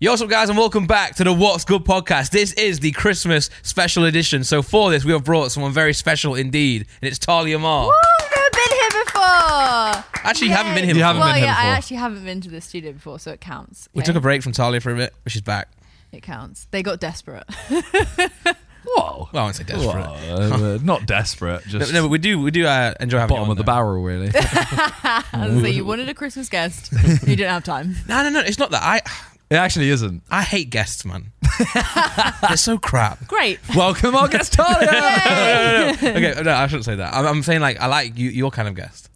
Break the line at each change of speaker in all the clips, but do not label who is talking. Yo, what's up, guys, and welcome back to the What's Good podcast. This is the Christmas special edition. So, for this, we have brought someone very special indeed, and it's Talia Mar.
I've never been here before.
Actually, you haven't been here
You
before.
haven't
well,
been here
yeah, I
before.
actually haven't been to the studio before, so it counts.
We
okay?
took a break from Talia for a bit, but she's back.
It counts. They got desperate.
Whoa.
Well, I won't say desperate.
Whoa, uh, not desperate,
No,
just
no, but we do, we do uh, enjoy having
bottom
you on,
of the
though.
barrel, really.
so you wanted a Christmas guest, you didn't have time.
No, no, no, it's not that. I,
it actually isn't.
I hate guests, man. They're so crap.
Great.
Welcome our guest, Talia.
Okay, no, I shouldn't say that. I'm, I'm saying like I like you, your kind of guest.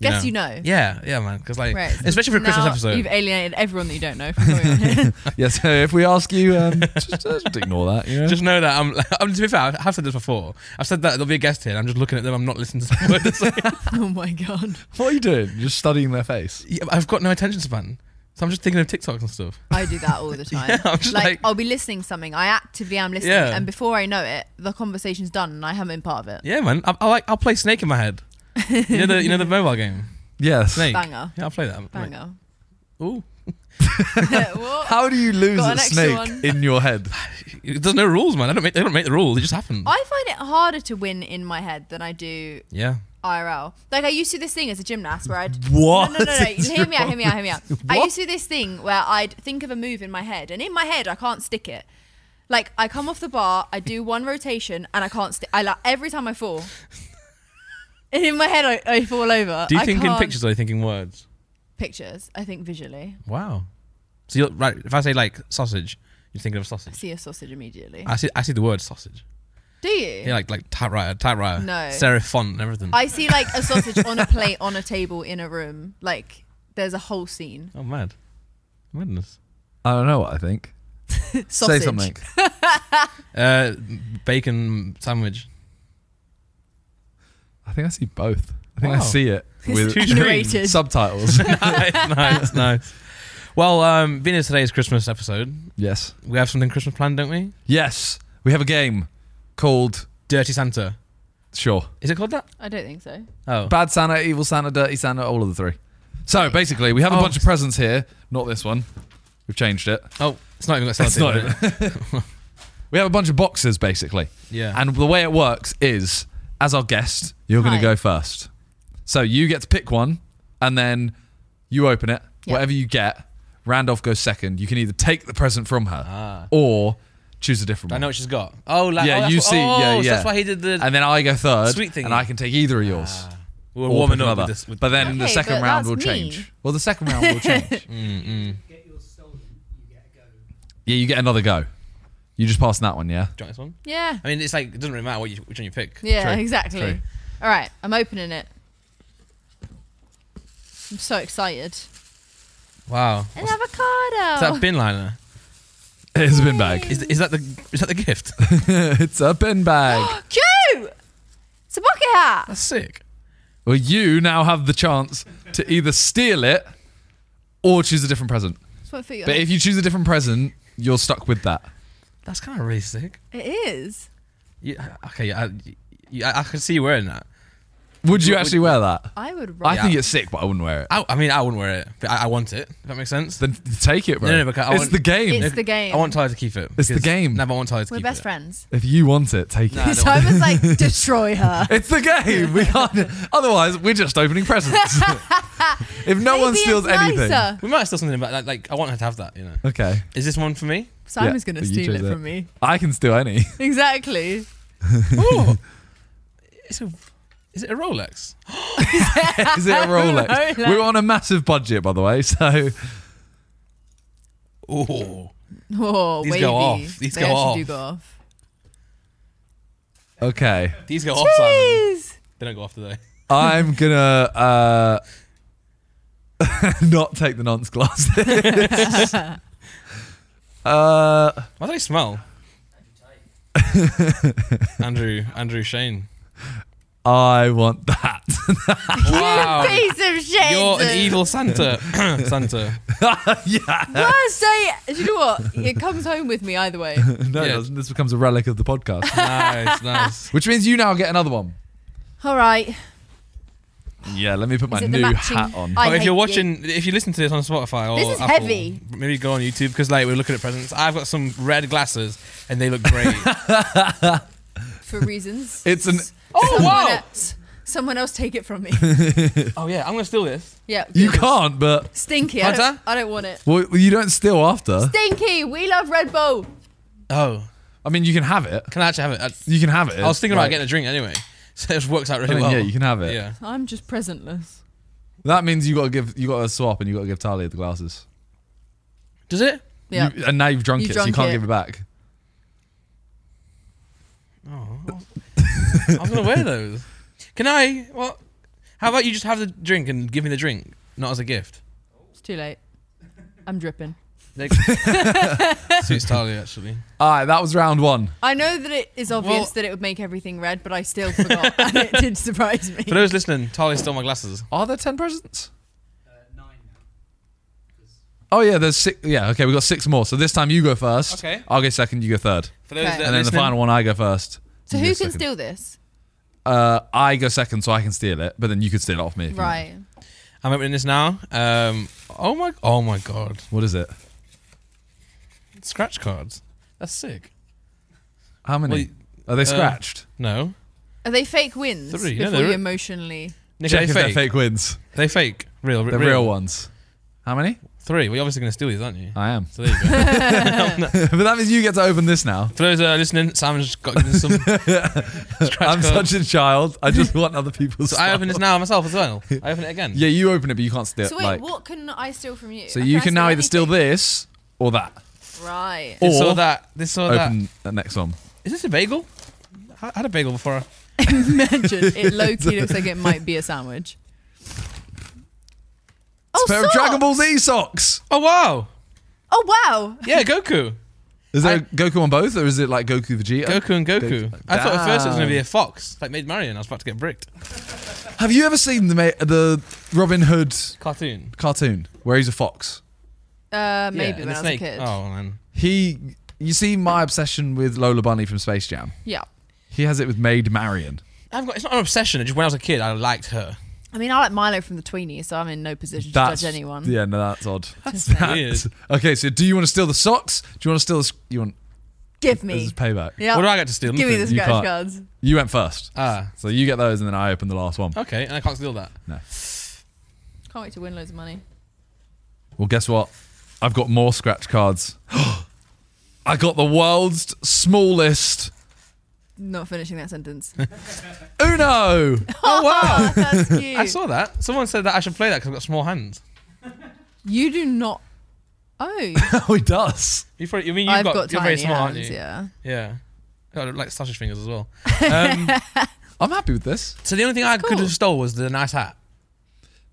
Guess you know.
Yeah, yeah, man. Because like,
Right.
especially for a Christmas
Now
episode.
You've alienated everyone that you don't know. From coming on here.
yeah, so if we ask you, um, just, uh, just ignore that. You know?
Just know that I'm, I'm. To be fair, I have said this before. I've said that there'll be a guest here, and I'm just looking at them. I'm not listening to what they're saying.
oh my god.
what are you doing? You're just studying their face.
Yeah, but I've got no attention span, so I'm just thinking of TikToks and stuff.
I do that all the time.
Yeah, I'm just like-
I'll be listening to something. I actively am listening,
Yeah.
and before I know it, the conversation's done, and I haven't been part of it.
Yeah, man. I, I like. I'll play Snake in my head. You know the you know the mobile game
Yes.
Snake.
Banger.
Yeah, I'll play that. Like,
Banger.
Ooh,
What?
How do you lose
Got an
at
extra
snake
one.
in your head?
there's no rules, man. I don't make. They don't make the rules. They just happen.
I find it harder to win in my head than I do
yeah.
IRL. Like I used to do this thing as a gymnast where I'd
What
No, no, no, no.
is
Hear me out. Hear me out. Hear me out. I
What?
used to do this thing where I'd think of a move in my head, and in my head I can't stick it. Like I come off the bar, I do one rotation, and I can't stick. I like every time I fall. And in my head, I, I fall over.
Do you
I
think in
can't-
pictures or do you think in words?
Pictures. I think visually.
Wow. So you're right. If I say like sausage, you're thinking of sausage.
See a sausage immediately.
I see. I see the word sausage.
do you?
Yeah, like like typewriter, typewriter,
No.
serif font, and everything.
I see like a sausage on a plate on a table in a room. Like there's a whole scene.
oh, mad, madness.
I don't know what I think.
Sausage.
Say something.
Uh, bacon sandwich.
I think I see both. I think I
Wow.
see it with
Two
Narrated.
subtitles.
nice, nice, nice. Well, um, being as today's Christmas episode,
yes.
we have something Christmas planned, don't we?
Yes. We have a game called
Dirty Santa.
Sure.
Is it called that?
I don't think so.
Oh,
Bad Santa, Evil Santa, Dirty Santa, all of the three. So basically, we have a
Oh.
bunch of presents here. Not this one. We've changed it.
oh, it's not even got started.
not We have a bunch of boxes basically.
Yeah.
And the way it works is as our guest, you're going
Hi.
to go first. So you get to pick one and then you open it.
Yeah.
Whatever you get, Randolph goes second. You can either take the present from her or choose a different
Ah. I
one.
know what she's got. Oh, like, oh,
yeah,
that's
you
what-
see.
oh,
yeah,
so
yeah.
that's why he did the.
And then I go third.
Sweet Ah. thingy.
And I can take either of yours.
we were
or
warming
pick
up
another.
with this. With
but then the
Okay,
second
but
round
that's
will
me.
change. Well, the second round will
Mm,
change.
get yours stolen, you get a go.
yeah, you get another go. You just passed that one, yeah?
Do you want this one?
Yeah.
I mean, it's like it doesn't really matter what you, which one you pick.
Yeah,
True.
exactly.
True.
All right, I'm opening it. I'm so excited.
Wow.
An
What's- Is
avocado.
that a bin liner?
It's a bin bag.
Is, is that the is that the gift?
it's a bin bag.
Cute. It's a bucket hat.
That's sick.
Well, you now have the chance to either steal it or choose a different present.
It's one for you.
But if you choose a different present, you're stuck with that.
That's kind of really sick.
it is.
Yeah. Okay. I, you- I, I can see you wearing that.
Would you actually wear that?
I would.
I
Rock
think it's sick, but I wouldn't wear it.
I, I mean, I wouldn't wear it, but I, I want it. If that makes sense.
Then take it, bro.
No, no, because I
it's
want-
the game.
It's
If,
the game.
I want Tyler to keep it.
It's the
because-
game.
No, but I want Tyler to
We're
keep
best
it.
friends.
if you want it, take
No, I
it.
don't
So I was like, destroy her.
It's the game. We can't. Otherwise, we're just opening presents. if no one
Maybe
steals
it's
anything,
nicer.
We might steal something about that. Like, I want her to have that, you know.
okay.
Is this one for me?
Simon's
Yeah,
gonna
but you
steal it
chose it.
from me.
I can steal any.
Exactly.
Ooh. it's a, is it a Rolex?
Is it a Rolex?
Rolex.
We're on a massive budget, by the way. So
Oh.
Oh,
These
wavy.
go off. These
they
go
actually
off.
do go off.
okay,
These go off, Simon.
Please.
They don't go off today.
I'm gonna uh, not take the nonce glass. uh,
Why do they smell? Andrew, Andrew Shane.
I want that.
Wow.
Piece of shit.
You're an evil Santa. Santa.
yeah,
Worst day. Do you know what? It comes home with me either way.
no,
Yeah.
this becomes a relic of the podcast,
Nice, nice.
which means you now get another one.
All right.
Yeah, let me put my
Is it the
new
matching-
hat on.
But
I
if
hate
you're
you.
watching, if you listen to this on Spotify or
This is
Apple,
heavy.
maybe go on YouTube because like we're looking at presents. I've got some red glasses and they look great.
for reasons.
It's an-
Oh,
someone
wow.
Else, someone else take it from me.
oh yeah, I'm gonna steal this.
Yeah.
you
good.
can't, but
Stinky. I don't,
Hunter?
I don't want it.
well, you don't steal after.
Stinky. We love Red Bull.
Oh,
I mean, you can have it.
can I actually have it? I,
You can have it.
I was thinking about
Like,
getting a drink anyway, so it just works out
I
really
mean,
well.
Yeah, you can have it.
Yeah.
I'm just presentless.
That means you got to give, you got to swap, and you got to give Talia the glasses.
Does it?
Yeah.
You- and now you've drunk
You've
it, so you
drunk
can't
it.
give it back.
Oh, I was gonna wear those. Can I? What? How about you just have the drink and give me the drink, not as a gift?
It's too late. I'm dripping.
They- Suits Talia actually.
All right, that was round one.
I know that it is obvious
Well-
that it would make everything red, but I still forgot, and it did surprise me.
For those listening, Talia stole my glasses.
Are there ten presents?
Uh, nine now.
Oh yeah, there's six. Yeah, okay, we got six more. So this time you go first.
Okay.
I'll go second. You go third.
For those
Okay.
that
and
are
then the
listening-
final one, I go first.
So
you
who can
go second.
steal this?
Uh, I go second, so I can steal it. But then you could steal it off me. if you want.
Right.
I'm opening this now. Um, oh my! Oh my god!
What is it?
Scratch cards. That's sick.
How many?
Wait,
Are they scratched?
No,
Are they fake wins
Three, yeah,
before
they're-
you emotionally?
Nick, are
Check
they
if they're
fake?
fake wins.
They fake. Real.
They're
real.
real. Ah. ones. How many?
Three. We're obviously gonna steal these, aren't you?
I am.
So there you go.
but that means you get to open this now.
For those that are listening, Simon's just got given some. scratch
I'm
cards.
such a child. I just want other people's.
So I
stuff.
open this now myself as well. I open it again.
Yeah, you open it, but you can't steal.
So wait,
like,
what can I steal from you?
So you
I
can now either steal
anything?
this or that.
Right.
This
Or-
or that. This or that.
Open the next one.
Is this a bagel? I I had a bagel before.
Imagine it. Low key looks like it might be a sandwich. Oh,
It's a pair of Dragon
socks!
Ball Z socks.
Oh wow!
Oh wow!
Yeah, Goku,
Is there
I-
a Goku on both, or is it like Goku Vegeta?
Goku and Goku.
Goku.
I thought at first it was gonna be
Damn.
a fox, like Maid Marian. I was about to get bricked.
Have you ever seen the ma- the Robin Hood
Cartoon.
cartoon where he's a fox?
Uh,
Yeah,
maybe
and
when
the
I was
snake.
a kid.
Oh man.
He, you see my obsession with Lola Bunny from Space Jam.
Yeah.
He has it with Maid Marian.
I've got. It's not an obsession. It's just when I was a kid, I liked her.
I mean, I like Milo from the Tweenie, so I'm in no position to judge anyone.
Yeah, no, that's odd. That's
weird.
Uh, Okay, so do you want to steal the socks? Do you want to steal the? s- You want
Give
this
me.
is payback.
Yeah.
What do I get to steal?
Give me the
Nothing.
You
scratch
can't.
cards.
You went first,
Ah,
so you get those, and then I open the last one.
okay. And I can't steal that.
Can't wait to win loads of money.
Well, guess what? I've got more scratch cards. I got the world's smallest
Not finishing that sentence.
Uno.
Oh wow!
That's cute.
I saw that. Someone said that I should play that because I've got small hands.
you do not. Oh,
oh, he does.
You probably. I mean, you've
I've
got,
got,
you're
tiny
very small,
hands.
aren't you?
Yeah.
Yeah. Got, like sausage fingers as well. Um,
I'm happy with this.
so the only thing I could
cool.
have stole was the nice hat.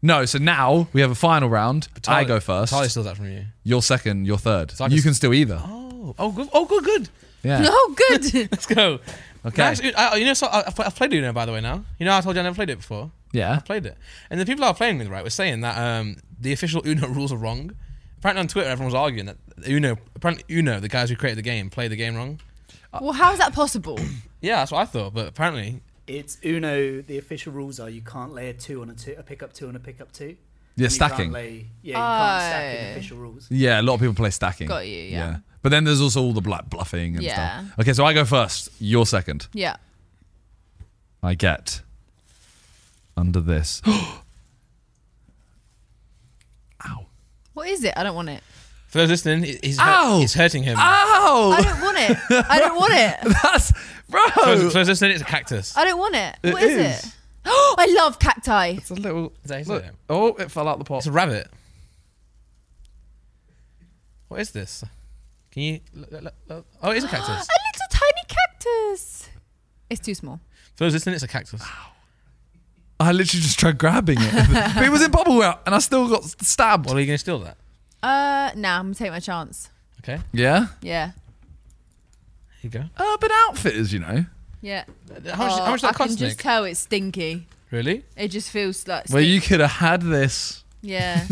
No, so now we have a final round. I
Tali-
go first.
Tali steals that from you.
You're second. You're third.
I
you
just-
can steal either.
Oh, oh, good. Oh, good, good.
Yeah.
Oh, good.
Let's go.
Okay.
Nice. I, you know, so I, I've played Uno by the way. Now you know I told you I never played it before.
Yeah.
I've played it, and the people I was playing with right were saying that um, the official Uno rules are wrong. Apparently on Twitter, everyone was arguing that Uno, apparently Uno, the guys who created the game, played the game wrong.
well, how is that possible?
Yeah, that's what I thought, but apparently,
It's Uno. The official rules are you can't lay a two on a two, a pickup two and a pickup two.
Yeah,
You
stacking.
Can't lay, yeah, you can't stack in
Oh.
official rules.
Yeah, a lot of people play stacking.
Got you, yeah.
But then there's also all the black bluffing and
Yeah.
stuff. Okay, so I go first. You're second.
Yeah.
I get under this. Ow.
What is it? I don't want it.
for those listening, he- he's
Ow!
hurt, it's hurting him.
I
Ow!
don't want it. I don't want it.
That's bro.
For those, for those listening, it's a cactus.
I don't want it.
It
What is
is.
it? Oh, I love cacti.
It's a little.
Is that- is
look.
it?
Oh, it fell out the pot.
It's a rabbit. What is this? Can you? look- look- look- Oh, it is a
a
cactus.
little tiny cactus. It's too small.
For those listening, it's a cactus.
I literally just tried grabbing it, but it was in bubble wrap, and I still got stabbed.
Well, are you going to steal that?
Uh, nah, I'm gonna take my chance.
Okay, here
Yeah.
Yeah.
you go. Uh,
Urban Outfitters, you know,
Yeah.
How much,
Oh,
how much does
I
that cost,
can
Nick?
just tell it's stinky.
really?
It just feels like.
where
stink-
you could have had this.
Yeah.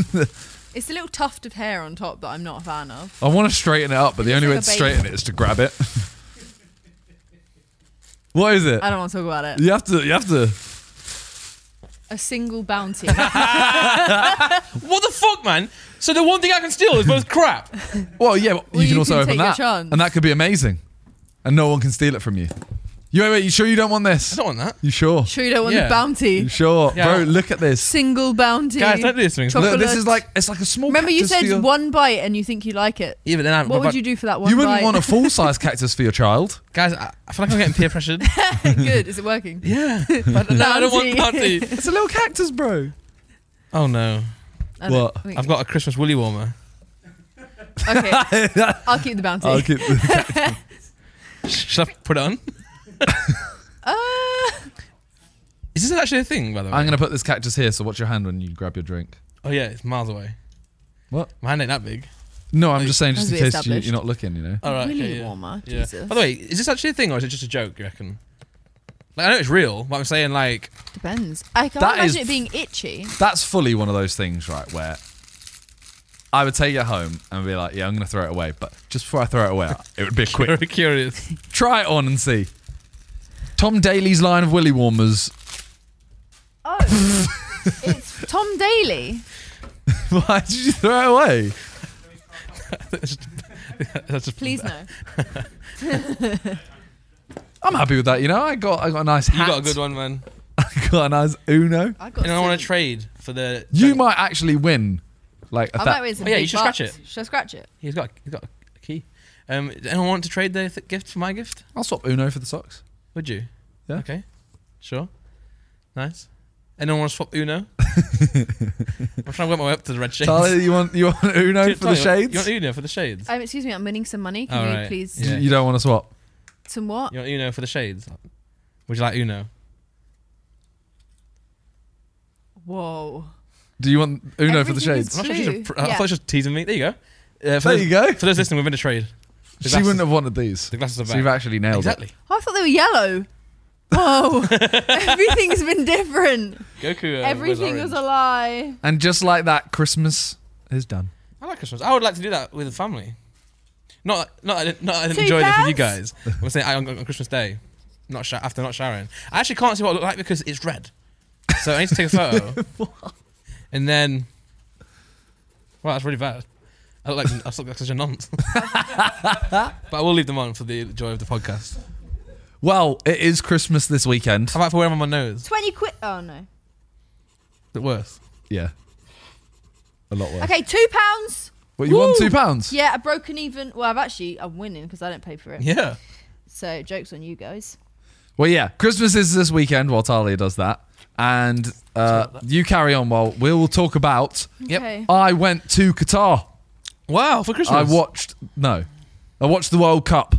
it's a little tuft of hair on top that I'm not a fan of.
I want to straighten it up, but the
It
only way to
looks like a
straighten it is to grab it. what is it?
I don't want to talk about it.
You have to. You have to.
a single bounty.
What the fuck, man? So the one thing I can steal is both crap.
Well, yeah, but
Well,
you can
you
also
can
open
take a
that,
chance.
and that could be amazing, and no one can steal it from you. You wait, wait, you sure you don't want this?
I don't want that.
You sure?
sure you don't want
Yeah.
the bounty?
You sure,
Yeah.
bro? Look at this.
Single bounty.
Guys, don't do this to me.
Chocolate.
Look, this is like it's like a small.
Remember you
cactus
said
for your-
one bite and you think you like it.
Even then, I,
What would you do for that one
You wouldn't
bite?
want a full size cactus for your child.
guys? I, I feel like I'm getting peer pressured.
Good. Is it working?
yeah, but no, I don't want
Bounty.
bounty.
It's a little cactus, bro.
Oh no,
I don't
What?
think-
I've got a Christmas willy warmer.
Okay. I'll keep the bounty.
I'll keep the-
Should I put it on?
Uh,
Is this actually a thing, by the way?
I'm gonna put this cactus here. So watch your hand when you grab your drink.
oh yeah, it's miles away.
What?
My hand ain't that big.
No, I'm just saying,
As
just in
we
case you,
established.
you're not looking. You know.
All Oh, right.
Willy
okay, yeah.
warmer.
Yeah.
Jesus.
By the way, is this actually a thing or is it just a joke? You reckon? Like I know it's real, but I'm saying like
Depends. I can't
That
imagine
is-
it being itchy.
That's fully one of those things, right? Where I would take it home and be like, "Yeah, I'm gonna throw it away," but just before I throw it away, it would be a quick
very curious.
Try it on and see. Tom Daly's line of willy warmers.
Oh, it's Tom Daly.
Why did you throw it away?
That's just-
Please no.
I'm happy with that. You know, I got I got a nice
You
hat.
got a good one, man.
I got a nice Uno.
I got.
And I want to
some-
trade for the.
You might actually win. Like a
I
that.
might win some
Oh, yeah,
big
you should scratch
bucks.
it.
Should I scratch it?
He's got. He's got a key. Um, does anyone want to trade their th- gift for my gift?
I'll swap Uno for the socks.
Would you?
Yeah.
Okay. Sure. Nice. Anyone want to swap Uno? I'm trying to work my way up to the red shades.
Charlie, you want you want Uno
Dude,
for the
Charlie, you
shades?
want- You want Uno for the shades?
Um, excuse me, I'm winning some money. Can
All
you
right.
please
Yeah.
You- You don't want to swap.
some what?
You want Uno for the shades? Would you like Uno?
Whoa.
Do you want Uno for the
Everything
shades?
I'm not sure
Clue.
she's. Pr- I
Yeah.
thought she was teasing me. There you go. Uh, for
There
those,
you go.
For those listening, we've been a trade.
She
glasses-
wouldn't have wanted these.
The glasses are
So
back.
you've actually nailed
exactly.
Oh, I thought they were yellow. Whoa. Everything's been different.
Goku. Uh,
Everything
was
was a lie.
it. And just like that, Christmas is done.
I like Christmas. I would like to do that with the family. Not, not, I didn't- not. I didn't
Two
enjoy this with you
pounds?
guys. I'm saying I, on, on Christmas Day, not sho- after not showering. I actually can't see what I look like because it's red. So I need to take a photo. and then, well, that's really bad. I look like I look like such a nonce. but I will leave them on for the joy of the podcast.
Well, it is Christmas this weekend.
I might have to wear them on my nose.
20 quid. Oh, no.
Is it worse?
Yeah. A lot worse.
Okay, two pounds.
What, you won
Woo!
two pounds?
Yeah, a broken even. Well, I've actually, I'm winning because I don't pay for it.
Yeah.
So, joke's on you guys.
Well, yeah, Christmas is this weekend while Talia does that. And uh, you carry on while we'll talk about.
Yep.
Okay.
I went to Qatar.
Wow, for Christmas.
I watched. No. I watched the World Cup.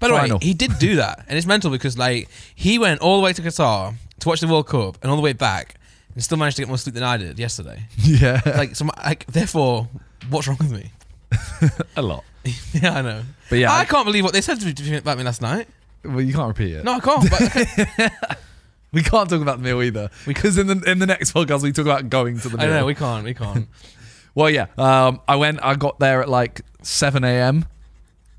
By the
Final.
way, he did do that, and it's mental because like he went all the way to Qatar to watch the World Cup and all the way back, and still managed to get more sleep than I did yesterday.
Yeah.
like, so my, like, therefore, what's wrong with me?
a lot.
yeah, I know.
But yeah,
I
I,
can't believe what they said to me- to me about me last night.
well, you can't repeat it.
No, I can't. But, okay.
We can't talk about the meal either. Because in the in the next podcast we talk about going to the
I
meal.
know we can't. We can't.
well, yeah. Um, I went. I got there at like seven a.m.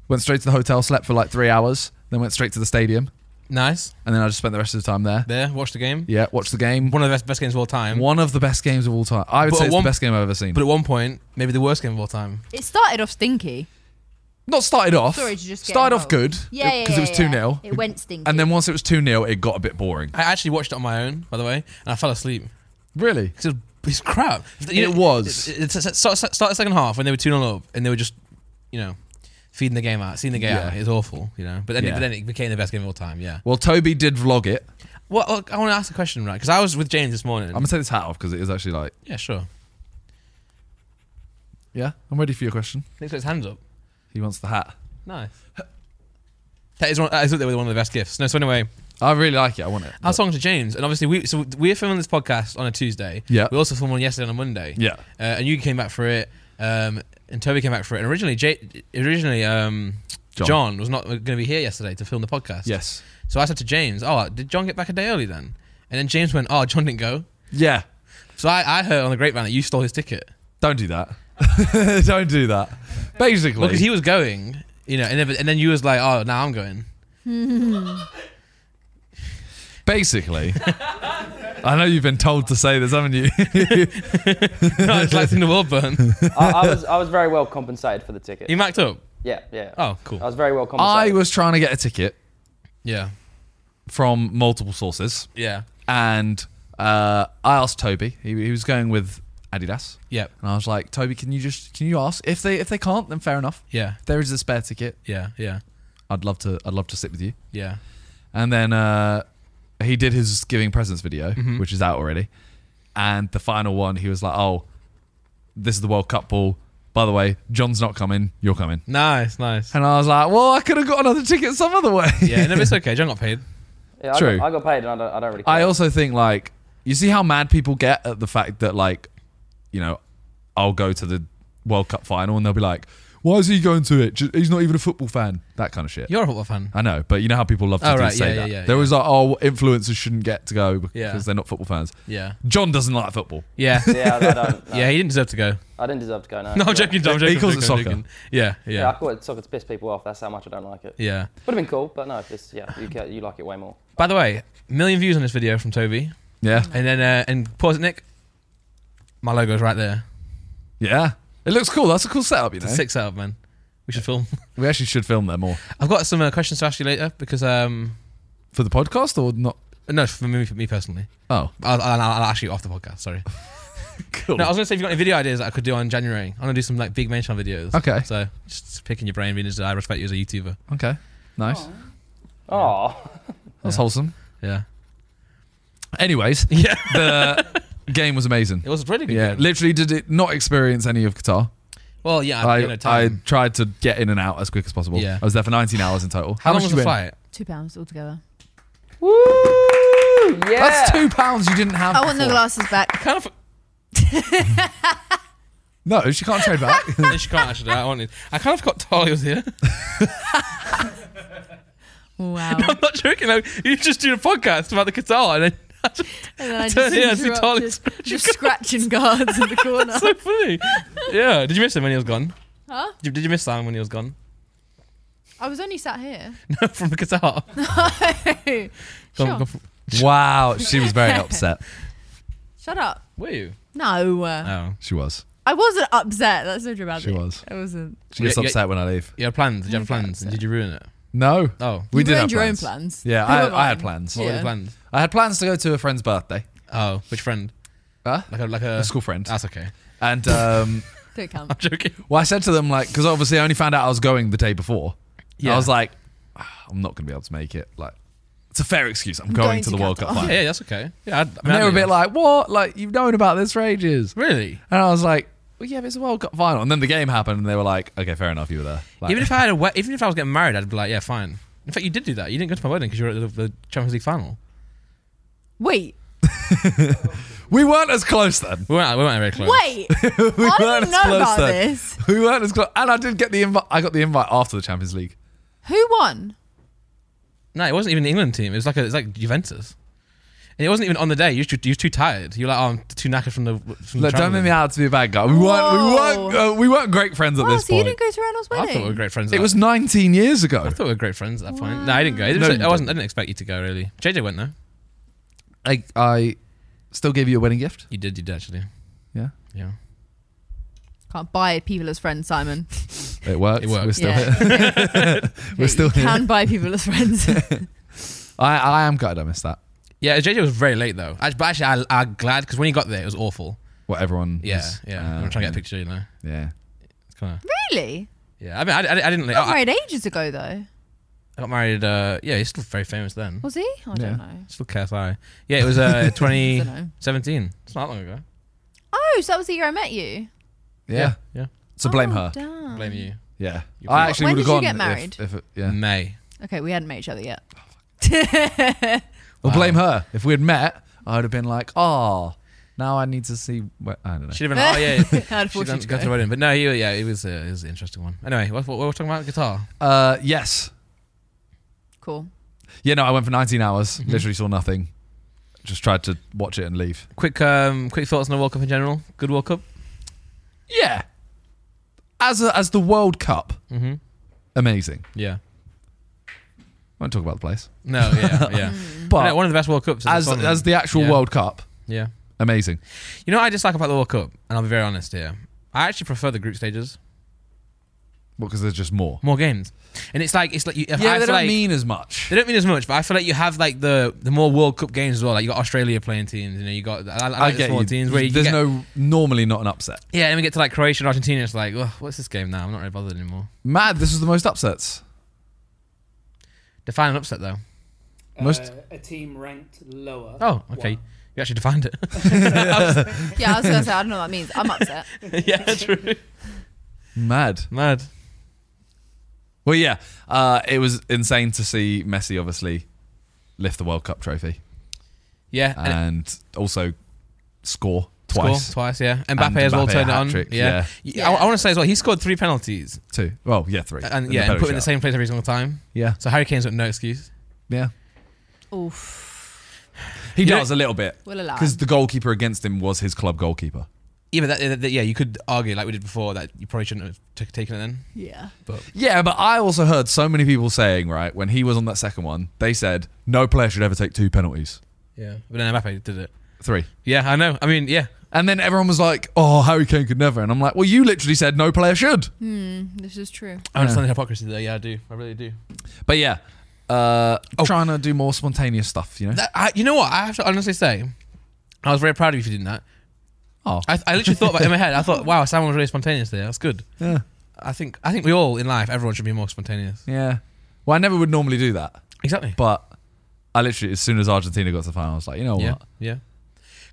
Went straight to the hotel, slept for like three hours, then went straight to the stadium,
nice.
and then I just spent the rest of the time there.
There, watch the game.
Yeah, watched the game.
One of the best, best games of all time.
One of the best games of all time. I would
But
say
at
it's
one-
the best game I've ever seen.
But at one point, maybe the worst game of all time.
It started off stinky.
Not started off.
Sorry to just get
started off
involved.
good.
Yeah, yeah,
Because it
yeah,
was
yeah.
2 0.
It went stinky.
And then once it was 2 0, it got a bit boring.
I actually watched it on my own, by the way, and I fell asleep.
Really?
It's, it's crap.
It was.
It, it, it- start, start the second half when they were 2 0 up and they were just, you know, feeding the game out, seeing the game
Yeah.
out. It was awful, you know. But then,
Yeah.
but then it became the best game of all time, yeah.
Well, Toby did vlog it.
Well, look, I want to ask a question, right? Because I was with James this morning.
I'm going to take this hat off because it is actually like.
yeah, sure.
Yeah, I'm ready for your question.
Nick's got his hands up.
He wants the hat.
Nice. That is one, I thought they were one of the best gifts. No, so anyway,
I really like it. I want it.
I was talking to James, and obviously we so we're filming this podcast on a Tuesday.
Yeah.
we also filmed one yesterday and on a Monday.
Yeah.
uh, and you came back for it, um, and Toby came back for it. And originally, J- originally, um,
John.
John. was not going to be here yesterday to film the podcast.
Yes.
So I said to James, "Oh, did John get back a day early then?" And then James went, "Oh, John didn't go."
Yeah.
So I, I heard on the grapevine that you stole his ticket
Don't do that. Don't do that. Basically.
because he was going, you know, and then, and then you was like, "Oh, now I'm going."
basically. I know you've been told to say this, haven't you?
I'd like to the world burn.
I, I was I was very well compensated for the ticket.
You macked up.
yeah, yeah.
Oh,
I
cool.
was very well
I
compensated.
was trying to get a ticket
Yeah,
from multiple sources,
yeah,
and uh, I asked Toby. He, he was going with Adidas,
yeah,
and I was like, Toby, can you just can you ask if they if they can't, then fair enough.
yeah,
If there is a spare ticket,
yeah, yeah,
I'd love to I'd love to sit with you.
yeah.
And then uh, he did his giving presents video, which is out already. And the final one, he was like, "Oh, this is the World Cup ball. By the way, John's not coming. You're coming."
Nice, nice.
And I was like, "Well, I could have got another ticket some other way."
Yeah, no, but it's okay. John got paid.
yeah, I
True.
Got, I got paid, and I don't, I don't really. Care.
I also think like you see how mad people get at the fact that like you know I'll go to the World Cup final and they'll be like, "Why is he going to it? Ju- He's not even a football fan." That kind of shit.
You're a football fan.
I know, but you know how people love to
Oh,
do-
right,
say
yeah,
that.
yeah, yeah,
there
yeah.
was like, "Oh, influencers shouldn't get to go because
Yeah.
they're not football fans."
Yeah,
John doesn't like football.
yeah,
yeah, I don't. no.
yeah. He didn't deserve to go.
I didn't deserve to go. No,
No, I'm joking. I'm
He
joking.
calls it
I'm joking,
soccer.
I'm joking. Yeah,
Yeah, I
yeah,
call it soccer to piss people off. That's how much I don't like it.
yeah.
Would have been cool, but no, if it's, yeah, you, ca- you like it way more.
By the way, million views on this video from Toby,
Yeah,
and then uh, and pause it, Nick. My logo's right there.
yeah. It looks cool. That's a cool setup, you know.
It's a sick setup, man. We should film.
We actually should film there more
I've got some uh, questions to ask you later because um
for the podcast or not.
no for me for me personally
Oh,
I'll, I'll, I'll ask you off the podcast. Sorry.
cool.
No, I was gonna say if you have got any video ideas that I could do on January, I'm gonna do some like big main channel videos.
Okay.
So just picking your brain, being as I respect you as a YouTuber.
okay, nice.
Oh,
That's wholesome.
Yeah.
Anyways,
Yeah.
the game was amazing.
It was really good.
Yeah,
game.
literally did it not experience any of Qatar.
Well, yeah. I, you know,
I, I
time.
tried to get in and out as quick as possible.
Yeah.
I was there for 19 hours in total.
How, long
much
was
did you
the
win?
fight?
Two pounds altogether.
woo! Yeah,
That's two pounds you didn't have.
I want the
before.
glasses back.
Kind of.
No, she can't trade back.
no, she can't actually. do that. I wanted. I kind of forgot Tali was here.
Wow.
I'm not joking. Like, you just do a podcast about the guitar, and then that's
and then I
Turn
just
here, I see
interrupted
Tali's
the scratching guards in the corner.
so funny. Yeah. Did you miss him when he was gone?
Huh?
Did, did you miss Sam when he was gone?
I was only sat here.
No, from the guitar. Gone-
Sure.
gone from-
wow, she was very upset.
Shut up.
were you?
No.
Oh.
She was.
I wasn't upset. That's so dramatic.
Uh, She was.
I wasn't.
She gets
Yeah, yeah.
upset when I leave.
You had plans. Did you have
Okay,
plans?
so-
Did you ruin it?
No,
Oh.
we
You
did
ruined
have
your own
plans.
plans.
Yeah,
They were
I, I had
mine.
plans.
What were the
Yeah.
plans?
I had plans to go to a friend's birthday,
Oh, which friend?
Huh?
Like a like a,
a school friend,
That's okay.
and um,
Don't count.
I'm joking.
well, I said to them like, because obviously I only found out I was going the day before. Yeah.
Yeah.
I was like, "Ah, I'm not going to be able to make it. Like, it's a fair excuse. I'm going,
going
to
to
the World
Qatar.
Cup final.
Yeah, yeah, that's okay. Yeah, I'd, I mean,
And they
I'd
were a
do
bit
that.
like, what? Like, you've known about this for ages.
really.
And I was like, well, yeah, but it's a World Cup final. And then the game happened, and they were like, okay, fair enough, you were there. Like,
even if I had a we- even if I was getting married, I'd be like, yeah, fine. In fact, you did do that. You didn't go to my wedding because you were at the, the Champions League final.
Wait.
we weren't as close then.
We weren't, we weren't very close.
Wait. I
We weren't
didn't
as
know
close
about
then.
this.
We weren't as close. And I did get the invite. I got the invite after the Champions League.
Who won?
No, it wasn't even the England team. It was like a, it's like Juventus, and it wasn't even on the day. You were, you were too tired. You were like, oh, I'm too knackered from the. From
Look,
the
don't make
travelling.
me out to be a bad guy. We weren't. We weren't.
Whoa.
Uh, we weren't great friends at
Wow,
this
Oh, so you
point.
didn't go to Randall's
I
wedding?
thought we were great friends. At
it
that
was 19 years ago.
I thought we were great friends at that point. No, I didn't go. I, didn't
No,
say-
you
I wasn't. I didn't expect you to go. Really, JJ went though.
I, I still gave you a wedding gift.
You did. You did actually.
Yeah,
Yeah.
Can't buy people as friends, Simon.
it worked.
It worked.
We're still
Yeah.
here. we're still
You
here.
can buy people as friends.
I, I am gutted. I missed that.
Yeah, JJ was very late though. Act- But actually, I, I'm glad because when he got there, it was awful.
What everyone.
Yeah,
was-
yeah.
uh,
I'm trying to get a picture, you know.
Yeah.
It's kind of.
really?
Yeah, I mean, I, I, I didn't. Like,
Got
I,
married ages ago, though.
I got married. Uh, yeah, he's still very famous then.
Was he? I
Yeah.
don't know.
Still KSI. Yeah, it was uh,
I don't know.
2017. It's not that long ago.
Oh, so that was the year I met you.
Yeah.
yeah.
So blame
Oh,
her.
damn.
Blame you.
Yeah.
You
I
blew-
actually
When
would have
did you
gone.
get
if-
married?
If, it- yeah.
May.
Okay, we hadn't met each other yet.
Oh, Well, blame her. If we had met, I would have been like, oh, now I need to see. Where, I don't know.
She'd have been. Like, oh yeah. yeah.
I'd force
She'd
you
done,
to
got to
go.
the wedding, but no, he, yeah, it was uh, it was an interesting one. Anyway, what, what, were we talking about? Guitar.
Uh, yes.
Cool.
Yeah. No, I went for 19 hours.
Mm-hmm.
Literally saw nothing. Just tried to watch it and leave.
Quick, um, quick thoughts on the World Cup in general. Good World Cup.
Yeah. As a, as the World Cup,
Mm-hmm.
amazing.
Yeah.
Won't talk about the place.
No, yeah, yeah.
But
Yeah, one of the best World Cups.
as
Scotland.
as the actual
Yeah.
World Cup,
yeah.
amazing.
You know what I dislike about the World Cup, and I'll be very honest here. I actually prefer the group stages,
Well, because there's just more.
more games, and it's like it's like you, if
Yeah,
I
they
feel
don't
like,
mean as much.
they don't mean as much, but I feel like you have like the the more World Cup games as well. Like you got Australia playing teams, you know, you got I, I like
I
the
get
small
you.
teams where you
there's
get,
no normally not an upset.
yeah, and we get to like Croatia and Argentina. It's like, ugh, what's this game now? I'm not really bothered anymore.
Mad. This was the most upsets.
Define an upset though.
Most-
Uh, a team ranked lower.
Oh, okay.
won.
You actually defined it.
Yeah, I was gonna say I don't know what that means. I'm upset.
yeah, true.
Mad.
Mad.
Well, yeah, uh, it was insane to see Messi obviously lift the World Cup trophy
Yeah, and it-
and also score
score
Uh, twice,
twice. Yeah, Mbappe, as well
Mbappe a
turned it on.
hat-trick,
yeah,
yeah.
I, I want to say as well, he scored three penalties uh,
two. Well, yeah, three.
and yeah, and put in the same place every single time.
Yeah,
So Harry Kane's got no excuse.
yeah.
Oof.
He
You know-
does a little bit
Will allow.
because the goalkeeper against him was his club goalkeeper.
Yeah, but that, that- that- yeah, you could argue like we did before that you probably shouldn't have t- taken it then.
Yeah.
Yeah, but I also heard so many people saying, right, when he was on that second one, they said no player should ever take two penalties,
Yeah, but then Mbappe did it.
three.
Yeah, I know. I mean, yeah,
And then everyone was like, "Oh, Harry Kane could never." And I'm like, "Well, you literally said no player should."
This is true.
I understand the hypocrisy there. Yeah, I do. I really do.
But yeah, uh, trying to do more spontaneous stuff, you know.
Oh. That, I, you know what? I have to honestly say, I was very proud of you for doing that.
oh,
I, I literally thought about it in my head. I thought, wow, Sam was really spontaneous there. That's good.
yeah,
I think I think we all in life, everyone should be more spontaneous.
yeah. Well, I never would normally do that,
Exactly.
but I literally, as soon as Argentina got to the final, I was like, you know
yeah,
what?
yeah.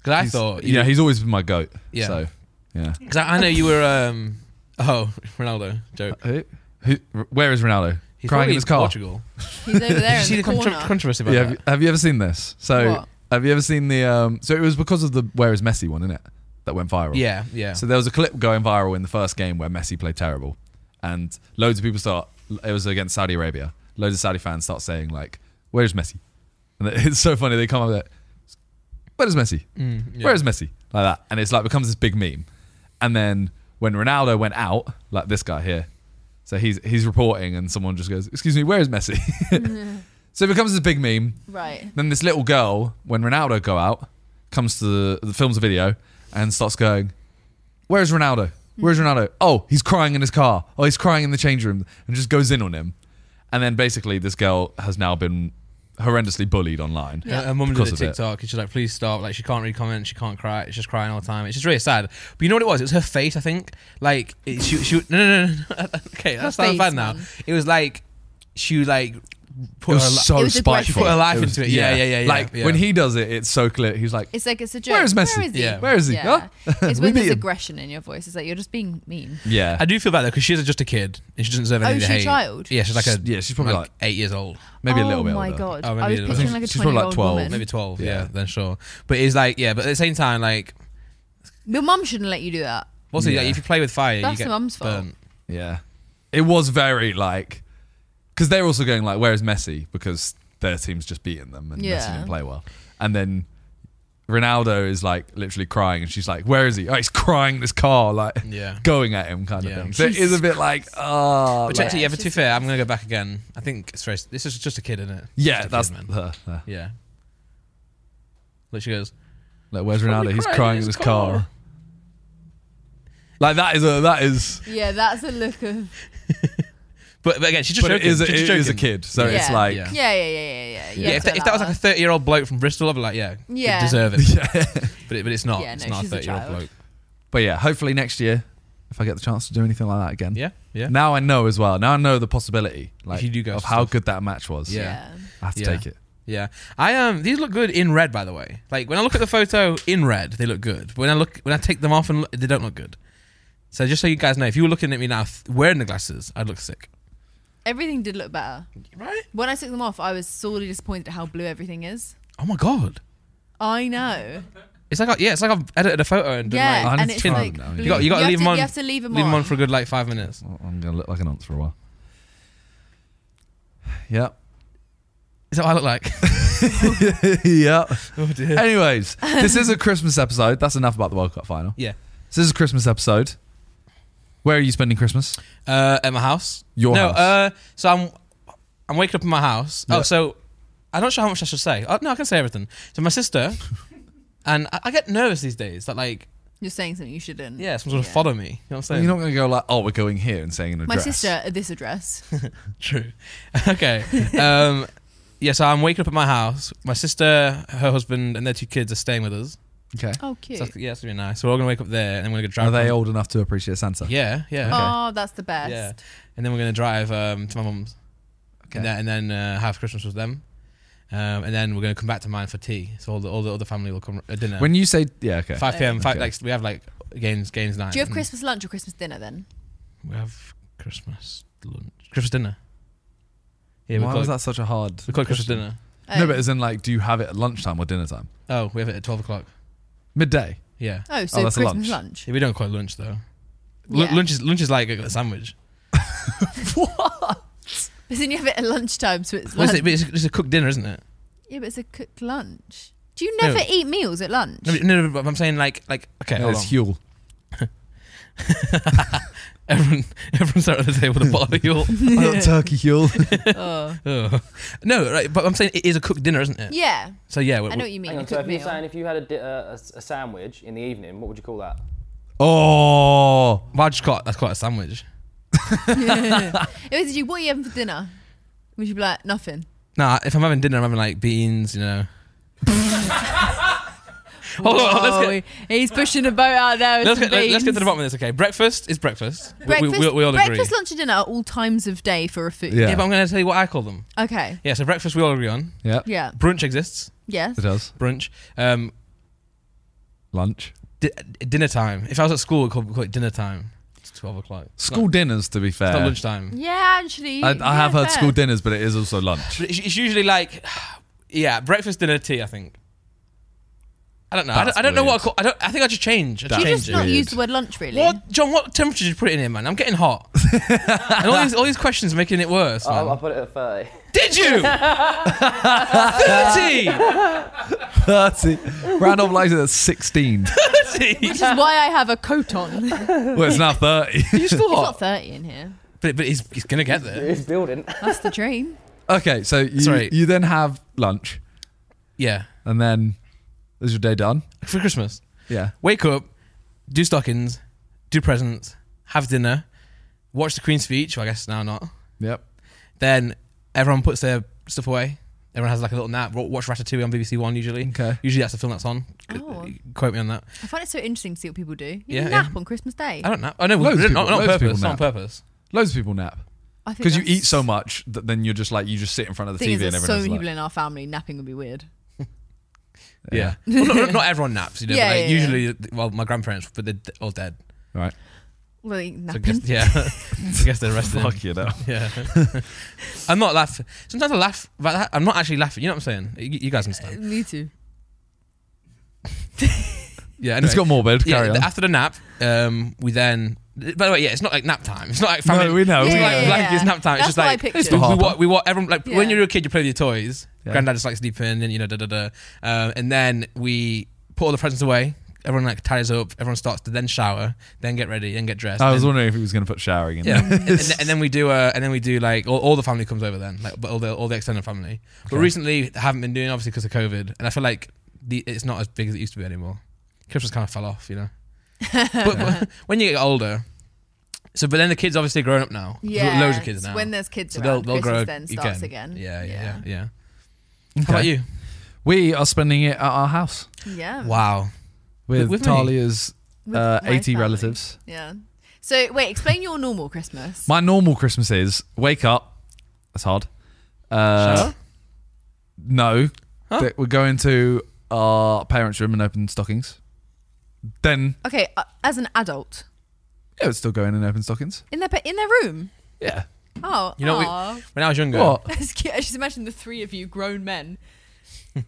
Because I
He's-
thought,
yeah, he's always been my goat.
Yeah.
So, yeah.
because I, I know you were. um Oh, Ronaldo joke.
Who? Who? Where is Ronaldo?
He's
Crying
probably
in his car.
Portugal.
He's over
Did you
there in
see
the
the contro-
corner.
controversy about
Yeah.
that?
Have you, have you ever seen this? So,
What?
have you ever seen the? Um, so it was because of the where is Messi one, innit? That went viral.
Yeah, yeah.
So there was a clip going viral in the first game where Messi played terrible, and loads of people start. It was against Saudi Arabia. Loads of Saudi fans start saying like, "Where's Messi?" And it's so funny. They come up with that. Where's Messi? Where is Messi? Like that, and it's like becomes this big meme. And then when Ronaldo went out, like this guy here, so he's he's reporting, and someone just goes, "Excuse me, where is Messi?" so it becomes this big meme.
Right.
Then this little girl, when Ronaldo go out, comes to the, the films a video and starts going, "Where's Ronaldo?
Hmm.
Where's Ronaldo? Oh, he's crying in his car. Oh, he's crying in the change room," and just goes in on him. And then basically, this girl has now been horrendously bullied online.
Her- Her mum did
because
a
of it.
TikTok and she's like, please stop. Like, she can't really comment. She can't cry. It's just crying all the time. It's just really sad. But you know what it was? It was her face, I think. Like, it, she, she, no, no, no, no. okay, that sounds
face,
bad now.
man.
It was like, she like,
It
put her,
was
li-
so
It was
spiteful.
aggressive.
put her life
It was-
into it. Yeah, yeah, yeah. yeah
Like
yeah.
when he does it, it's so clear. He's like,
It's like it's a joke.
Where is Messi?
Where is he?
Yeah.
"Where is he?
Yeah.
Huh?
It's
We
when
beat
there's
him."
aggression in your voice. It's like you're just being mean.
yeah,
I do feel bad though, because she's just a kid and she doesn't deserve
Oh,
any of the
she's a
hate.
child?
Yeah, she's like a,
Yeah, she's probably like-
eight years old.
maybe
oh
a little bit.
Oh my
older.
god.
Oh,
I
maybe
was
a little
picturing
bit.
like a
She's probably like
20-year-old
12.
woman.
Maybe 12. Yeah.
Yeah.
then sure. But it's like, yeah, but at the same time, like,
Your mum shouldn't let you do that.
also,
Yeah.
like, if you play with fire, you
That's
get
the mum's fault.
burnt.
Yeah. It was very like because they're also going like, where is Messi? Because their team's just beating them and Messi
Yeah.
didn't play well. And then Ronaldo is like literally crying, and she's like, "Where is he? Oh, he's crying in this car, like
Yeah.
going at him, kind
Yeah.
of thing." So it is a bit like, oh,
But
like-
actually, yeah, but to be
She's-
fair, I'm going to go back again. I think it's very, this is just a kid, isn't it?
yeah, that's
man.
uh, uh,
Yeah. Look, she goes.
like, where's
probably
Ronaldo? He's
crying in
crying in
his
his
car.
car. Like that is a that is,
Yeah, that's a look of.
But, but again, she's just
but it
joking.
is a,
she's
it
just
is a
joking.
kid, so
yeah.
it's like
Yeah,
yeah,
yeah, yeah, yeah, yeah. You
Yeah,
have
if
to
that, if that was
allow
like a 30 year old bloke from Bristol, I'd be like, yeah, yeah.
Yeah.
deserve it. But, it, but it's not.
Yeah,
it's
no,
not a
she's a
30 year old
child.
bloke.
but yeah, hopefully next year, if I get the chance to do anything like that again,
Yeah, yeah.
Now I know as well. Now I know the possibility like,
you do go
of
to
how
stuff.
good that match was.
Yeah.
I have to
Yeah.
take it.
Yeah, I um these look good in red by the way. Like when I look at the photo in red, they look good. But when I look when I take them off and look, they don't look good. So just so you guys know, if you were looking at me now th- wearing the glasses, I'd look sick.
Everything did look better.
Right?
When I took them off, I was sorely disappointed at how blue everything is.
Oh my god.
I know.
It's like I, yeah, it's like I've edited a photo and done
Yeah,
like,
I
and
need
it's
to try
like
them now, yeah.
blue.
you got you got to
have
leave them on.
You have to leave them
leave
on.
for a good like five minutes.
Well, I'm gonna look like an aunt for a while. Yep.
Is that what I look like?
yep.
oh dear.
Anyways, this is a Christmas episode. That's enough about the World Cup final.
Yeah.
So this is a Christmas episode. Where are you spending Christmas?
Uh, at my house.
Your
no,
house.
Uh, so I'm. I'm waking up in my house. Oh,
Yeah.
so I'm not sure how much I should say. Oh, no, I can say everything. So my sister, and I, I get nervous these days that like,
You're saying something you shouldn't.
yeah, someone's gonna follow me. You know what I'm saying?
You're not going to go like, oh, we're going here and saying an
My
address.
sister at this address.
True. okay. Um, yeah, so I'm waking up at my house. My sister, her husband, and their two kids are staying with us.
Okay.
Oh,
So
cute.
that's, yeah, that's gonna be nice. So we're all gonna wake up there, and then we're gonna drive.
Are they
home.
old enough to appreciate Santa?
Yeah, yeah,
Oh, that's the best.
yeah. And then we're gonna drive um, to my mum's,
Okay.
and then, and then uh, have Christmas with them, um, and then we're gonna come back to mine for tea. So all the all the other family will come at dinner.
When you say, yeah, okay.
five p.m. Five,
Okay.
like we have like games games night.
Do you have
and
Christmas lunch or Christmas dinner then?
We have Christmas lunch, Christmas dinner. Yeah, we
Why
call, it,
was that such a hard?
we call it Christmas
question?
dinner.
Oh.
No, but as in, like, do you have it at lunchtime or dinner time?
Oh, we have it at twelve o'clock.
Midday.
Yeah.
Oh, so
that's a
Christmas
lunch.
lunch.
Yeah, we don't call it lunch though. Lu-
Yeah.
Lunch is lunch is like a sandwich.
But then you have it at lunchtime, so it's
Well,
lunch.
is it? But It's, it's a cooked dinner, isn't it?
Yeah, but it's a cooked lunch. Do you
No.
never eat meals at lunch?
No, but- no, no, but I'm saying like like okay,
No,
hold
it's
on.
Huel.
everyone everyone's there at the table with a bottle of Yule.
I got turkey Huel.
Oh.
Ugh. No, right, but I'm saying it is a cooked dinner, isn't it?
Yeah,
So yeah, we,
I know what you mean.
Hang
a
on, so
cooked
if you're
meal.
saying if you had a, di- uh, a, s- a sandwich in the evening, what would you call that?
oh,
well, I just call it, that's quite a sandwich.
If it was you, what are you having for dinner? Would you be like, nothing?
Nah, if I'm having dinner, I'm having like beans, you know. hold on, hold on, let's
Whoa,
get.
Oh, he's pushing a boat out there. with
Let's
some
get, let's get to
beans.
the bottom of this, okay? Breakfast is breakfast. We-
Breakfast,
we, we, we all agree.
breakfast, lunch, and dinner are all times of day for a food.
Yeah.
yeah, but I'm going to tell you what I call them.
Okay.
Yeah, so breakfast we all agree on.
yeah,
Yeah.
Brunch exists.
Yes.
it does.
Brunch. Um,
Lunch.
di- dinner time. If I was at school, we'd call, we'd call it dinner time. It's twelve o'clock. It's
School
not,
dinners, to be fair.
it's not lunchtime.
Yeah, actually.
I, I
yeah,
have heard
fair.
school dinners, but it is also lunch.
But It's, it's usually like, yeah, breakfast, dinner, tea. I think. I don't know. I
That's
don't, I don't know what I
weird.
call. I don't. I think I just change. I
That's
You
change
just
it.
not
Weird.
use the word lunch really.
What, John? What temperature did you put it in here, man? I'm getting hot. and all these all these questions are making it worse, man.
Oh,
I'll, I'll put it at 30.
Did you? Thirty.
30. Randolph likes it at 16.
Which is why I have a coat on. it's
well, it's now 30.
You're still
not
hot.
thirty in here.
But but he's he's gonna get there.
It's building.
That's the dream.
Okay, so you,
Sorry.
you then have lunch,
Yeah.
and then is your day done?
For Christmas.
Yeah.
wake up, do stockings, do presents, have dinner, watch the Queen's speech. Well, I guess now not.
Yep.
Then everyone puts their stuff away. Everyone has like a little nap. Wa- Watch Ratatouille on BBC One usually.
Okay.
Usually that's the film that's on. uh,
Oh.
Quote me on that.
I find it so interesting to see what people do. You
Yeah,
nap
yeah.
on Christmas Day.
I don't know. Oh no, we
Loads of
didn't- not, not on
people- loads of
purpose.
people
Not on purpose.
Loads of people nap
I think
because you
that's-
eat so much that then you're just like you just sit in front of the
Thing
TV
is,
and
there's
everyone.
so
is
many
like-
people in our family napping would be weird.
Yeah. well, not- not, not everyone naps. You know. but
Yeah,
like,
yeah, yeah.
usually, well, my grandparents, but they're d- all dead.
right.
Well, like,
So I
napping.
guess, yeah. I guess they're resting.
Fuck you know.
Yeah. I'm not laughing. Sometimes I laugh about that. I'm not actually laughing. You know what I'm saying? You, you guys understand.
Me too.
Yeah, anyway.
It's got morbid.
yeah,
Carry
th-
on.
after the nap, um, we then. By the way, yeah, it's not like nap time. It's not like family.
no, we know.
It's
we
not
Yeah,
know.
like,
yeah,
like
yeah.
it's nap time.
That's
it's just
what I
like
pictured. It's
we,
the
we,
harp.
wa- we wa- everyone like when
Yeah.
you're a kid, you play with your toys.
Yeah.
Granddad just like sleeping, and you know, da da da. Um, and then we put all the presents away. Everyone like ties up. Everyone starts to then shower, then get ready, then get dressed.
I was
then,
wondering if he was going to put showering in.
yeah,
there.
and, then- and then we do, uh, and then we do like all, all the family comes over then, like but all the all the extended family. But
Okay.
recently, I haven't been doing obviously because of COVID, and I feel like the, it's not as big as it used to be anymore. Christmas kind of fell off, you know. but, but when you get older, so but then the kids obviously are grown up now. There's
Yeah.
loads of kids
it's
now.
When there's kids
so
around,
they'll they'll
Christmas
grow
then starts again.
Yeah, yeah, yeah. yeah.
Okay.
How about you?
We are spending it at our house
yeah. Yeah.
Wow.
with,
with me?
Talia's
With
uh,
my
80
family.
relatives.
Yeah. So wait, explain your normal Christmas.
My normal Christmas is wake up. That's hard. Uh,
Shower?
no,
Huh?
Th- we go into our parents' room and open stockings. Then
okay, uh, as an adult
yeah, we'd still go in and open stockings.
in their pe- in their room.
Yeah.
Oh,
You know, we-
aw.
When I was younger,
What?
That's cute. I just imagine the three of you grown men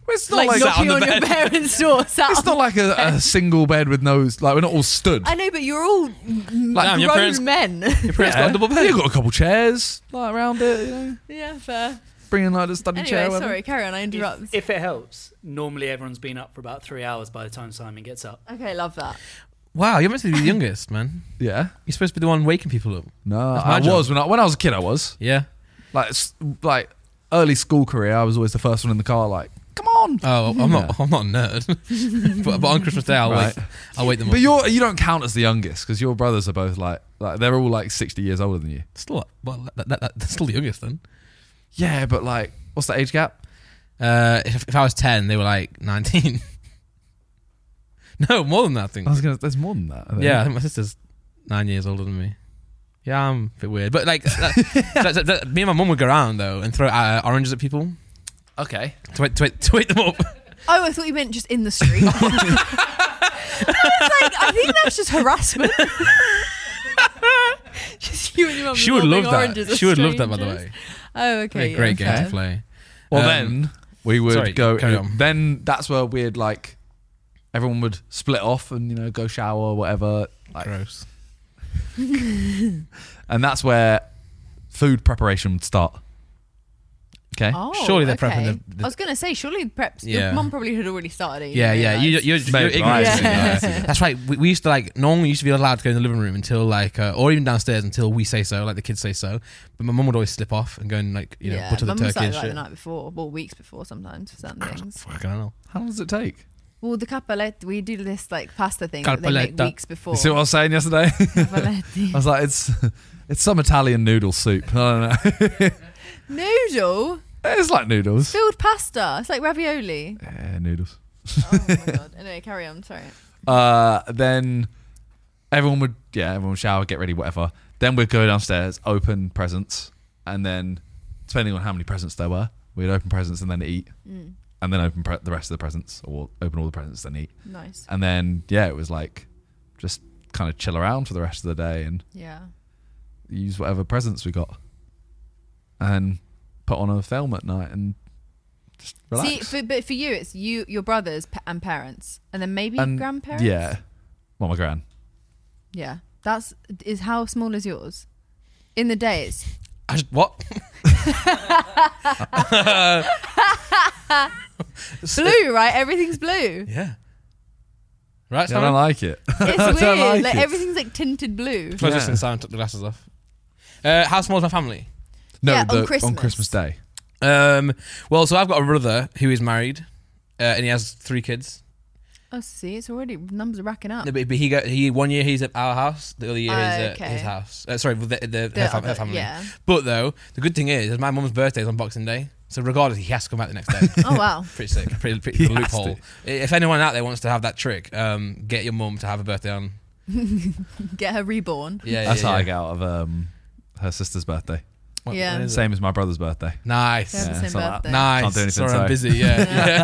It's not
like,
like,
sat on
knocking
the
on, your
bed.
parents' door. Sat
it's
on-
not like a, a single bed with no like we're not all stood.
I know, but you're all m-
Like, damn,
grown
your parents-
men.
your parents
Yeah.
got a double bed.
You've got a couple chairs like around it. You know,
yeah, fair.
bringing like the study chair.
Anyway,
with
sorry, carry on. I interrupt.
If, if it helps, normally everyone's been up for about three hours by the time Simon gets up.
okay, love that.
Wow, you're meant to be the youngest, man.
them. Yeah.
You're suped to be the one waking people up.
No,
my
I
job.
was when I when I was a kid. I was.
Yeah.
Like s- like early school career, I was always the first one in the car. Like, come on.
Oh, I'm not. I'm not a nerd. but, but on Christmas Day, I'll
Right.
wait. I'll wait them.
but
up.
you're you don't count as the youngest because your brothers are both like like they're all like sixty years older than you.
still well. That, that, that, that's still the youngest then.
Yeah, but like, what's the age gap?
Uh, if, if I was ten, they were like nineteen. no, more than that. I think.
I was gonna. There's more than that. I think.
Yeah, I think my sister's nine years older than me. Yeah, I'm a bit weird, but like, that, that- that- that- me and my mum would go around though and throw uh, oranges at people
Okay.
to wake, to wake, to wake them up.
Oh, I thought you meant just in the street. I was like, I think that's just harassment. just you and your mum.
she would
lobbing
love that.
oranges at
She would love that, by the
strangers.
way.
Oh, okay.
Great, great
yeah,
game
fair.
to play.
Well,
Um,
then we would
sorry,
go.
carry on.
Then that's where we'd like everyone would split off and you know go shower or whatever. Like,
Gross.
and that's where food preparation would start. Okay.
Oh,
Surely they're
okay.
prepping the- the-
I was gonna say, surely preps.
Yeah.
Your mum probably had already started eating.
Yeah,
it,
yeah.
like-
You, you're, you're
Maybe,
ignorant.
right. Yeah.
That's right. We, we used to like normally used to be allowed to go in the living room until like, uh, or even downstairs until we say so, like the kids say so. But my mum would always slip off and go and like, you know, butter the
mum
turkey
started
and
like the
shit.
night before, well, weeks before sometimes for some things.
Fucking hell.
How long does it take?
Well, the capalette, we do this like pasta thing that they make
Capaletta.
weeks before.
You see what I was saying yesterday? I
Capaletti.
was like, it's it's some Italian noodle soup. I don't know.
Noodle
it's like noodles.
filled pasta. It's like ravioli.
Yeah, noodles.
oh my god. Anyway, carry on. Sorry.
Uh, then everyone would yeah, everyone would shower, get ready, whatever. Then we'd go downstairs, open presents, and then depending on how many presents there were, we'd open presents and then eat, and then open pre- the rest of the presents, or open all the presents then eat,
Nice.
and then yeah, it was like just kind of chill around for the rest of the day and
Yeah.
use whatever presents we got, and put on a film at night and just relax.
See, for, but for you, it's you, your brothers, pa- and parents, and then maybe
And-
grandparents.
Yeah, well, my gran.
Yeah. That's is how small is yours? In the day, it's
I just, what?
blue, right? Everything's blue.
Yeah. Right,
Yeah, I
Simon?
don't like it.
It's
I
weird.
don't
Like,
like it.
everything's like tinted blue.
Close this
Yeah.
and Simon took the glasses off. Uh, how small is my family?
No,
Yeah, on
the- on
Christmas.
Christmas Day.
Um, well, so I've got a brother who is married, uh, and he has three kids.
Oh, see, it's already numbers are racking up.
No, but, but he got he one year he's at our house, the other year he's at
Oh, Okay.
his house. Uh, sorry, with the, the,
The
her, fam-
other-
her family.
yeah.
But though the good thing is, is my mum's birthday is on Boxing Day, so regardless, he has to come back the next day.
Oh wow.
pretty sick, pretty, pretty
He
the
has
loophole. If anyone out there wants to have that trick, um, get your mum to have a birthday on.
Get her reborn.
Yeah,
That's
yeah,
how
yeah.
I get out of um, her sister's birthday.
What-
Yeah.
what is it?
Same as my brother's birthday.
Nice.
They have
Yeah,
the same
it's not that-
birthday.
Nice.
Can't do anything,
Sorry, I'm
sorry.
busy. Yeah,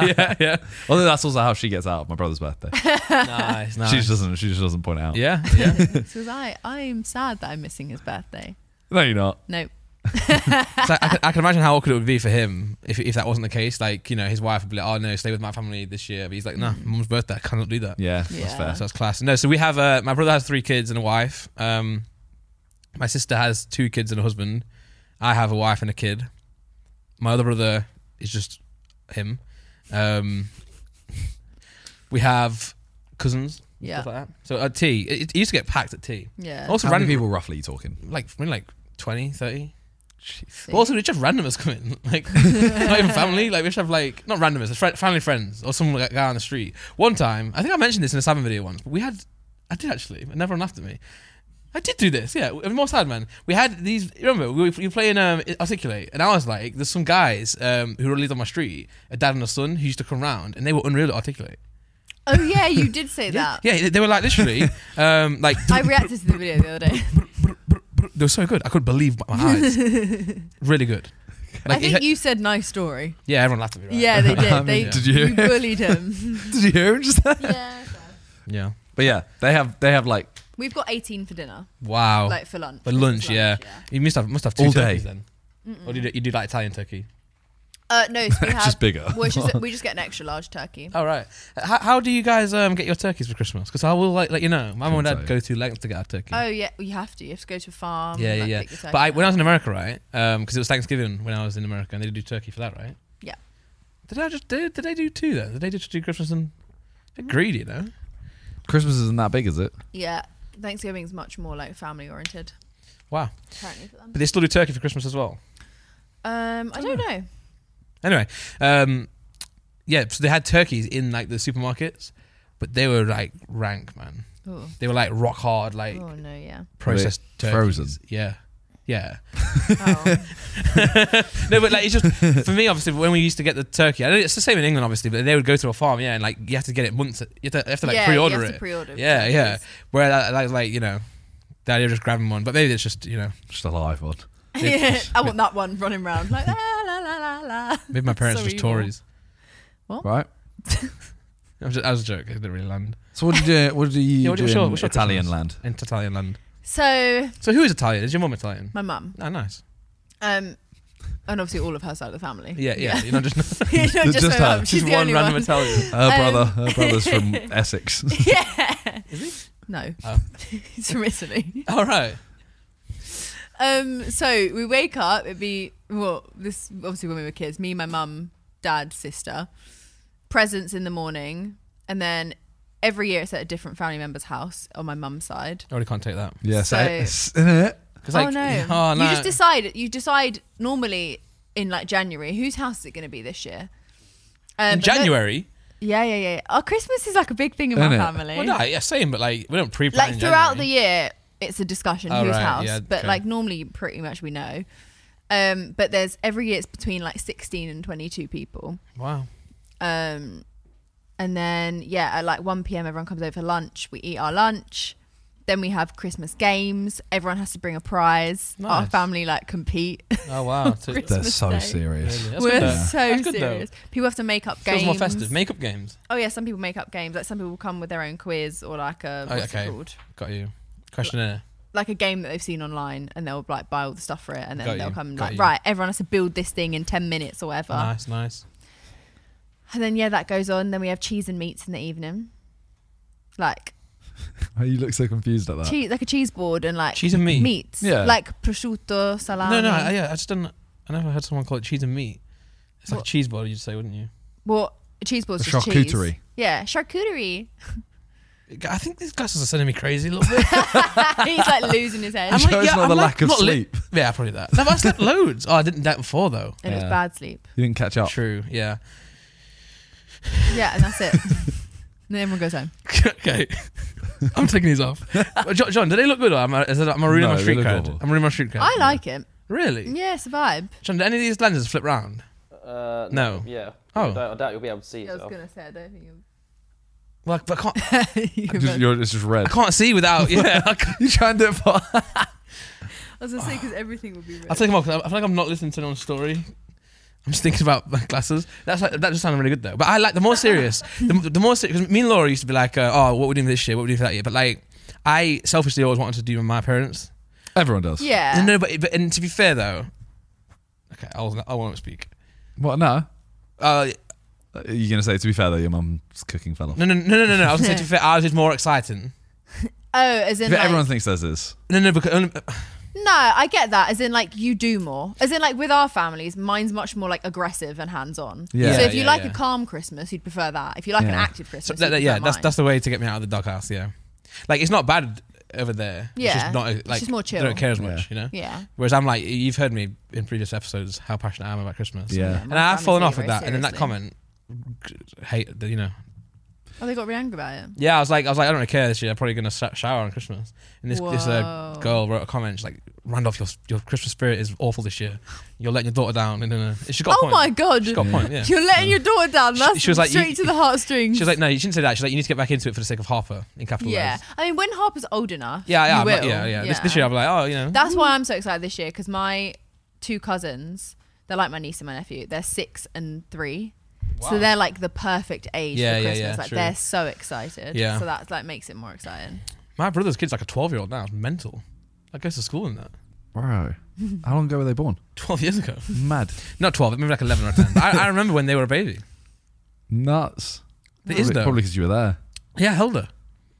yeah, yeah. yeah.
Although that's also how she gets out of my brother's birthday.
nice, nice.
She just doesn't. She just doesn't point it out.
yeah, yeah.
Because I, I'm sad that I'm missing his birthday.
No, you're not.
No.
So I, can- I can imagine how awkward it would be for him if, if that wasn't the case. Like, you know, his wife would be like, oh, no, stay with my family this year. But he's like, nah,
Mm.
mum's birthday. I cannot do that.
Yeah, that's
Yeah.
fair.
So that's class. No, so we have, uh, my brother has three kids and a wife. Um, my sister has two kids and a husband. I have a wife and a kid. My other brother is just him. Um, we have cousins.
Yeah.
Stuff like that. So at tea, it, it used to get packed at tea.
Yeah.
Also,
How many
random
people roughly are you talking?
like, maybe like 20, 30.
See?
But also, we just have randomers come in, like not even family. Like we should have like not randomers, fr- family friends or some like, guy on the street. One time, I think I mentioned this in a Simon video once, but we had, I did actually, and everyone laughed at me. I did do this, yeah. I'm more sad, man. We had these. Remember, we were, we were playing um, Articulate, and I was like, "There's some guys um, who lived on my street, a dad and a son, who used to come round, and they were unreal at Articulate.
Oh yeah, you did say that.
Yeah, they- they were like literally, um, like
I reacted to the video the other day.
they were so good. I couldn't believe my eyes. really good.
I
Like,
think
it-
you said nice story.
yeah, everyone laughed at me. Right?
Yeah, they did.
I mean,
they
did you?
bullied him.
Did you hear him just?
yeah.
yeah.
but yeah, they have. They have like
We've got 18 for dinner,
Wow.
like for lunch.
Oh. For
This is
lunch, yeah. You must have must have two
All
turkeys
day.
then. Or do you, do you do like Italian turkey?
Uh, no, so we have.
just bigger.
Well, it's just, we just get an extra large turkey.
All right. How, how do you guys um get your turkeys for Christmas? Because I will like let you know. My mum and
Couldn't
dad
tell
go to lengths to get our turkey.
Oh yeah, well, you have to. You have to go to a farm.
yeah,
and,
yeah,
like,
yeah.
pick your turkey
But I, when I
out.
was in America, right? Um, because it was Thanksgiving when I was in America, and they do turkey for that, right?
Yeah.
Did I just did, did they do two then? Did they just do Christmas and they're
Hmm?
greedy, no?
Christmas isn't that big, is it?
yeah, Thanksgiving is much more like family oriented.
Wow.
Apparently for them.
But they still do turkey for Christmas as well.
Um, I don't know.
Anyway, um, yeah, so they had turkeys in like the supermarkets, but they were like rank, man.
Oh,
They were like rock hard, like
oh no, yeah.
processed
Were they
turkeys.
frozen?
Yeah, yeah.
Oh.
No, but like it's just for me. Obviously, when we used to get the turkey, I know it's the same in England, obviously, but they would go to a farm, yeah, and like you have to get it months. You have to, you have to like
Oh. yeah,
pre-order
you have
it.
To pre-order
yeah,
it,
yeah.
please.
Where that, like, like you know, the idea of just grabbing one, but maybe it's just you know,
Just a live one.
Yeah, I want that one running around like la la la la la.
maybe my parents
So
are just
evil.
Tories.
Right.
I was, just, I was a joke. It didn't really land
So what did you what did you
Yeah, what-
do
what's your-
in
what's your
Italian
Christmas?
land?
in Italian land.
So
So who is Italian? Is your mum Italian?
my mum,
Oh, nice.
um, and obviously all of her side of the family.
Yeah, yeah. You're not just
You know, just,
Just
my
her.
mum, She's
just
the
one
only
random
one.
Italian.
Her
Um,
brother, her brother's from Essex.
Yeah. No.
Oh.
He's from Italy.
All right.
Um, so we wake up, it'd be well, this obviously when we were kids, me, my mum, dad, sister, presents in the morning, and then every year it's at a different family member's house on my mum's side.
I really can't take that.
yeah,
So-
so, it's in it.
'Cause, like,
oh no.
Oh, no.
You just decide you decide normally in like January whose house is it gonna be this year. Um,
in
but no-
January.
yeah, yeah, yeah. Our Christmas is like a big thing in
Isn't
my
it?
family.
Well, no, yeah, same, but like we don't pre-plan.
like
in
throughout the
January.
year it's a discussion
Oh,
whose
right,
house
yeah,
but
okay.
like normally pretty much we know um but there's every year it's between like 16 and 22 people
Wow.
um and then yeah at like 1 p.m everyone comes over for lunch we eat our lunch then we have christmas games everyone has to bring a prize our
Nice.
family like compete
Oh wow. So-
Really?
They're
Christmas
so
Day.
serious.
Really? That's
we're
good though.
so
That's good though.
serious people have to make up
Feels
games
more festive. Makeup games.
oh yeah some people make up games like some people come with their own quiz or like a
Oh,
what's it
okay.
called
Got you. Questionnaire.
like a game that they've seen online and they'll like buy all the stuff for it and then
Got
they'll
you,
come
got
like
you.
right everyone has to build this thing in 10 minutes or whatever
Nice, nice.
and then yeah that goes on then we have cheese and meats in the evening like
Oh, you look so confused at that.
cheese like a cheese board and like
Uh, Cheese and meat.
meats
Yeah.
like prosciutto salami
No, no, I, yeah, I just didn't. I never heard someone call it cheese and meat. It's like
What?
a cheese board, you'd say, wouldn't you?
well a cheese board's
The
just
charcuterie.
cheese yeah charcuterie
I think these glasses are sending me crazy a little bit.
he's like losing his head
I'm
and
Shows not the lack of
not li-
sleep.
yeah, probably that. No, but I slept loads. Oh, I didn't that before though.
it was
Yeah.
bad sleep
You didn't catch up.
True. Yeah.
yeah and that's it and then everyone goes home
okay. I'm taking these off. Uh, Jo- John, do they look good? Or am I, is that, am I ruining
No,
my
they
street
look
code?
awful.
I'm ruining my street code.
I like it
Really?
yeah it's a vibe
John, do any of these lenses flip round?
Uh,
No.
Yeah.
Oh.
I doubt, I doubt you'll be able to see
I was
yourself.
gonna say I don't think you
Like, but I can't.
you can
Just,
vote.
you're, it's just red.
I can't see without. Yeah. I can't-
You trying to do it for?
I was gonna say because everything would be.
I'll take them off 'cause I I feel like I'm not listening to anyone's story. I'm just thinking about my glasses. That's like, that just sounded really good though. But I like the more serious, the, the more serious. Because me and Laura used to be like, uh, oh, what we doing this year? What we doing for that year? But like, I selfishly always wanted to do with my parents.
Everyone does.
Yeah.
No, but, but and to be fair though, okay, I was I won't speak.
What? No.
Uh,
You're gonna say to be fair though, your mum's cooking fell off.
no, no, no, no, no, no. I was gonna say to be fair, ours is more exciting.
Oh, as in
But
like,
everyone thinks theirs is.
No, no, because only,
No, I get that. As in like you do more. As in like with our families, mine's much more like aggressive and hands on.
Yeah.
So if you
Yeah,
like
yeah.
a calm Christmas, you'd prefer that. If you like an
Yeah.
active
so
Christmas,
that, that-
you'd
yeah,
prefer
that's
mine.
that's the way to get me out of the doghouse. Yeah, like it's not bad over there. it's
Yeah.
just not uh,
It's
like
just more
They
chill.
don't care as much, you know.
yeah.
Whereas I'm like, you've heard me in previous episodes how passionate I am about Christmas.
Yeah.
Yeah,
And
my
I've
family's
fallen
taking
off
it
with
very
that. And then that
seriously.
comment, hate, the- you know.
Oh, they got really angry about it.
Yeah, I was like, I was like, I don't really care this year. I'm probably gonna sh- shower on Christmas. And this this uh,
Whoa.
girl wrote a comment she's like, Randolph, your your Christmas spirit is awful this year. You're letting your daughter down. And then she got a
oh
point.
my god.
She's got a point. Yeah.
You're letting your daughter down.
She-
That's
she was like,
straight
you-
to the heartstrings.
She was like, no, you shouldn't say that. She's like, you need to get back into it for the sake of Harper in capital
yeah.
letters.
I mean, when Harper's old enough,
Yeah, yeah,
you
I'm
will.
like- yeah, yeah. This, this year I'm like, oh, you know,
That's why I'm so excited this year because my two cousins, they're like my niece and my nephew. They're six and three. So
Wow.
they're like the perfect age
Yeah,
for
yeah,
Christmas.
yeah,
like
true.
they're so excited.
Yeah.
So that like makes it more exciting.
my brother's kid's like a 12 year old now. It's mental. Like goes to school and that.
Bro, how long ago were they born?
12 years ago.
Mad.
Not 12, maybe like 11 or 10. I, I remember when they were a baby.
Nuts.
It is
Probably-
though.
Probably because you were there.
Yeah, Hilda.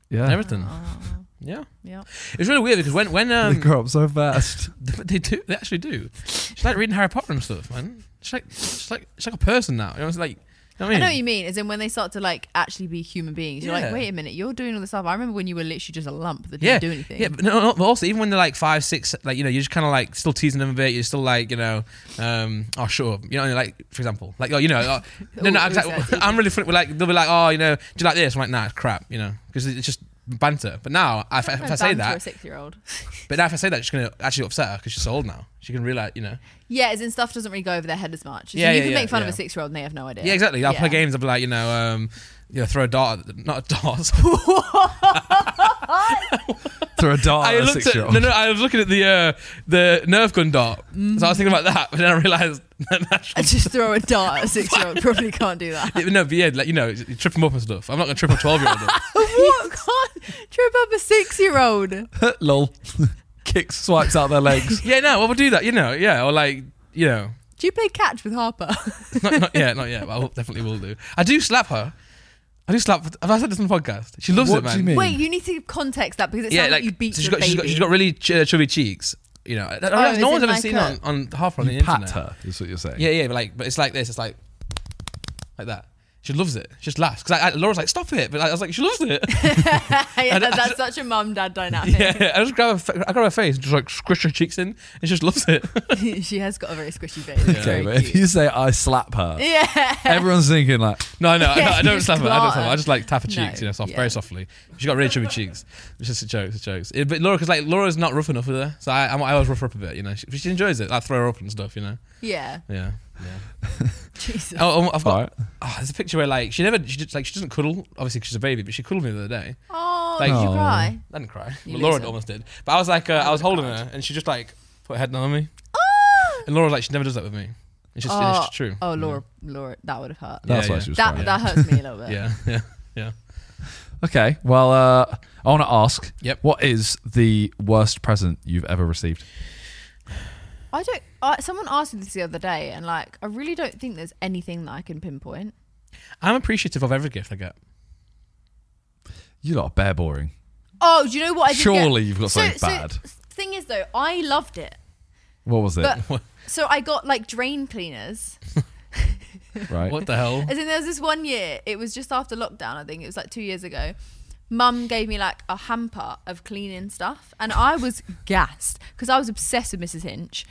Yeah.
Everything.
Oh,
Yeah.
yeah.
It's really weird because when when um,
they grow up so fast.
they do they actually do. She's like reading Harry Potter and stuff, man. She's like she's like she's like a person now. You know, it's like know what I
I
mean?
know what you mean. As in when they start to like actually be human beings, you're
Yeah.
like, wait a minute, you're doing all this stuff. I remember when you were literally just a lump that didn't
yeah,
do anything.
yeah, but no, no, but also even when they're like five, six, like you know, you're just kind of like still teasing them a bit. You're still like, you know, um, oh sure, you know, like for example, like oh, you know, oh, no,
Ooh,
no,
who's
I'm, just like-
that?
I'm really funny. We're like, they'll be like, oh, you know, do you like this? I'm like, nah, it's crap, you know, because it's just banter. But now, I, if, I- if I say
to a
that,
six-year-old.
but now if I say that, it's gonna actually upset her because she's so old now. She can realize, you know,
Yeah, as in stuff doesn't really go over their head as much.
Yeah,
Yeah, you
yeah,
can
yeah,
make fun of
yeah.
a six-year-old and they have no idea.
yeah, exactly. I'll play
Yeah.
games. I'll be like, you know, um, you know, throw a dart, at them- not a dart.
Through a dart
I
at a
looked
six
at
year
no,
old.
no. I was looking at the uh, the Nerf gun dart, so I was thinking about that, but then I realized
I just throw a dart at a six-year-old. Probably can't do that.
no, but yeah, like you know, you trip them up and stuff. I'm not gonna trip a twelve year old. up.
what? Can't trip up a six-year-old.
Lol. Kicks, swipes out their legs.
Yeah, no, I would do that. You know, yeah, or like you know,
Do you play catch with Harper?
not, not yet, not yet. But I will- definitely will do. I do slap her. I do slap. Have I said this on the podcast? She loves
What
it, man.
do you mean?
Wait, you need to give context that because it
Yeah,
sounds
like
like, you beat
so she's got,
your baby. Oh,
she's got she's got really ch- uh, chubby cheeks. You know, I, I realize
is
no
it
one's ever
like
seen
a-
on on half on the
You pat
internet.
her, is what you're saying.
Yeah, yeah, but like, but it's like this. It's like, like that. She loves it. She just laughs. Cause I, I, Laura's like, stop it. But I was like, she loves it.
yeah,
I don't-
that's such a mum dad dynamic.
yeah, I just grab her, fa- I grab her face, and just like squish her cheeks in, and she just loves it.
she has got a very squishy face.
Okay,
Okay,
but if you say I slap her,
yeah.
everyone's thinking like,
No, no,
Yeah,
I, I
you
don't
just
slap her. I don't slap her. I
can't.
just like tap her
No,
cheeks, you know, soft,
yeah.
very softly. She's got really chubby cheeks. It's just a joke. It's a joke. It- but Laura, cause like Laura's not rough enough with her, so I, I'm, I always rough her up a bit, you know. She, she enjoys it. I throw her up and stuff, you know.
Yeah.
Yeah. Yeah.
Jesus.
Oh, um, I've got.
alright.
ah, there's a picture where like she never, she just like she doesn't cuddle. Obviously, 'cause she's a baby, but she cuddled me the other day.
Oh,
Like-
did you
Oh.
cry?
I didn't cry.
You Oh
Well, Laura
loser.
almost did. But I was like, uh, I was holding her, and she just like put her head down on me. And Laura was like, she never does that with me. It's just, it's just true.
Oh, Laura, Laura, that would have hurt.
Yeah,
That's why
yeah.
she was
that
crying.
that hurts me a little bit.
Yeah, yeah, yeah.
Okay, well, uh, I want to ask.
Yep.
What is the worst present you've ever received?
I don't. I someone asked me this the other day, and like, I really don't think there's anything that I can pinpoint.
I'm appreciative of every gift I get.
You lot are bare boring.
Oh, do you know what? I did get?
Surely you've got something bad.
Thing is, though, I loved it.
What was it?
But so I got like drain cleaners.
right.
What the hell?
As in, there was this one year. It was just after lockdown. I think it was like two years ago. Mum gave me like a hamper of cleaning stuff, and I was gassed because I was obsessed with Mrs. Hinch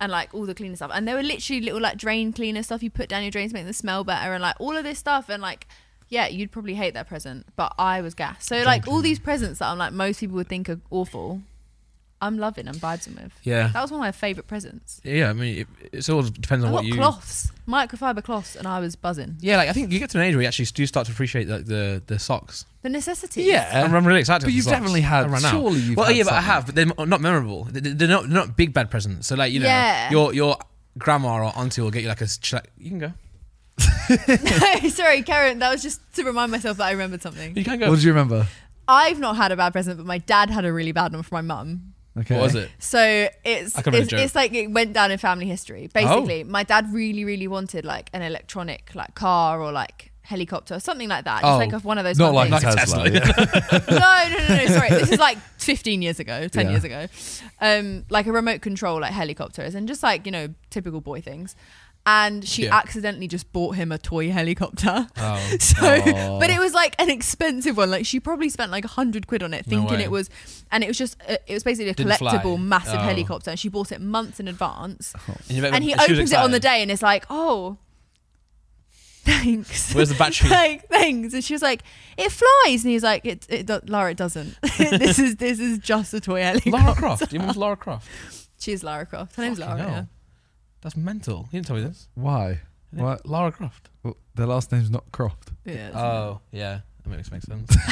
and like all the cleaning stuff. And there were literally little like drain cleaner stuff you put down your drains to make them smell better, and like all of this stuff. And like, yeah, you'd probably hate that present, but I was gassed. So like all these presents that I'm like most people would think are awful, I'm loving and vibing with.
Yeah.
That was one of my favorite presents.
Yeah, I mean, it, it's all depends on
I
what
got
you.
cloths, microfiber cloths, and I was buzzing.
Yeah, like I think you get to an age where you actually do start to appreciate like the the socks.
The necessity.
yeah.
I'm, I'm really excited.
But
for
you've
socks.
definitely had-
I ran out.
surely you've
well,
had
yeah, but I
something.
have. But they're not memorable. They- They're not they're not big bad presents. So like you know,
Yeah.
your your grandma or auntie will get you like a sh- like, you can go.
No, sorry, Karen. That was just to remind myself that I remembered something.
You can go.
What did you remember?
I've not had a bad present, but my dad had a really bad one from my mum.
Okay.
What was it?
So it's
I can read a
it's,
joke. Oh.
it's like it went down in family history. Basically, my dad really, really wanted like an electronic like car or like helicopter or something like that. Just
Oh,
like of one of those.
Not
fun
like
things.
Tesla.
Tesla.
yeah.
no, no, no, no. Sorry, this is like 15 years ago, 10
Yeah.
years ago. Um, like a remote control, like helicopters, and just like you know, typical boy things. And she
Yeah.
accidentally just bought him a toy helicopter.
Oh.
so, but it was like an expensive one. Like she probably spent like a hundred quid on it,
No
thinking
way.
it was, and it was just, uh, it was basically a
Didn't fly.
collectible, massive
Oh.
helicopter, and she bought it months in advance.
And, you bet-
And he
she was
opens it on the
excited.
day and it's like, oh, thanks.
Where's the battery?
like, thanks. And she was like, it flies. And he's like, it, it do- Lara, it doesn't. this is this is just a toy
Lara
helicopter.
Croft. Your mum's Lara Croft.
She is Lara Croft. Her name's
Fucking
Lara.
hell.
yeah.
That's mental. You didn't tell me this.
Why? What?
Lara Croft.
Well, their last name's not Croft.
Yeah. it's-
Oh, yeah. That makes, makes sense.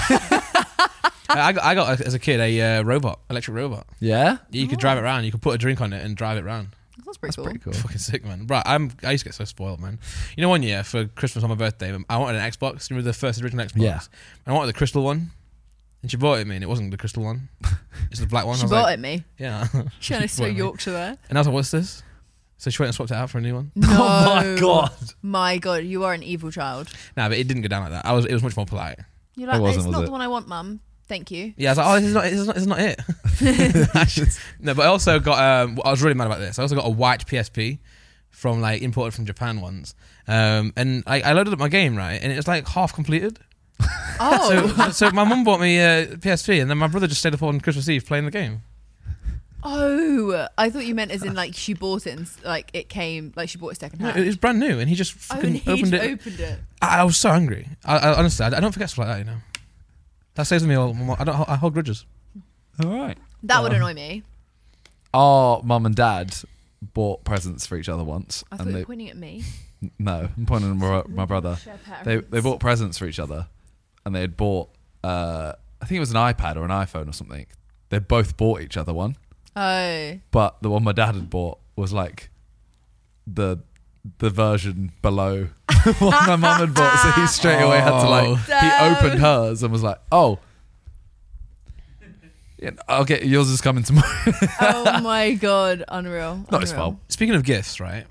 I got, I got as a kid a uh, robot, electric robot.
Yeah.
You could
Oh.
drive it around. You could put a drink on it and drive it around.
That's pretty cool.
Pretty cool.
Fucking sick, man. Right, I'm. I used to get so spoiled, man. You know, one year for Christmas on my birthday, um, I wanted an Xbox. Remember the first original Xbox?
Yeah.
And I wanted the crystal one, and she bought it me, and it wasn't the crystal one. It's the black one.
She
I was
bought
like,
it me.
Yeah.
She had a so
bought it me.
Yorkshire there.
And I was like, "What's this?" So she went and swapped it out for a new one.
No.
Oh my god.
My God, you are an evil child.
Nah, but it didn't go down like that. I was. It was much more polite.
You're like,
wasn't,
it's
was
not
it?
the one I want, Mum. Thank you.
Yeah, I was like, oh, this is not, this is not, this is not it. I just- no, but I also got, um, I was really mad about this. I also got a white PSP, from like imported from Japan once, um, and I, I loaded up my game right, and it was like half completed.
Oh,
So, so my mum bought me a PSP, and then my brother just stayed up on Christmas Eve playing the game.
oh! I thought you meant as in like she bought it and s- like it came like she bought it second
No,
hand.
it was brand new, and he just
oh,
fucking
and he
opened
opened
it.
it. Opened it.
I, I was so angry. I, I honestly, I, I don't forget stuff like that. You know, that saves me all. I don't. I hold grudges.
All right.
That would annoy me.
Our mum and dad bought presents for each other once,
I thought
and
you
they
were pointing at me.
no, I'm pointing at my, my brother.
Share
They
parents.
they bought presents for each other, and they had bought uh, I think it was an iPad or an iPhone or something. They both bought each other one,
Oh,
but the one my dad had bought was like the the version below the one my mum had bought. So he straight away had to like
Oh.
he opened hers and was like, oh. Yeah, I'll get yours is coming tomorrow.
oh my god! Unreal.
Not his
Unreal.
fault.
Speaking of gifts, right?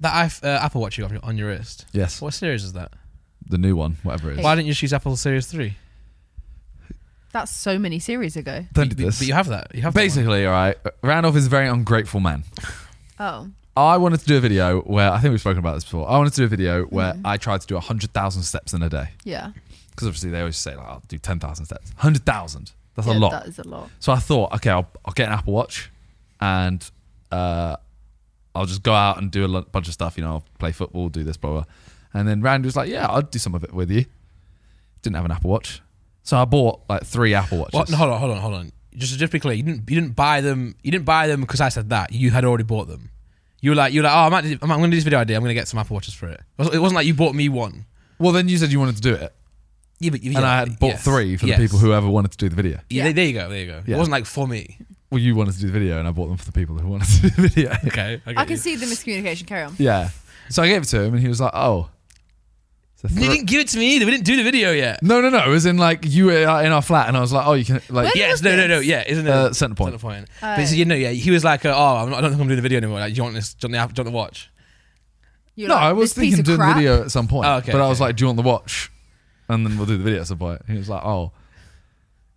That iPh- uh, Apple Watch you got on your- on your wrist.
Yes,
What series is that?
the new one, whatever it is.
Why didn't you choose Apple Series Three?
That's so many series ago.
Don't do
But,
this.
but you have that. You have that one.
Basically, all right. Randolph is a very ungrateful man.
Oh,
I wanted to do a video where I think we've spoken about this before. I wanted to do a video where I tried to do hundred thousand steps in a day
yeah.
because obviously they always say like I'll do ten thousand steps. Hundred thousand. That's
yeah,
a lot.
That is a lot.
So I thought, okay, I'll, I'll get an Apple Watch, and uh, I'll just go out and do a lo- bunch of stuff. You know, I'll play football, do this, blah blah. And then Randy was like, yeah, I'll do some of it with you. Didn't have an Apple Watch, so I bought like three Apple Watches.
What? No, hold on, hold on, hold on. Just just be clear. You didn't you didn't buy them. You didn't buy them because I said that. You had already bought them. You were like you were like oh I might, I'm going to do this video idea. I'm going to get some Apple Watches for it. It wasn't- It wasn't like you bought me one.
Well, then you said you wanted to do it,
Yeah, but you,
and
yeah,
I had bought
yes,
three for
yes.
the people whoever wanted to do the video.
Yeah, there- there you go. There you go.
Yeah.
It wasn't like for me.
Well, you wanted to do the video, and I bought them for the people who wanted to do the video.
Okay.
I can see the miscommunication. Carry on.
yeah. So I gave it to him, and he was like, "Oh." So
You
thr-
didn't give it to me either. We didn't do the video yet.
no, no, no. It was in like you were in our flat, and I was like, "Oh, you can
When
like."
Yes.
was
No. No. No.
this?
Yeah. Isn't it?
Uh, Centre Point.
Centre point.
Oh.
But you know, yeah, he was like, uh, "Oh, I'm not, I don't think I'm doing the video anymore. Like, do you want this? Do you want the, app- do you want the watch?"
You're
No,
like,
I was
this piece
thinking
of
doing
crap.
the video at some point.
Oh, okay,
but I
okay.
was like, "Do you want the watch?" And then we'll do the video at some point. He was like, "Oh,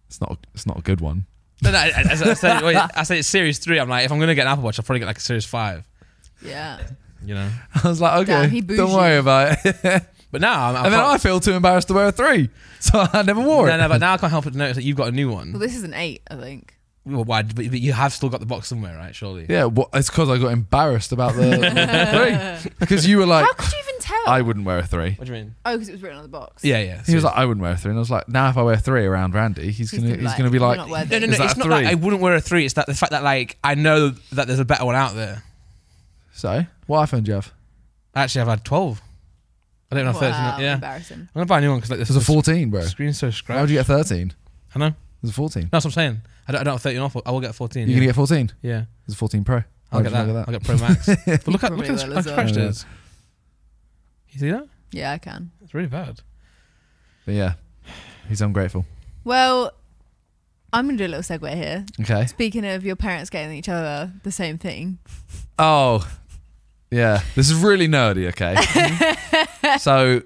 it's not. It's not a good one."
No, no. I, I, I, said, wait, I said it's series three. I'm like, if I'm going to get an Apple Watch, I'll probably get like a series five.
Yeah.
You know.
I was like,
Damn,
"Okay,
he
don't
bougie.
worry about it."
But now I'm. I'm
and then I feel too embarrassed to wear a three, so I never wore
no,
it.
no, but now I can't help but notice that you've got a new one.
Well, this is an eight, I think.
Well, why? But, but you have still got the box somewhere, right? Surely.
Yeah, well, it's because I got embarrassed about the, the three because you were like,
How could you even tell?
"I wouldn't wear a three.
What do you mean?
oh, because it was written on the box.
Yeah, yeah.
He was like, I wouldn't wear a three, and I was like, now if I wear three around Randy, he's,
He's
gonna
gonna be
he's
like,
gonna be
"You're
like,
not worth
no, no, no.
is that
It's not
three?
that I wouldn't wear a three. It's that the fact that like I know that there's a better one out there.
so what iPhone do you have?
Actually, I've had twelve. I don't know if there's
Wow,
yeah. I'm
embarrassing.
gonna buy a new one because like this
There's a
is a
14, bro.
screen's so scratched.
How would you get 13?
I know.
There's a 14.
That's what I'm saying. I don't, I don't have 13 off. I will get 14.
You're
Yeah.
gonna get 14.
yeah.
There's a 14 Pro.
I'll
Why
get
would
that.
you not
I'll get Pro Max. but look at,
You
look
probably
at
will
how
as well.
crashed
Yeah.
it is. You see that?
Yeah, I can.
It's really bad.
But yeah, he's ungrateful.
Well, I'm gonna do a little segue here.
Okay.
Speaking of your parents getting each other the same thing,
Oh, yeah. This is really nerdy. Okay. so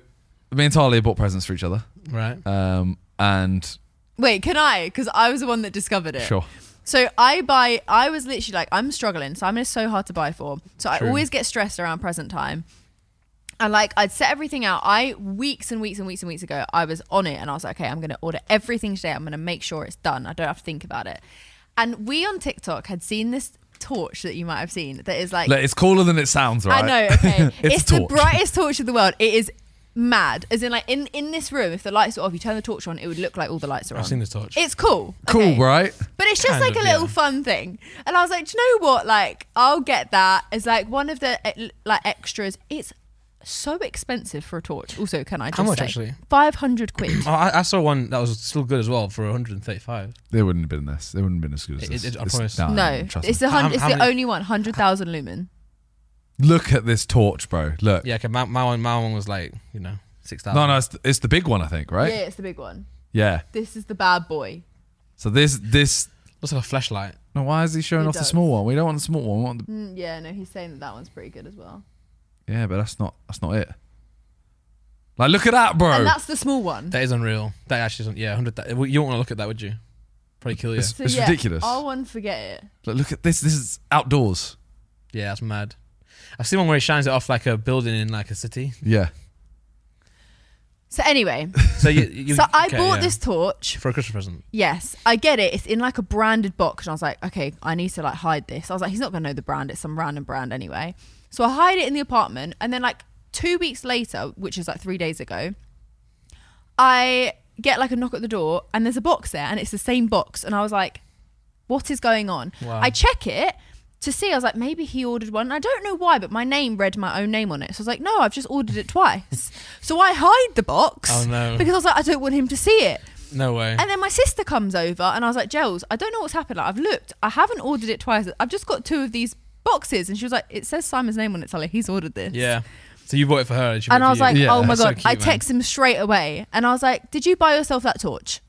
me and Talia bought presents for each other,
Right.
um, and
Wait, can I? Because I was the one that discovered it.
sure,
So I buy. I was literally like, I'm struggling. Simon is so hard to buy for. So
True.
I always get stressed around present time. And like, I'd set everything out. I weeks and weeks and weeks and weeks ago, I was on it, and I was like, okay, I'm gonna order everything today. I'm gonna make sure it's done. I don't have to think about it. And we on TikTok had seen this torch that you might have seen that is like
Look, it's cooler than it sounds, right?
I know. Okay,
It's
it's,
a
the
torch.
brightest torch in the world. It is mad. As in, like in in this room, if the lights were off, you turn the torch on, it would look like all the lights are on.
I've seen this torch.
It's cool.
Cool,
okay.
right?
But it's just
Kind
like
of,
a
yeah.
little fun thing. And I was like, do you know what? Like, I'll get that as like one of the eh, like extras. It's so expensive for a torch. Also, can I just
How much,
say,
actually?
Five hundred quid.
Oh, I, I saw one that was still good as well for 135.
They wouldn't have been this. They wouldn't have been as good as
It-
this.
it- I
It's-
promise.
nah,
no,
trust
it's
me.
the hun-
How-
it's
how
the
many-
only one. Hundred thousand lumen.
Look at this torch, bro. Look.
Yeah, okay, my, my, one, my one was like, you know, 6,000.
No, no, it's the, it's the big one, I think, right?
Yeah, it's the big one.
Yeah.
This is the bad boy.
So this, this.
Looks like a flashlight.
No, why is he showing
It
off the
does.
small one? We don't want the small one. We want the,
Mm, yeah, no, he's saying that that one's pretty good as well.
yeah, but that's not. That's not it. Like, look at that, bro.
And that's the small one.
That is unreal. That actually isn't. Yeah, 100. You wouldn't want to look at that, would you? Probably kill you.
It's- it's ridiculous.
Our one, forget it.
Look, look at this. This is outdoors.
Yeah, that's mad. I've seen one where he shines it off like a building in like a city.
Yeah.
So anyway,
So you, you
so I
okay,
bought
yeah.
this torch.
for a Christmas present.
Yes, I get it. It's in like a branded box, and I was like, okay, I need to like hide this. I was like, he's not gonna know the brand. It's some random brand anyway. So I hide it in the apartment, and then like two weeks later, which is like three days ago, I get like a knock at the door, and there's a box there, and it's the same box, and I was like, what is going on?
Wow.
I check it. To see, I was like, maybe he ordered one. I don't know why, but my name read my own name on it. So I was like, no, I've just ordered it twice. so I hide the box
Oh, no.
because I was like, I don't want him to see it.
No way.
And then my sister comes over and I was like, Gels, I don't know what's happened. Like, I've looked, I haven't ordered it twice. I've just got two of these boxes. And she was like, It says Simon's name on it, Sally. He's ordered this.
yeah. So you bought it for her. she bought
And
it
I
for
was
you.
like,
Yeah.
Oh my
That's so
God.
cute,
I
man.
text him straight away and I was like, Did you buy yourself that torch?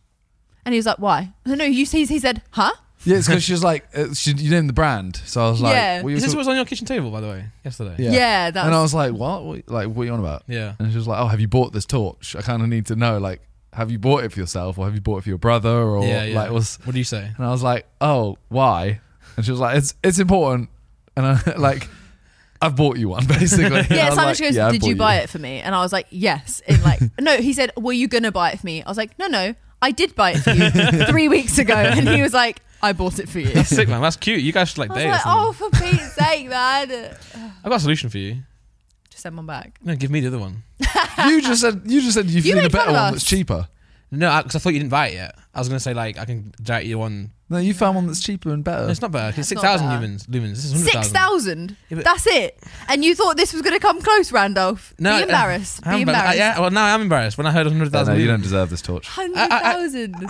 And he was like, Why? I said, No, you see, he said, Huh?
Yeah, it's because she was like, uh, she, you named the brand. So I was like,
Yeah.
what are you
is this
talk-
what was on your kitchen table, by the way, yesterday?
Yeah.
Yeah, that
and I
was-
was like, what? what? Like, what are you on about?
Yeah.
And she was like, oh, have you bought this torch? I kind of need to know, like, have you bought it for yourself or have you bought it for your brother or
yeah, yeah.
like, was.
what do you say?
And I was like, oh, why? And she was like, it's it's important. And I like, I've bought you one basically. And I
Yeah,
was
Simon
like,
just goes,
"Yeah, I
Did you
bought
buy it for me? And I was like, Yes. And like, no, he said, Were you going to buy it for me? I was like, No, no, I did buy it for you three weeks ago. And he was like, I bought it for you.
That's sick, man. That's cute. You guys should like
I was
date. or
like,
something.
oh, for Pete's sake, man.
I've got a solution for you.
Just send one back.
No, give me the other one.
You just said you just said you've
You
seen a
made fun
better
of
one
us.
that's cheaper.
No, because I, thought you didn't buy it yet. I was gonna say like I can direct you one.
No, you found one that's cheaper and better.
No, it's not better. 'cause It's six
That's
thousand
not
lumens. Lumens. This is hundred
Six
thousand.
thousand.
Yeah, but-
That's it. And you thought this was going to come close, Randolph?
No,
be
uh,
embarrassed.
I am
be
embarrassed.
embarrassed.
Uh, yeah, well now I'm embarrassed when I heard hundred
No, no,
thousand.
you
lumens.
don't deserve this torch.
Hundred
I- I-
thousand.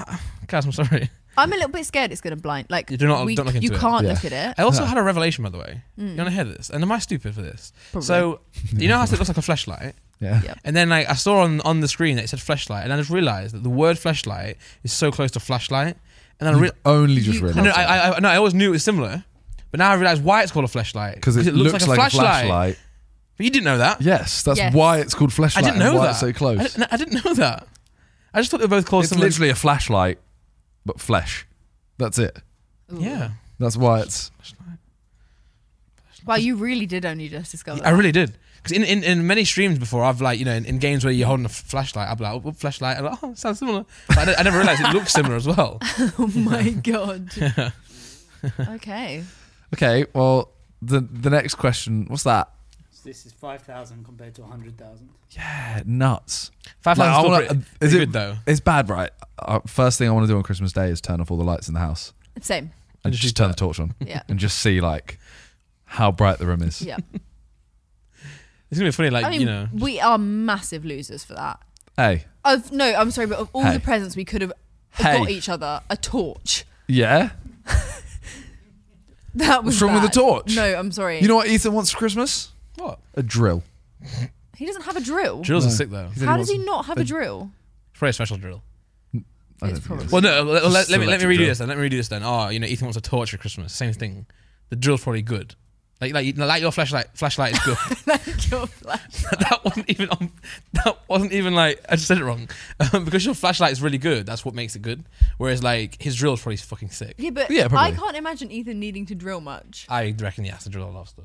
Guys, I'm sorry.
I'm a little bit scared. It's going to blind. Like
You do not-
we-
don't look
You
into it. Uh,
can't
Yeah.
look at
I
it.
also
No.
had a revelation, by the way. You want to hear this? And am I stupid for this?
Probably.
So you know how it looks like a flashlight,
Yeah.
Yeah.
and then like I saw on on the screen that it said flashlight, and I just realized that the word flashlight is so close to flashlight, and then I
You've
re-
only just
You
realized.
No, no, I, I, no, I always knew it was similar, but now I realize why it's called a flashlight.
because it, looks, like, a flashlight.
But you didn't know that.
Yes, that's
Yes.
why it's called flashlight.
I didn't know
and why
that.
It's so
I
close.
didn't, no, I didn't know that. I just thought they were both called
It's
similar.
literally a flashlight, but flesh. That's it.
Ooh.
yeah.
That's why it's.
Wow, you really did only just discover.
I
that.
really did. Because in, in, in many streams before, I've like, you know, in, in games where you're holding a f- flashlight, I'll be like, oh, what flashlight. I'm like, oh, sounds similar. But I, ne- I never realized it looks similar as well.
oh my god. okay.
Okay, well, the the next question. What's that?
So this is 5,000 compared to 100,000.
Yeah, Eh, nuts.
Five
Like, I
thousand still
wanna- uh,
pretty,
is
pretty
it-
good, though.
It's bad, right? Uh, first thing I want to do on Christmas Day is turn off all the lights in the house
Same.
I
and
just
just,
use
turn
that.
the torch on
Yeah.
and just see like how bright the room is.
Yeah.
It's going to be funny, like,
I mean,
you know.
we are massive losers for that.
Hey,
Of no, I'm sorry, but of all
Hey.
the presents we could have
Hey.
got each other, a torch.
yeah.
That was
What's wrong with the
bad.
torch?
No, I'm sorry.
You know what Ethan wants for Christmas?
What?
A drill.
he doesn't have a drill.
Drills are
No.
sick, though. It's
How does
wants
he not have a
a-
drill?
probably a special drill.
I don't
It's
think it is.
Well, no, let, let,
Just
let me, let me
electric
redo
drill.
this then. Let me redo this then. Oh, you know, Ethan wants a torch for Christmas. Same thing. The drill's probably good. Like, like, you- like your flashlight, flashlight is good.
Like your flash.
that wasn't even on, that wasn't even like I just said it wrong um, because your flashlight is really good. That's what makes it good. Whereas like his drill is probably fucking sick.
Yeah, but
Yeah,
I
probably.
can't imagine Ethan needing to drill much.
I reckon he has to drill a lot of stuff.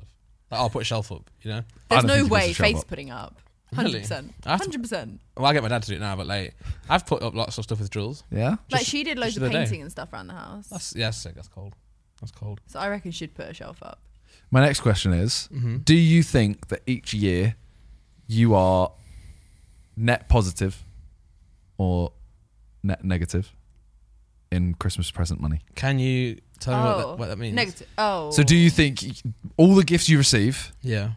Like, I'll put a shelf up. You know,
There's
don't
no
think he wants
way
to show
Faith's
up.
putting up.
Really?
100%.
I have to-
100%.
well I get my dad to do it now, but like I've put up lots of stuff with drills.
Yeah.
Like
Just-
she did loads
just
of
the other day.
painting and stuff around the house.
That's yeah, that's sick. That's cold. That's cold.
so I reckon she'd put a shelf up.
My next question is:
Mm-hmm.
Do you think that each year you are net positive or net negative in Christmas present money?
Can you tell me what
Oh,
that, what that means?
Negative. Oh.
So, do you think all the gifts you receive
Yeah.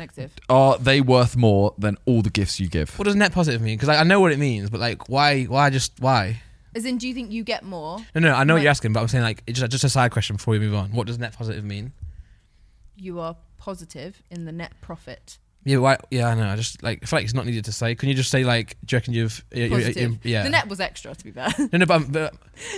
Negative.
are they worth more than all the gifts you give?
What does net positive mean? Because like, I know what it means, but like why? Why just why?
As in, do you think you get more?
No, no. I know what
Right.
you're asking, but I'm saying like it's just, just a side question before we move on. What does net positive mean?
You are positive in the net profit.
Yeah, why, yeah, I know. I just like I feel like it's not needed to say. Can you just say like, do you reckon you've? Yeah, you-
Positive.
you- yeah.
The net was extra, to be fair.
No, no, but, I'm, but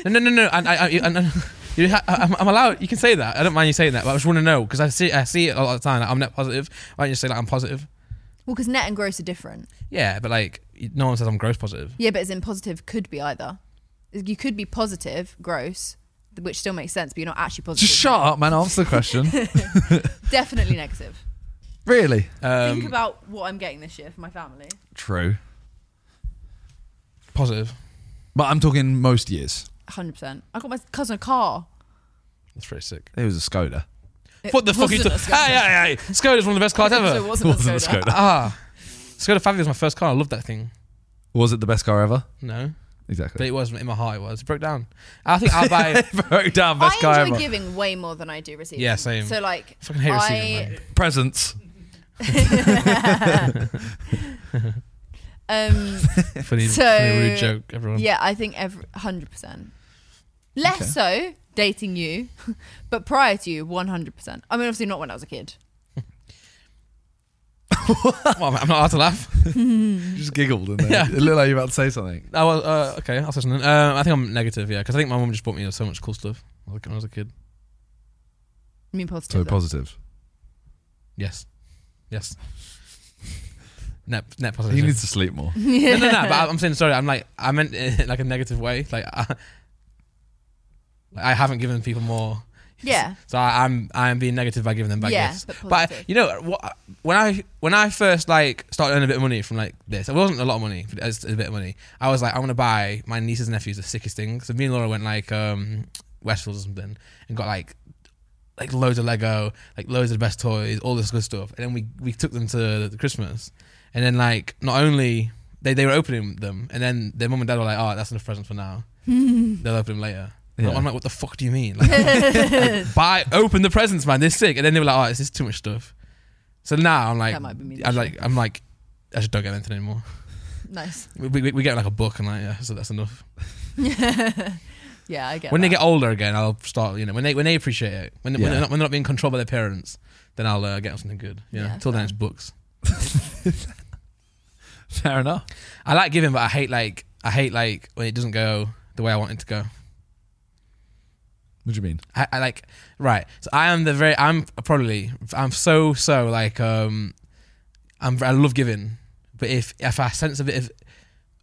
no, no, no, no. And I, I, and- and- you ha- I'm, I'm allowed. You can say that. I don't mind you saying that. But I just want to know because I see, I see it a lot of the time. Like, I'm net positive. Why don't you say like I'm positive?
well, because net and gross are different.
Yeah, but like no one says I'm gross positive.
Yeah, but as in positive could be either. You could be positive, gross, which still makes sense, but you're not actually positive.
Just shut up, man. Answer the question.
Definitely negative.
really?
Think about what I'm getting this year for my family.
Uh, True.
Positive.
But I'm talking most years.
100%. I got my cousin a car.
That's pretty sick.
It was a Skoda.
It
What the fuck are you
wasn't a
talking
Skoda.
Hey, hey, hey. Skoda's one of the best cars
So it
ever.
wasn't,
Wasn't a
a Skoda.
Skoda.
Ah. Skoda Fabia was my first car. I loved that thing.
Was it the best car ever?
No. But
Exactly.
it was in my heart. It was. It broke down. I think I'll buy.
Broke down best car
I enjoy
ever.
giving way more than I do receiving.
Yeah, same.
So like,
fucking hate receiving.
I-
mate.
Presents.
um,
Funny,
So-
funny rude joke. Everyone.
yeah, I think every hundred percent. Less so dating you, but prior to you, one hundred percent. I mean, obviously not when I was a kid.
Well, I'm I'm not allowed to laugh.
You just giggled and then
Yeah.
it looked like you were about to say something.
I was, uh, okay, I'll say something. Um, I think I'm negative, yeah, because I think my mum just bought me so much cool stuff when I was a kid.
I mean, positive.
So
though.
positive.
Yes. Yes. Net, net positive.
He needs to sleep more.
no, no, no. But I- I'm saying sorry. I'm like I meant it in like a negative way. Like I, like, I haven't given people more.
Yeah.
So I, I'm I'm being negative by giving them back
Yeah,
gifts.
but
But I,
positive.
you know what? When I when I first like started earning a bit of money from like this, it wasn't a lot of money, but it's a bit of money. I was like, I'm gonna buy my nieces and nephews the sickest thing. So me and Laura went like um Westfield or something and got like like loads of Lego, like loads of the best toys, all this good stuff. And then we we took them to the Christmas, and then like not only they they were opening them, and then their mum and dad were like, "Oh, that's enough presents for now. They'll open them later."
Yeah.
I'm like, "What the fuck do you mean? Like, like, buy open the presents, man. They're sick." And then they were like, "Oh, this is too much stuff." So now I'm like,
That might be me
I'm
this
like, I'm like, I just don't get anything anymore.
Nice.
We, we, we get like a book and like, yeah, so that's enough.
yeah, I get.
when
that.
they get older again, I'll start. You know, when they when they appreciate it, when, when,
Yeah.
they're, not, when they're not being controlled by their parents, then I'll uh, get them something good. Yeah.
Yeah,
Till then,
fair.
it's books.
Fair enough.
I like giving, but I hate like I hate like when it doesn't go the way I want it to go.
What do you mean?
I, I like right. So I am the very. I'm probably. I'm so so like. Um, I'm. I love giving, but if if I sense a bit of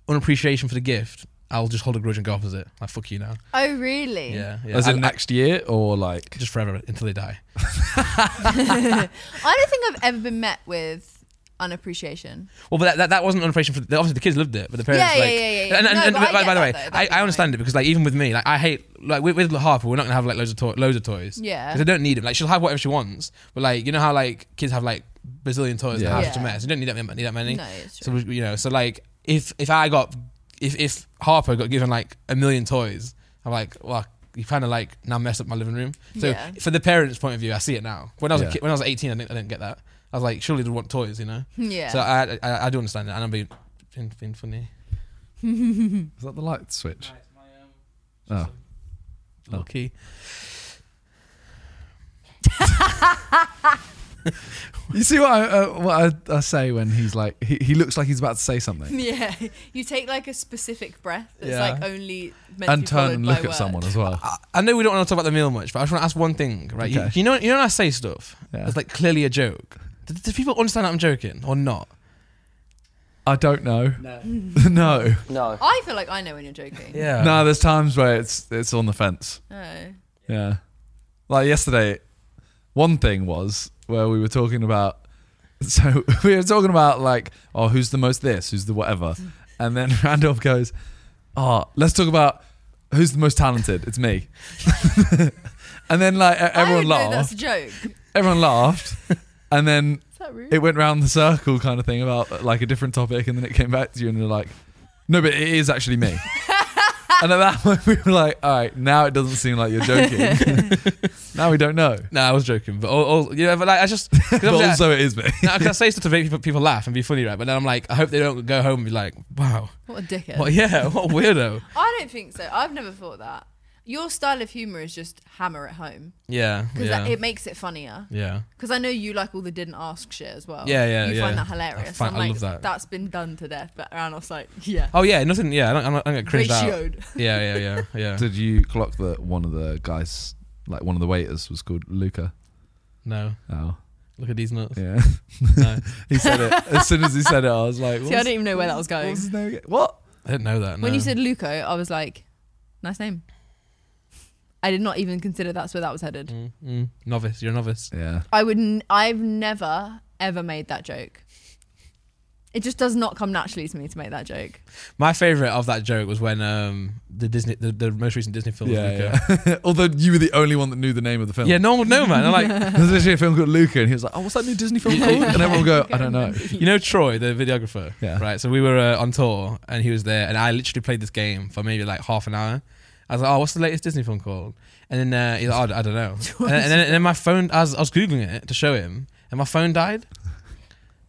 unappreciation for the gift, I'll just hold a grudge and go opposite. Like fuck you now.
oh really?
Yeah. yeah.
As
I-
in
I-
next year or like?
just forever until they die.
I don't think I've ever been met with unappreciation.
Well, but that, that, that wasn't unappreciation for the, obviously the kids lived it, but the parents
Yeah, yeah,
like
yeah, yeah, yeah.
And, and,
No,
and
but
by,
I
by
get
the way,
that though. That'd
I,
be
I understand
annoying.
it because like even with me, like I hate like with, with Harper, we're not gonna have like loads of to- loads of toys.
Yeah.
because I don't need them. Like she'll have whatever she wants, but like you know how like kids have like bazillion toys in
Yeah.
the house, it's a
Yeah.
mess. You don't need that need that many.
No, it's
so
true.
we- you know, so like if if I got if if Harper got given like a million toys, I'm like well. You kind of like now mess up my living room. So
Yeah.
for the parents' point of view, I see it now. When I was
Yeah.
a kid, when I was 18, I didn't, I didn't get that. I was like, surely they want toys, you know.
Yeah.
So I, I I do understand that, and I'm being being, being funny.
Is that the light switch?
um,
Oh. Oh.
Lucky.
You see what I, uh, what I, I say when he's like, he, he looks like he's about to say something.
yeah, you take like a specific breath that's
Yeah.
like only meant
And
to be
turn
followed
and
by
look at
words.
someone as well.
I, I know we don't want to talk about the meal much, but I just want to ask one thing, right? You,
Okay.
you know, you know, when I say stuff,
Yeah.
it's like clearly a joke. Do, do people understand that I'm joking or not?
I don't know.
No.
no.
No.
Oh.
I feel like I know when you're joking.
Yeah.
no, there's times where it's it's on the fence.
Oh.
Yeah. Like yesterday, one thing was where we were talking about. So we were talking about like, oh, who's the most this? Who's the whatever? And then Randolph goes, oh, let's talk about who's the most talented. It's me. and then like e- everyone
I would know that's
laughed.
a joke.
Everyone laughed. And then
Is that rude?
it went round the circle kind of thing about uh, like a different topic and then it came back to you and you're like no but it is actually me and at that point we were like all right now it doesn't seem like you're joking now we don't know
No, I was joking, but all, all you know, but like I just 'cause
but
obviously I-
also it is me
no, 'cause I say stuff to make people, people laugh and be funny, right? But then I'm like, I hope they don't go home and be like, wow,
What a dickhead.
what? Yeah, what a weirdo.
I don't think so. I've never thought that. Your style of humor is just hammer at home
Yeah,
because
yeah,
it makes it funnier.
yeah.
Because I know you like all the didn't ask shit as well.
Yeah, yeah,
Oh, You
yeah.
find that
I
hilarious.
find-
I'm
I
like,
love that.
has been done to death. But Randolph's like, yeah,
Oh yeah, nothing. Yeah, I don't, I'm not, I'm not cringed out.
ratioed.
Yeah, yeah, yeah, yeah.
did you clock that one of the guys like one of the waiters was called luca
No,
oh
look at these nuts.
yeah
No,
he said it as soon as he said it i was like
See, I
what's,
didn't even know where that was
what
going.
was his name again? what
I didn't know that. No.
When you said Luco, I was like, nice name. I did not even consider that's where that was headed.
Mm, novice, you're a novice.
Yeah.
I would. N- I've never ever made that joke. It just does not come naturally to me to make that joke.
My favorite of that joke was when um the Disney, the, the most recent Disney film, was Luca.
Yeah. yeah. Although you were the only one that knew the name of the film.
Yeah, no one would know, man. I'm like,
There's literally a film called Luca, and he was like, "Oh, what's that new Disney film called?" And everyone would go, "I don't know."
you know, Troy, the videographer.
Yeah.
Right. So we were uh, on tour, and he was there, and I literally played this game for maybe like half an hour. I was like, "Oh, what's the latest Disney film called?" And then uh, he's like, oh, "I don't know." And then, and then, and then my phone, I was, I was googling it to show him, and my phone died.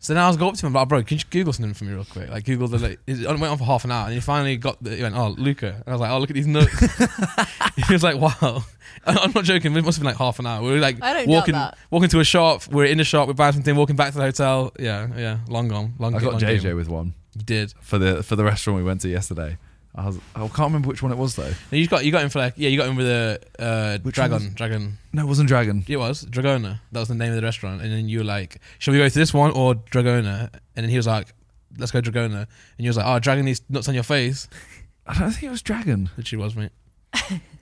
So then I was going up to him, like, "Oh, "Bro, can you Google something for me real quick?" Like, Google the. Like, it went on for half an hour, and he finally got. The, he went, "Oh, Luca," and I was like, "Oh, look at these notes." he was like, "Wow." And I'm not joking. It must have been like half an hour. We were like
I don't doubt
walking,
that.
walking to a shop. We're in the shop. We're buying something. Walking back to the hotel. Yeah, yeah. Long gone. Long.
I got
long
JJ
game.
with one
You did.
for the for the restaurant we went to yesterday. I was I can't remember which one it was though.
No, you got. You got him for like. Yeah, you got him with a uh,
Which
dragon.
one was-
Dragon.
No, it wasn't Dragon.
It was Dragona. That was the name of the restaurant. And then you were like, "Shall we go to this one or Dragona?" And then he was like, "Let's go Dragona." And you was like, "Oh, dragon these nuts on your face."
I don't think it was Dragon.
Literally was, mate.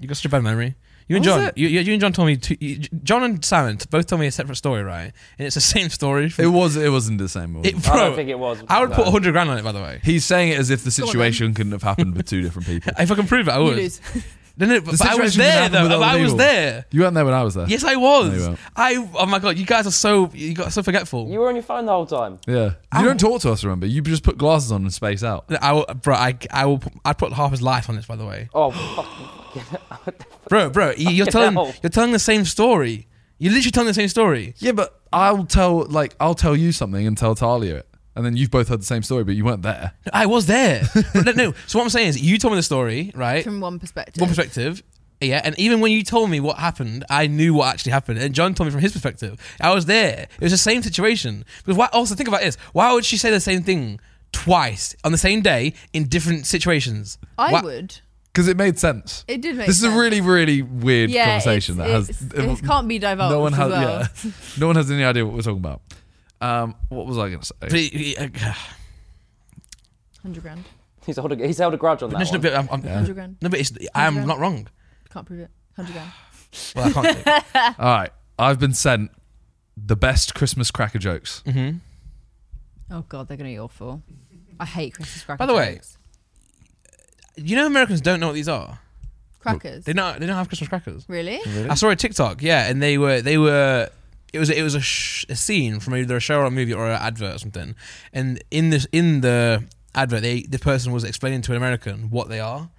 you got such a bad memory. You and
What was
John,
it?
you, you, you and John told me, two, you, John and Simon t- both told me a separate story, right? And it's the same story.
It
From,
was. It wasn't the same. one.
it,
I
bro,
don't think it was.
I would
no.
put 100 grand on it, by the way.
He's saying it as if the
Go on,
situation couldn't have happened with two different people.
If I can prove it, I
You
would.
lose.
No, no, but,
The
but I was
situation can
there,
happen
though.
with
But
other
I was
people.
there.
You weren't there when I was there.
Yes, I
No,
was.
you weren't.
I, oh my God, you guys are so, you got so forgetful.
You were on your phone the whole time.
Yeah. You
Ow.
don't talk to us. Remember, you just put glasses on and space out.
I, will- bro, I, I will, put- I'd put half his life on this, by the way.
Oh, fuck.
Bro, bro, you- you're
Fucking
telling,
hell.
you're telling the same story. You're literally telling the same story.
Yeah, but I'll tell like I'll tell you something and tell Talia it, and then you've both heard the same story, but you weren't there.
No, I was there. But no, no. So what I'm saying is, you told me the story, right?
From one perspective.
one perspective. Yeah, and even when you told me what happened, I knew what actually happened. And John told me from his perspective. I was there. It was the same situation. Because why, also think about this: why would she say the same thing twice on the same day in different situations?
I
Why-
would.
Because it made sense.
It did make.
this is
sense.
a really, really weird
yeah,
conversation
it's,
that has
it's- it can't be divulged.
no one has
as well.
yeah, no one has any idea what we're talking about. Um, what was I going to say?
But it- it- uh,
Hundred grand.
He's held a, he's held a grudge on
but
that
no,
one.
but I'm- I'm-
Hundred grand.
no, but it's, I'm not wrong.
Can't prove it. Hundred grand.
Well, I can't. do it.
All right, I've been sent the best Christmas cracker jokes.
Oh god, they're gonna be awful. I hate Christmas crackers.
By the way- You know, Americans don't know what these are.
crackers.
They don't. They don't have Christmas crackers.
Really?
I saw a TikTok, yeah, and they were they were it was it was a, sh- a scene from either a show or a movie or an advert or something, and in this in the advert, they the person was explaining to an American what they are.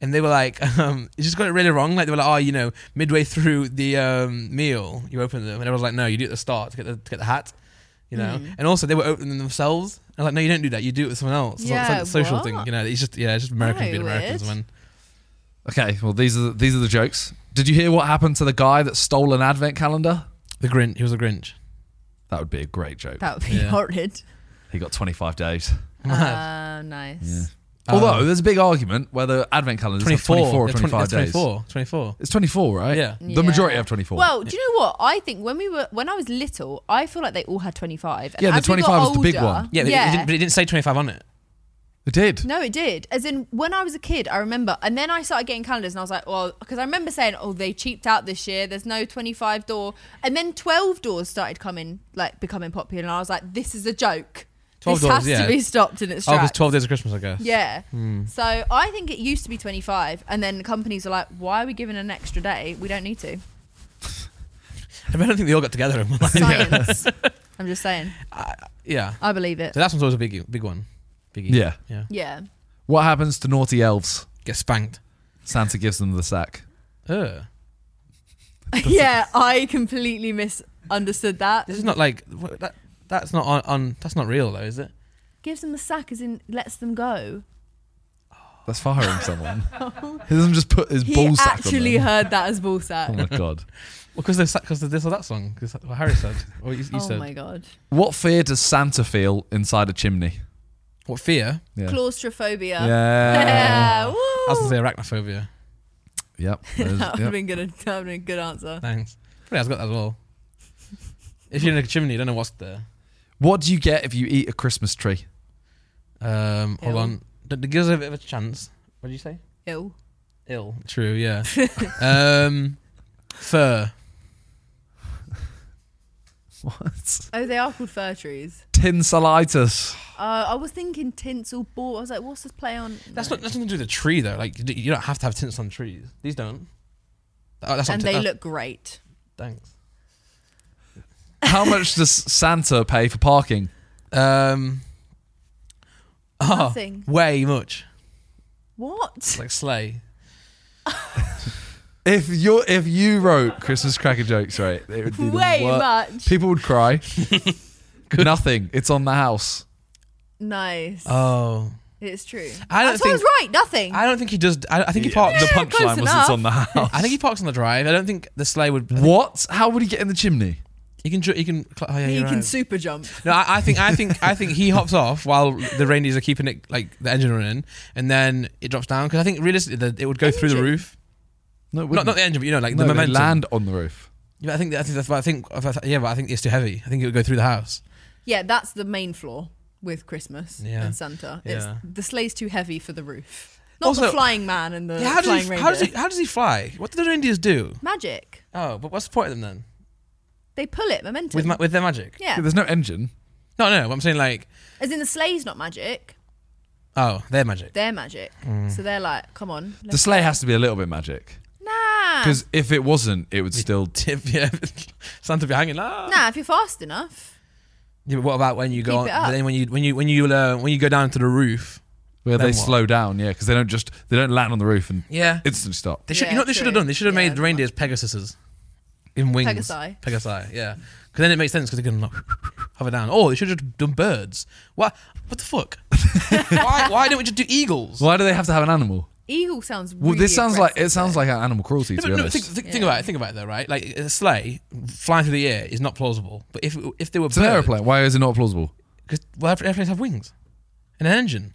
And they were like, um, you just got it really wrong. Like they were like, oh, you know, midway through the um, meal, you open them, and I was like, no, you do it at the start to get the, to get the hat, you know.
Mm.
And also, they were opening them themselves. I was like, no, you don't do that. You do it with someone else. It's like- it's like
Yeah,
a social
what?
thing, you know. It's just yeah, it's just Americans
No,
being Americans,
weird.
man. Mm-hmm.
Okay, well these are these are the jokes. Did you hear what happened to the guy that stole an advent calendar?
The Grinch, he was a Grinch.
That would be a great joke.
That would be
Yeah.
horrid.
He got 25 days.
Mad.
Uh, nice. Oh.
Although there's a big argument whether advent calendars
24,
have 24 or
Yeah, 20
25
yeah,
days.
24, 24.
It's 24, right?
Yeah.
The majority
Yeah.
have 24.
Well, do you know what? I think when we were when I was little, I feel like they all had 25. And
Yeah, the
as we got
25 was the big
older-
one.
Yeah, but, It, didn't, but it didn't say 25 on it.
it did.
No, it did. As in, when I was a kid, I remember, and then I started getting calendars, and I was like, well, because I remember saying, oh, they cheaped out this year. There's no 25 door, and then 12 doors started coming, like becoming popular, and I was like, this is a joke.
12
this
doors,
has
yeah.
to be stopped in its
Oh, Hmm. because
tracks.
12 days of Christmas, I guess.
Yeah. So I think it used to be 25, and then companies are like, why are we giving an extra day? We don't need to.
I mean, I don't think they all got together. in one line.
Science. I'm just saying.
yeah.
I believe it.
So that one's always a big, big one. Biggie.
Yeah.
Yeah.
Yeah.
What happens to naughty elves?
Get spanked.
Santa gives them the sack.
Ugh.
yeah, I completely misunderstood that.
This is not like, wha- that, that's not on, on, that's not real though, is it?
Gives them the sack as in lets them go.
That's firing someone. he doesn't just put his
He
ball sack
actually
on them.
heard that as ball sack.
Oh my god.
Well, because because of this or that song, because what Harry said, or you, you
oh
said.
my god.
What fear does Santa feel inside a chimney?
What fear?
Yeah.
Claustrophobia.
yeah.
Yeah, woo.
I was gonna say
Oh.
arachnophobia.
Yep. there's-
that would have
yep.
been good. That would have been a good answer.
Thanks. Probably has got that as well. If you're in a chimney, you don't know what's there.
What do you get if you eat a Christmas tree?
Um, hold
Ew.
on. D- d- Give us a bit of a chance. What did you say?
Ew.
Ill. True. Yeah. um, fir.
What?
Oh, they are called fir trees.
Tinselitis.
Uh, I was thinking tinsel ball. I was like, what's this play on?
That's
No.
not that's nothing to do with the tree though. Like you d- you don't have to have tints on trees. These don't. Oh, that's not
And
tin-
they
that-
look great.
Thanks.
How much does Santa pay for parking?
Um. ah,
Nothing.
way much.
What?
Like sleigh.
If you if you wrote Christmas cracker jokes, right, it would be the
Way
wor-
much.
People would cry. Nothing. It's on the house.
Nice.
Oh.
it's true.
I don't
That's why I was
think-
right. Nothing.
I don't think he does. I, I think he parks.
The
Yeah, close
punchline was it's
enough.
on the house.
I think he parks on the drive. I don't think the sleigh would.
What? How would he get in the chimney?
He can. dri- He can. cl- Oh, yeah,
he
you're
can
right.
super jump.
No, I, I think I think I think he hops off while the reindeers are keeping it like the engine running, and then it drops down because I think realistically the, it would go through the
Engine?
roof.
No, it
Not
wouldn't.
not the engine, but you know, like
No,
the
they
momentum.
land on the roof.
Yeah, but I think I think that's. But I think yeah, but I think it's too heavy. I think it would go through the house.
Yeah, that's the main flaw with Christmas
Yeah.
and Santa.
Yeah.
It's the sleigh's too heavy for the roof. Not
Also-
the flying man and the
yeah, how
flying
does he?
reindeer.
How does he? How does he fly? What do the reindeers do?
Magic.
Oh, but what's the point of them then?
They pull it, momentum.
With ma- with their magic?
yeah.
There's no engine.
No, no. what I'm saying like,
As in the sleigh's not magic,
oh, their magic.
they're magic.
Mm.
So they're like, come on.
The
Let's,
sleigh has to be a little bit magic.
nah.
Because if it wasn't, it would still.
Tip, yeah. Santa be hanging. Ah.
Nah, if you're fast enough.
Yeah, but what about when you go
Keep it
on?
up.
Then when you when you when you uh, when you go down to the roof?
Where they
Then what?
slow down, yeah, because they don't just they don't land on the roof and
Yeah.
instantly stop.
They should,
Yeah,
you know what they should have
true.
done? They should have
Yeah,
made
that's
reindeers Pegasuses in wings.
Pegasi.
Pegasi, yeah. Because then it makes sense because they can like, hover down. Oh, they should have done birds. What? What the fuck? why? Why don't we just do eagles?
Why do they have to have an animal?
Eagle sounds really
Well, this sounds like
aggressive,
it sounds like an animal cruelty.
Yeah,
To
but
be
no, think,
honest,
think, think about it. Think about it though, right? Like a sleigh flying through the air is not plausible. But if if they were
it's an
birds,
aeroplane. Why is it not plausible?
because well, airplanes have wings and an engine.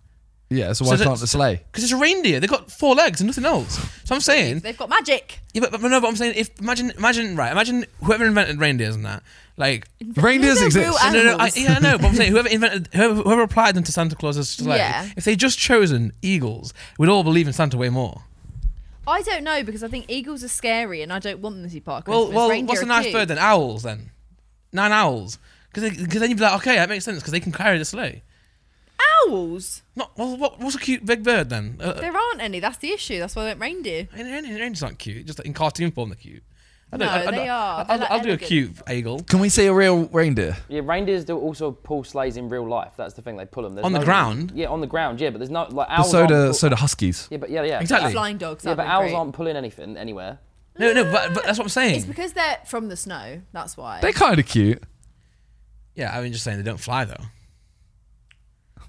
Yeah, so
So
why
that-
can't the sleigh?
Because it's a reindeer. They've got four legs and nothing else. So I'm saying,
They've got magic.
yeah, but, but no, but I'm saying, if imagine, imagine, right? Imagine whoever invented reindeers and that, like
Reindeers
They're
exist.
real
No, no, no, I,
animals.
yeah, I know. But I'm saying whoever invented, whoever, whoever applied them to Santa Claus's sleigh,
Yeah.
if they just chosen eagles, we'd all believe in Santa way more.
I don't know because I think eagles are scary and I don't want them to be part of
Well,
Christmas.
well,
Reindeer
what's a
are
nice
cute.
bird then? Owls then, nine owls. Because then you'd be like, okay, that makes sense because they can carry the sleigh.
Owls.
Not well. What, what's a cute big bird then? Uh,
There aren't any. That's the issue. That's why they went reindeer.
and- and- and reindeers aren't cute. Just like, in cartoon form, they're cute. I don't-
No,
I- I-
they are.
I-
They're
I'll,
like
I'll do a
elegant.
cute eagle
Can we see a real reindeer?
Yeah, reindeers do also pull sleighs in real life. That's the thing. They pull them There's
On the
no-
ground?
Yeah, on the ground. Yeah, but there's no like
But
owls.
so
aren't
do
pull-
so do huskies.
Yeah, but yeah, yeah.
Exactly.
Flying dogs.
Yeah,
that'd
but
be
owls
great.
aren't pulling anything anywhere.
No, no, but, but that's what I'm saying.
It's because they're from the snow. That's why.
They're kind of cute.
yeah, I mean, just saying they don't fly though.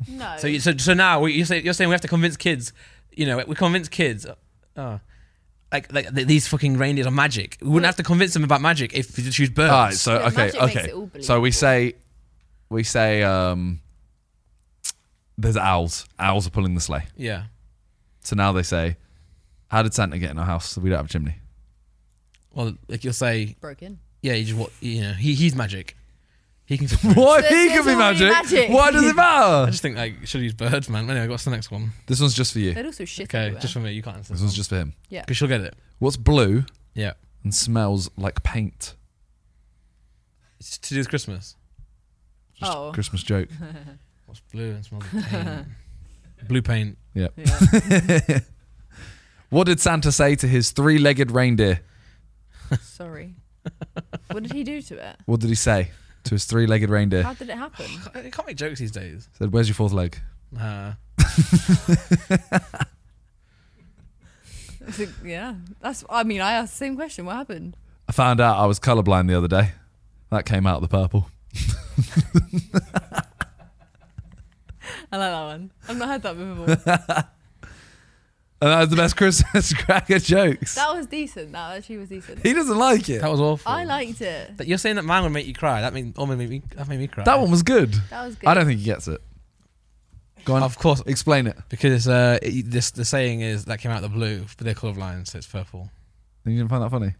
no.
So, you, so, so now we, you say, you're saying we have to convince kids, you know, we convince kids, uh, like, like th- these fucking reindeers are magic. We wouldn't have to convince them about magic if you choose birds.
All right, so
Yeah,
okay,
magic makes
okay.
it all
So we
believable.
say, we say, um, there's owls. Owls are pulling the sleigh.
yeah,
So now they say, how did Santa get in our house? So we don't have a chimney.
well, like you'll say,
broken.
yeah, you just what, you know, he, he's magic. He can.
Why
So
he
it's
can be
already
magic?
magic.
Why does it
I
matter?
just think like should use birds, man. Anyway, what's the next one?
This one's just for you.
They'd also shit
Okay,
everywhere.
just for me, you can't answer.
This one's just for him.
yeah.
because she'll get it.
What's blue
Yeah,
and smells like paint?
it's to do with Christmas.
Just
Oh.
a Christmas joke.
What's blue and smells like paint? blue paint.
Yeah.
Yeah.
What did Santa say to his three-legged reindeer?
Sorry. What did he do to it?
What did he say to his three-legged reindeer?
How did it happen?
You can't make jokes these days.
Said, "Where's your fourth leg?"
Uh,
It's like, yeah. That's. I mean, I asked the same question. What happened?
I found out I was colourblind the other day. That came out of the purple.
I like that one. I've not heard that before.
And that was the best Christmas cracker jokes.
that was decent. That actually was decent.
he doesn't like it.
that was awful.
I liked it.
That you're saying that mine would make you cry. That made almost made me. That made me cry.
That one was good.
That was good.
I don't think he gets it. Go on.
Of course,
Explain it.
because uh, it, this the saying is that came out of the blue, but they're colorblind, so it's purple.
You didn't find that funny?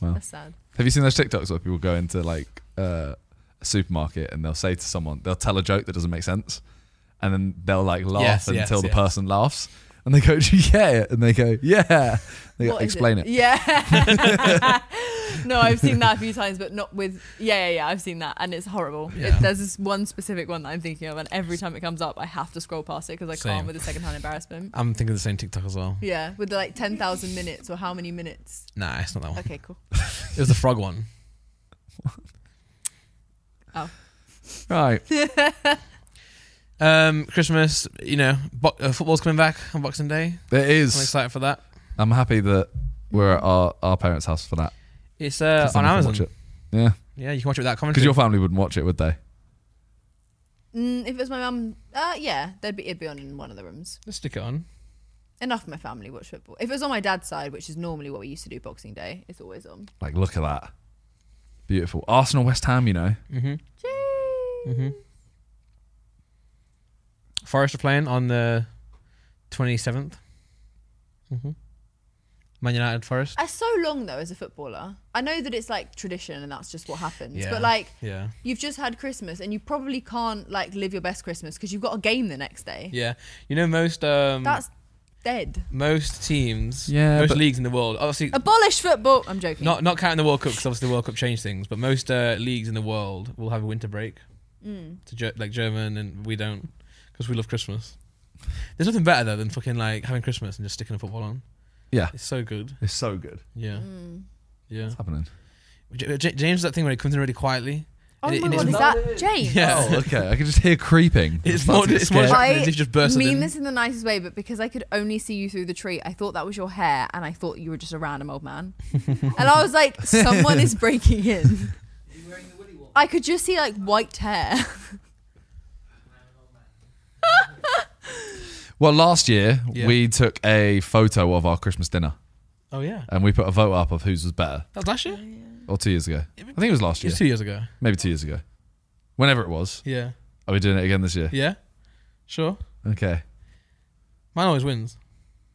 That's sad.
Have you seen those TikToks where people go into like uh, a supermarket and they'll say to someone, they'll tell a joke that doesn't make sense, and then they'll like laugh
Yes, yes,
until the
yes.
person laughs, And they go, "Do you get it?" And they go, "Yeah." They go,
What is
"Explain it?
Yeah. no, I've seen that a few times, but not with. Yeah, yeah, yeah. I've seen that, and it's horrible.
Yeah.
It, there's this one specific one that I'm thinking of, and every time it comes up, I have to scroll past it because I
Same.
can't with the secondhand embarrassment.
I'm thinking the same TikTok as well.
Yeah, with the, like ten thousand minutes or how many minutes?
Nah, it's not that one.
Okay, cool.
It was the frog one.
Right.
Um, Christmas, you know, bo- uh, football's coming back on Boxing Day.
There
I'm
is.
excited for that.
I'm happy that we're at our, our parents' house for that.
It's uh,
'Cause then
on
we can
Amazon.
watch it. Yeah,
Yeah, you can watch it without
because
commentary.
your family wouldn't watch it, would they?
Mm, if it was my mum, uh, yeah, they'd be it'd be on in one of the rooms.
Just stick it on.
Enough of my family watch football. If it was on my dad's side, which is normally what we used to do Boxing Day, it's always on.
Like, look at that. Beautiful. Arsenal, West Ham. You know,
Mm-hmm, Forest are playing on the 27th. hmm Man United Forest.
It's so long though as a footballer. I know that it's like tradition and that's just what happens.
Yeah.
But like
Yeah.
you've just had Christmas and you probably can't like live your best Christmas because you've got a game the next day.
Yeah. You know, most um,
That's dead.
most teams,
Yeah,
most
but-
leagues in the world, obviously,
Abolish football. I'm joking.
not, not counting the World Cup, because obviously the World Cup changed things, but most uh, leagues in the world will have a winter break. To Ger- like German, and we don't, because we love Christmas. There's nothing better though than fucking like having Christmas and just sticking a football on.
Yeah.
It's so good.
it's so good.
Yeah. Yeah.
It's happening.
J- uh, J- James does that thing where he comes in really quietly.
oh
and it-
my
and
god, is
it's,
that James?
Yeah.
Oh, okay. I can just hear creeping.
It's
That's
more-
a bit
it's more
scary.
like-
I
They just burst it
mean
in.
this in the nicest way, but because I could only see you through the tree, I thought that was your hair, and I thought you were just a random old man. and I was like, someone is breaking in. I could just see like white hair.
Well, last year
Yeah.
we took a photo of our Christmas dinner
Oh yeah.
and we put a vote up of whose was better,
That was last year.
or two years ago. I think it was last
It
year,
was two years ago.
maybe two years ago, whenever it was.
Yeah.
Are we doing it again this year?
Yeah. Sure.
Okay.
Mine always wins.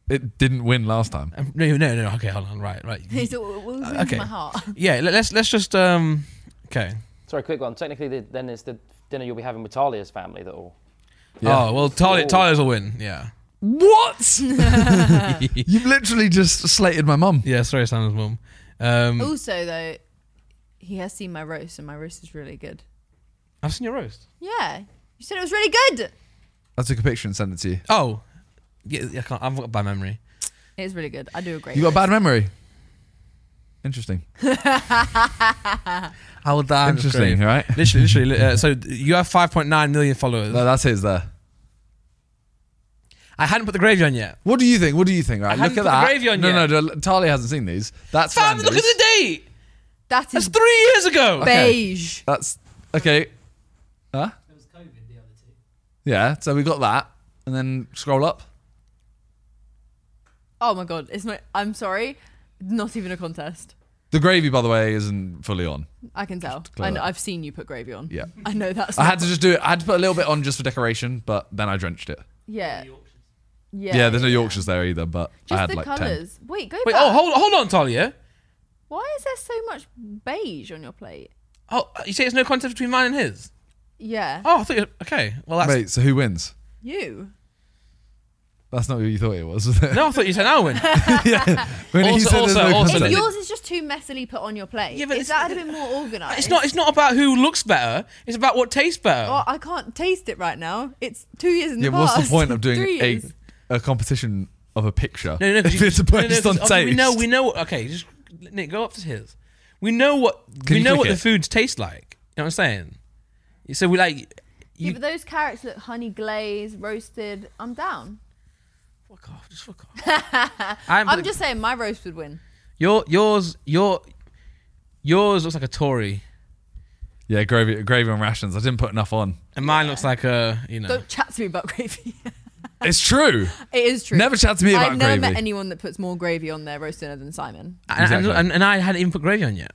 It didn't win last time.
Um, no, no, no. Okay, hold on. Right, right.
He's all, what was in
Okay.
my heart?
yeah. Let, let's let's just um. Okay.
Sorry, quick one. Technically, the, then it's the dinner you'll be having with Talia's family that all.
Yeah.
Oh well, Tyler,
Oh.
Tyler's will win. Yeah.
What? You've literally just slated my mum.
Yeah. Sorry, Sam's mum. Um,
Also, though, he has seen my roast, and my roast is really good.
I've seen your roast.
Yeah, you said it was really good.
I took a picture and sent it to you.
Oh. Yeah. I can't. I've got bad memory.
It's really good. I do a great.
You got a bad memory. Interesting.
I will die.
Interesting, right?
Literally, literally. li- Uh, so you have 5.9 million followers.
No, that's his there.
I hadn't put the gravy on yet.
What do you think? What do you think? Right,
haven't
look
put the
at that.
gravy on
no,
yet.
no, no, Talia hasn't seen these. That's
Fam, look at
Randy's.
the date.
that
That's
is
three years ago.
beige.
That's okay. Huh? Yeah, so we got that, and then scroll up.
Oh my god, it's not. I'm sorry, not even a contest.
The gravy, by the way, isn't fully on.
I can tell.
clear
I know,
that.
I've seen you put gravy on.
Yeah.
I know that's.
I
not-
had to just do it. I had to put a little bit on just for decoration, but then I drenched it.
Yeah. Yeah.
Yeah, there's no Yorkshires there either, but I
Just
had
the
like ten.
colours. Wait, go
Wait.
back.
Oh, hold hold on, Talia.
Why is there so much beige on your plate?
Oh, you say it's no contest between mine and his.
Yeah.
Oh, I thought. You, okay. Well, that's
Wait, so who wins?
You.
That's not who you thought it was. was it?
no. I thought you said I win.
When he
Also-
said
also-
there's no
also-
contest.
But it-
Yours is just too messily put on your plate.
Yeah,
Yeah,
but
but
it's-
if that had been more organised.
It's not. It's not about who looks better. It's about what tastes better.
Oh, I can't taste it right now. It's two years in the
yeah,
past.
what's the point of
Three
doing a,
years.
a competition of a picture?
no, no, no. 'cause
if
you-
it's based
no, no, 'cause
on
obviously
taste.
We know. We know. Okay, just Nick, go up to his. We know what.
Can
we
you
know
click
what the
it?
foods taste like. You know what I'm saying? So we like.
Yeah,
You,
but those carrots look honey glazed, roasted. I'm down.
fuck off. Just fuck off. I'm,
I'm just saying my roast would win.
Your yours your yours looks like a Tory,
Yeah, gravy, gravy on rations. I didn't put enough on.
and mine looks like a you know.
Don't chat to me about gravy.
It's true.
it is true.
Never chat to me about
I've never met
gravy.
anyone that puts more gravy on their roast dinner than Simon.
And,
Exactly.
and, and I hadn't even put gravy on yet.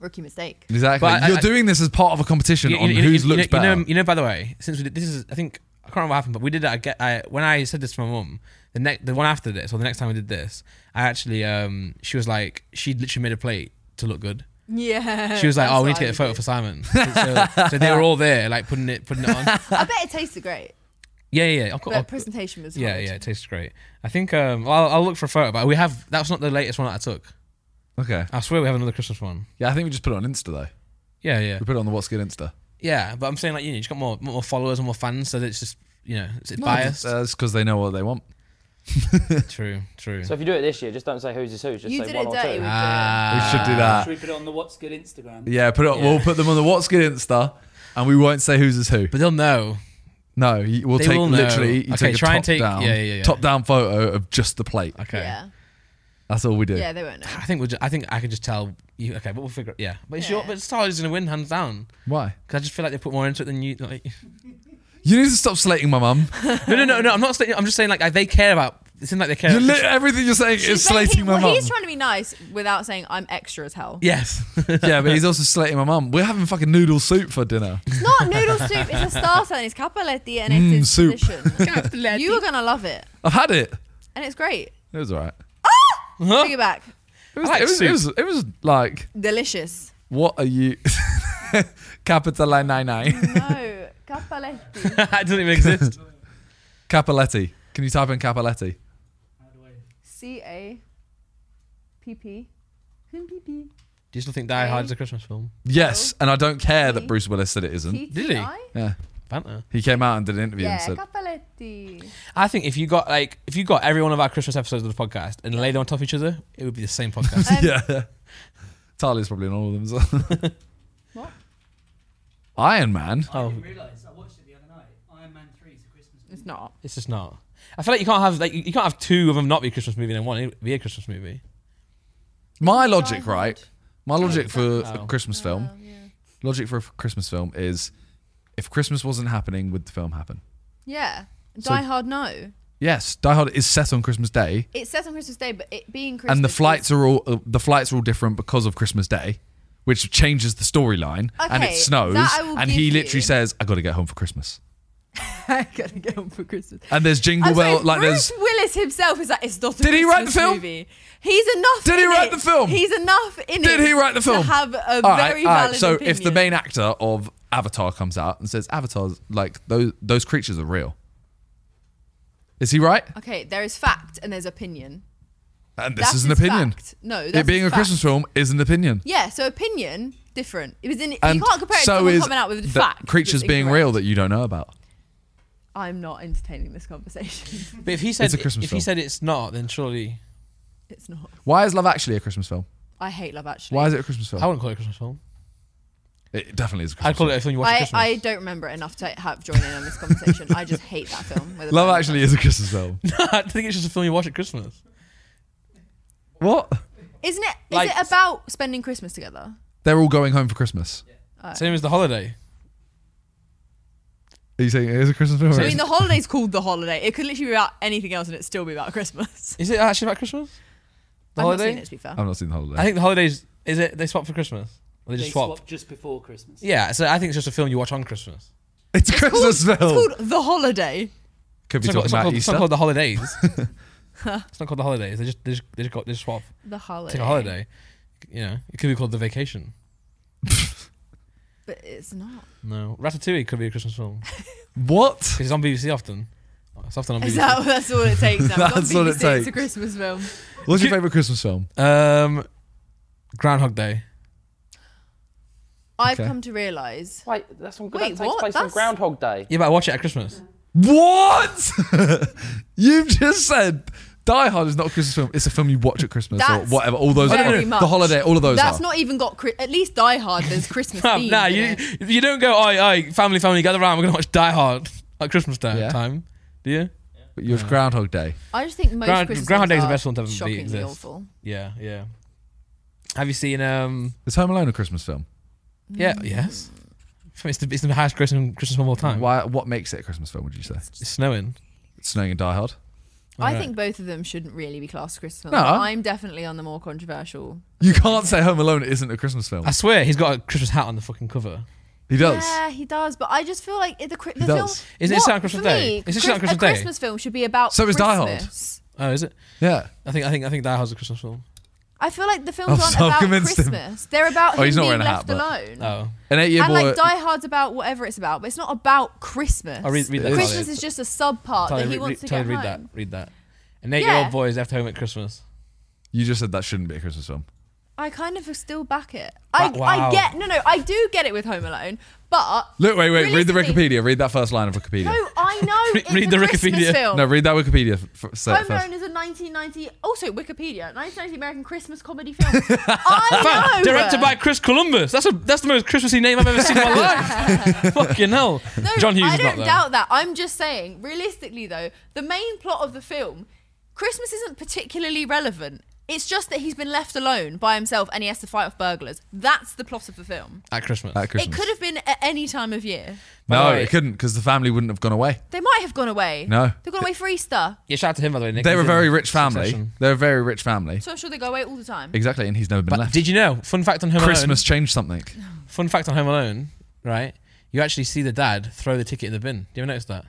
Rookie mistake.
Exactly.
But I-
You're
I-
doing this as part of a competition on who's
you, know-
looks
you
better.
know, you know, by the way, since we did, this is, I think, I can't remember what happened, but we did it. I get, I, when I said this to my mum, the next, the one after this, or the next time we did this, I actually, um, she was like, she literally made a plate to look good.
Yeah.
She was like,
that's
"Oh, we need
what
to get
I
a photo
would
for Simon." so, so they were all there, like putting it, putting it on.
do. I bet it tasted great.
Yeah, yeah, yeah. I'll,
But
I'll,
presentation was
yeah,
hard.
yeah. It tastes great. I think um, I'll, I'll look for a photo, but we have that's not the latest one that I took.
Okay.
I swear we have another Christmas one.
Yeah, I think we just put it on Insta though.
Yeah, yeah,
We put it on the What's Good Insta.
yeah. But I'm saying like you know, you just got more more followers and more fans, so that it's just you know it's biased.
That's because uh, they know what they want.
true, true.
So if you do it this year, just don't say who's is who. Just
You
say
did
one
it
or
dirty
two.
with-
Ah,
we should do that.
Should we put Uh, it on the What's Good Instagram?
Yeah, put it. We'll put them on the What's Good Insta, and we won't say who's is who.
but they'll know.
No, you, we'll
They
take
will know.
literally. You
Okay,
take a
try
top
and take-
down,
yeah, yeah, yeah.
top down photo of just the plate.
Okay.
Yeah.
That's all we do.
Yeah, they won't know.
I think we'll. Just, I think I could just tell you. Okay, but we'll figure. Yeah, but it's your.
Yeah.
But Star's gonna win hands down.
Why?
Because I just feel like they put more into it than you. Like,
You need to stop slating my mum.
no, no, no, no. I'm not. Saying, I'm just saying like I- they care about. It seems like they care.
You
about-
lit everything you're saying is
She's saying he-
slating my
well,
mum.
He's trying to be nice without saying I'm extra as hell.
yes.
yeah, but he's also slating my mum. We're having fucking noodle soup for dinner.
It's not noodle soup. It's a starter and it's capelletti and it's
Mm,
his
soup.
position. you are gonna love it,
I've had it.
and it's great.
It was alright. Oh.
Take it back.
It was,
I like
it, was, it
soup.
was. It was like,
Delicious.
what are you? Capital nine nine.
No, capelletti.
it doesn't even exist.
Capelletti. Can you type in Capelletti?
C A P P. Hmm, P P.
Do you still think Die Hard is a Christmas film?
Yes, and I don't care
Oh,
that
Okay.
Bruce Willis said it isn't.
T
Did
T
he?
I?
Yeah,
Fanta.
he came out and did an interview
Yeah,
and said,
capelletti.
I think if you got like if you got every one of our Christmas episodes of the podcast and laid them on top of each other, it would be the same podcast.
Um,
"Yeah." Talia's probably in all of them. as well.
What?
Iron Man.
Oh.
I didn't realise. I watched it the other night. Iron Man 3 is a Christmas movie.
It's not.
it's just not. I feel like you can't have like you you can't have two of them not be a Christmas movie and one be a Christmas movie.
My
Die
logic,
Hard.
right? My logic for
Oh.
a Christmas film,
Um, yeah.
logic for a Christmas film is, if Christmas wasn't happening, would the film happen?
Yeah.
So-
Die Hard. No.
Yes, Die Hard is set on Christmas Day,
It's set on Christmas Day, but it being Christmas.
and the
is-
flights are all uh, the flights are all different because of Christmas Day, which changes the storyline. and it
Okay,
snows,
that I will
and he
give
literally
you.
says, "I got to get home for Christmas."
I gotta get on for Christmas.
And there's Jingle
I'm
Bell,
sorry,
like
Bruce
there's
Willis himself is like it's not. A
Did he write the
Christmas
film?
Movie. He's enough.
Did he
in
write
it.
the film?
He's enough in it.
Did he write the film?
To have a
All right,
very
all right,
valid
So
opinion.
if the main actor of Avatar comes out and says Avatar's like those those creatures are real, is he right?
okay, there is fact and there's opinion.
And this
That
is an
is
opinion.
fact. No,
it
that's
being a
fact.
Christmas film is an opinion.
Yeah, so opinion different. It was in.
And
you can't compare it
so
to someone
is
coming out with
the
a fact.
creatures
that's
being
incorrect.
real that you don't know about.
I'm not entertaining this conversation.
But if he said
It's a Christmas
if
film.
he said it's not, then surely
it's not.
Why is Love Actually a Christmas film?
I hate Love Actually.
Why is it a Christmas film?
I wouldn't call it a Christmas film.
it definitely is. A Christmas
I'd call it
film.
a film you watch at
I,
Christmas.
I don't remember it enough to have joined in on this conversation. I just hate that film. with a
Love
passion.
Actually is a Christmas film.
I think it's just a film you watch at Christmas.
what?
Isn't it? Is
Like-
it about spending Christmas together?
They're all going home for Christmas.
Same as the holiday.
Are you saying it is a Christmas film? or
I
is
mean,
it-
the holiday's called the holiday. It could literally be about anything else, and it'd still be about Christmas.
Is it actually about Christmas? The
I've not
holiday.
seen it to be fair.
I've not seen the holiday.
I think the holidays is it they swap for Christmas or they
They
just swap.
swapped just before Christmas.
Yeah, so I think it's just a film you watch on Christmas.
it's a Christmas
It's
film.
called the holiday.
Could be
It's not,
talking
it's not
about
called, it's not
Easter.
called the holidays. it's not called the holidays. They just they just they just, got, they just swap.
The holiday.
Take a holiday. You know, it could be called the vacation.
But it's not.
No, Ratatouille could be a Christmas film
What?
because it's on BBC often. It's often on BBC.
Is that, that's all it takes. Now.
That's all it
It's
takes.
a Christmas film.
What's your favorite Christmas film?
um, Groundhog Day.
I've
Okay.
come to realise.
Wait, that's on,
Wait,
that takes
what?
place on
That's-
Groundhog Day.
Yeah, but I watch it at Christmas.
What? You've just said Die Hard is not a Christmas film. It's a film you watch at Christmas
That's
or whatever. All those
very
are.
much.
The holiday, all of those
That's
are.
not even got. Chri- At least Die Hard, there's Christmas themes.
nah,
in
you
it.
you don't go. Oi, oi, family, family, gather round. We're gonna watch Die Hard at Christmas time.
Yeah.
Time, do you?
but yours Groundhog Day.
I just think most
Ground-
Christmas
Groundhog Day's
films
the
are
best one to ever be-
shockingly
exist.
awful.
Yeah, yeah. Have you seen? Um,
Is Home Alone a Christmas film?
yeah,
Mm.
yes. It's the, it's the highest grossing Christmas film of all time.
Why? What makes it a Christmas film? Would you say?
It's snowing.
It's snowing in Die Hard.
I
Alright.
think both of them shouldn't really be classed as Christmas films.
No.
but I'm definitely on the more controversial.
You can't say Home Alone isn't a Christmas film.
I swear, he's got a Christmas hat on the fucking cover.
He does.
Yeah, he does. But I just feel like it- the, cri- the film.
does.
Is it
What-
set on Christmas
for
Day?
Me,
Is it set
Chris-
on Christmas
a
Day?
Christmas film should be about.
So is Die Hard.
Christmas.
Oh, is it?
Yeah.
I think I think I think Die Hard's a Christmas film.
I feel like the
I'm
films aren't
so
about
convinced him.
Christmas. They're about
Oh,
him
he's not
being
wearing a
left
hat,
alone.
Oh,
An eight year
and
boy. uh,
like Die Hard's about whatever it's about, but it's not about Christmas.
I'll read, read that.
Christmas
Charlie.
is just a sub part
Charlie,
that he
read-
wants to
Charlie,
get
read
home.
that. Read that. An eight-year-old
Yeah.
boy is left home at Christmas.
you just said that shouldn't be a Christmas film.
I kind of still back it. I,
Ba- wow.
I get no no I do get it with Home Alone, but
Look, wait, wait. Read the
realistically-
Wikipedia. Read that first line of Wikipedia.
No, I know.
Read-
it's
read
a
the
Christmas
Wikipedia.
Film.
No, read that Wikipedia f- f- set
Home
first.
Alone is a 1990, also Wikipedia, 1990 American Christmas comedy film. I know.
Directed by Chris Columbus. That's a that's the most Christmassy name I've ever seen in my life. Fucking hell.
No,
John Hughes
I
is not
don't
there.
doubt that. I'm just saying, realistically though, the main plot of the film, Christmas isn't particularly relevant. It's just that he's been left alone by himself and he has to fight off burglars. That's the plot of the film.
at Christmas.
At Christmas.
It could have been at any time of year.
no,
Wait.
it couldn't because the family wouldn't have gone away.
They might have gone away.
No.
They've gone away for Easter.
yeah, shout out to him by the way. Nick.
They're a
He's in
very rich family.
Succession.
They're a very rich family.
So I'm sure they go away all the time.
Exactly, and he's never been
But
left.
did you know? Fun fact on Home
Christmas changed something.
Alone. Fun fact on Home Alone. Right, you actually see the dad throw the ticket in the bin. Do you ever notice that?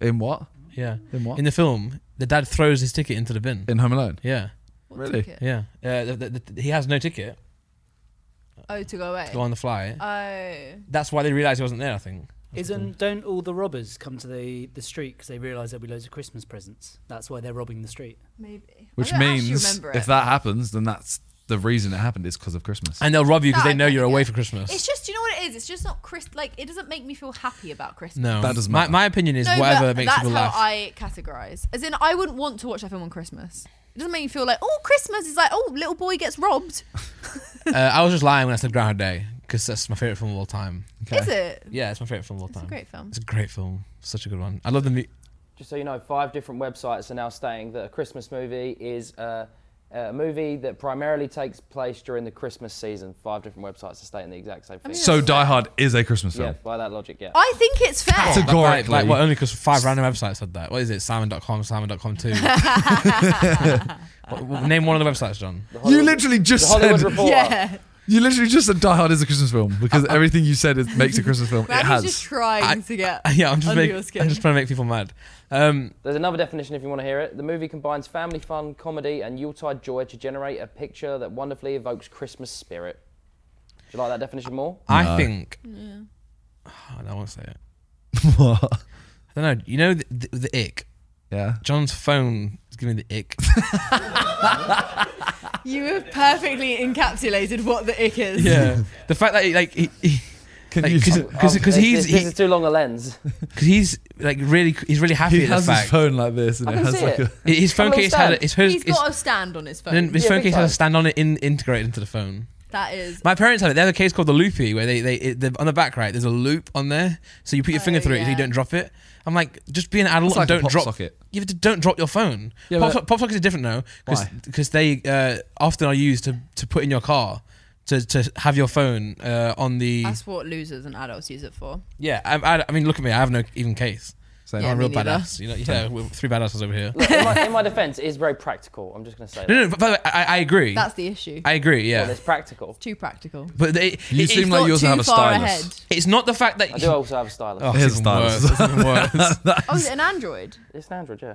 In what?
Yeah.
In what?
In the film, the dad throws his ticket into the bin.
In Home Alone.
Yeah,
What
Really?
ticket?
yeah. Uh, the, the, the, he has no ticket.
Oh, to go away.
Go on the fly.
Oh.
That's why they realised he wasn't there. I think.
Isn't don't all the robbers come to the the street because they realise there'll be loads of Christmas presents? That's why they're robbing the street.
Maybe.
Which
I don't actually
means
remember
if
it.
that happens, then that's the reason it happened is because of Christmas.
And they'll rob you because
That
they
I
know
kinda
you're away
get.
for Christmas.
It's just, you know what it is? It's just not Chris. Like, it doesn't make me feel happy about Christmas.
no,
That doesn't
my,
matter.
my opinion is
No,
whatever
but
makes
that's
people
how
laugh.
I categorize. As in, I wouldn't want to watch that film on Christmas. It doesn't make me feel like, oh, Christmas is like, oh, little boy gets robbed.
uh, I was just lying when I said Groundhog Day because that's my favorite film of all time.
Okay.
Is it?
Yeah, it's my favorite film of all
It's a
time.
great film.
It's a great film. Such a good one. I love the. Mu-
Just so you know, five different websites are now stating that a Christmas movie is a, a movie that primarily takes place during the Christmas season. Five different websites are stating the exact same thing.
so Die Hard is a Christmas
yeah,
film.
by that logic, yeah.
I think it's fair.
That's a-
like,
Categorically.
like what? Only because five random websites said that. What is it? Salmon.com, Salmon.com too. What- what- name one of the websites, John.
The
You
Hollywood-
literally
the
just
Hollywood
said Uh,
Reporter.
yeah.
you literally just said Die Hard is a Christmas film because everything you said is, makes a Christmas film. it
Maddie's
has.
just trying
I-
to get
yeah, I'm just
under
making,
your
I'm
skin.
just trying to make people mad. Um,
There's another definition if you want to hear it. The movie combines family fun, comedy, and Yuletide joy to generate a picture that wonderfully evokes Christmas spirit. Do you like that definition more?
I think. Oh, no, I won't say it.
What?
I don't know. You know the, the, the ick.
Yeah.
John's phone is giving me the ick.
You have perfectly encapsulated what the ick is.
yeah, the fact that he, like he, he
Can
Like,
you?
because
Oh,
because
this-
he's
this, this
he,
is too long a lens.
cause he's like really he's really happy
He
at the
has his
fact
phone like this, and
I
it
can
has
see
like
it.
a.
his phone
Hello,
case
Stan.
had a, his phone
He's
his,
got a stand on his
then
phone.
his
Yeah,
phone
big
case has
time.
a stand on it in integrated into the phone.
That is.
My parents had it. They had a case called the loopy, where they they it, the, on the back right. There's a loop on there, so you put your
Oh,
finger through it so you
yeah.
don't drop it. I'm like, just be an adult
It's
and
like a
don't
pop
drop.
socket.
You have to- don't drop your phone.
Yeah,
pop,
but-
so- pop sockets are different now
Why?
because they uh, often are used to to put in your car. To, to have your phone uh, on the
That's what losers and adults use it for.
yeah I, I, I mean look at me I have no even case
Same.
Yeah.
I'm a real
me neither.
badass you know yeah we're three badasses over here
Look, in, my, in my defense, it is very practical. I'm just going to say
no
that.
no but by the way, I, I agree
That's the issue.
I agree
Well,
yeah
it's practical.
Too practical.
but it,
You
it-
seem
it's
like
not-
you also
too
have a
far
stylus.
ahead.
it's not the fact that
I do also have a stylus.
Oh,
Here's
it's even
a
worse.
stylus.
It's even worse.
Oh, is it an Android?
It's an Android, yeah.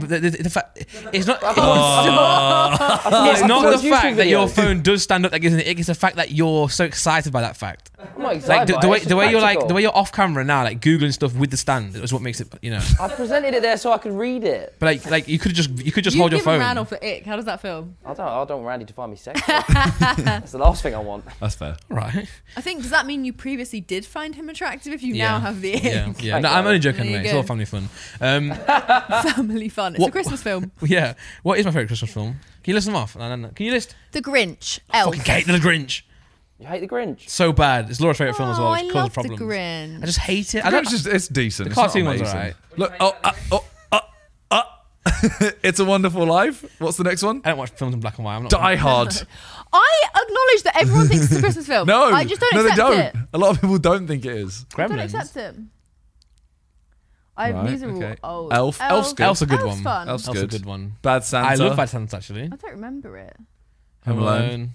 But the, the, the fact it's not it's
I've
not
watched
the
YouTube
fact that your
videos.
phone does stand up that gives an ick. It's the fact that you're so excited by that fact.
I'm not excited
Like the,
by
the
it,
way
it's just
the way you're like
practical.
the way you're off camera now, like googling stuff with the stand is what makes it you know.
I presented it there so I could read it.
But like like you could just you could just
you
hold your
give
phone.
Randall for ick. How does that feel?
I don't. I don't want Randy to find me sexy. That's the last thing I want.
That's fair.
Right.
I think does that mean you previously did find him attractive if you now have the ick?
Yeah, yeah.
Thank
No, I'm
God.
only joking,
There you
mate. It's
go.
all family fun. Um,
Family fun. It's
What-
a Christmas film.
yeah. What is my favorite Christmas film? Can you list them off? No, no, no. Can you list?
The Grinch. Elf.
Fucking Kate the Grinch.
You hate the Grinch.
So bad. It's Laura's favorite film as
Oh,
well.
I
Which causes
love the
problems.
Grinch.
I just hate it. I don't.
It's, just, it's decent.
The
it's not
cartoon one's
amazing.
alright.
Look, oh, uh, oh, uh, uh, it's a Wonderful Life. What's the next one?
I don't watch films in black and white. I'm not.
Die Hard.
I acknowledge that everyone thinks it's a Christmas film.
No,
I just don't
no,
accept
they
it.
don't. A lot of people don't think it is.
I don't
Gremlins.
accept it. I
Right,
these are all
okay.
old.
Elf- Elf's good.
Elf's a good
Elf's
one.
Fun.
Elf's-
That's a
Good.
good one.
Bad Santa.
I love Bad Santa actually.
I don't remember it.
Home Alone.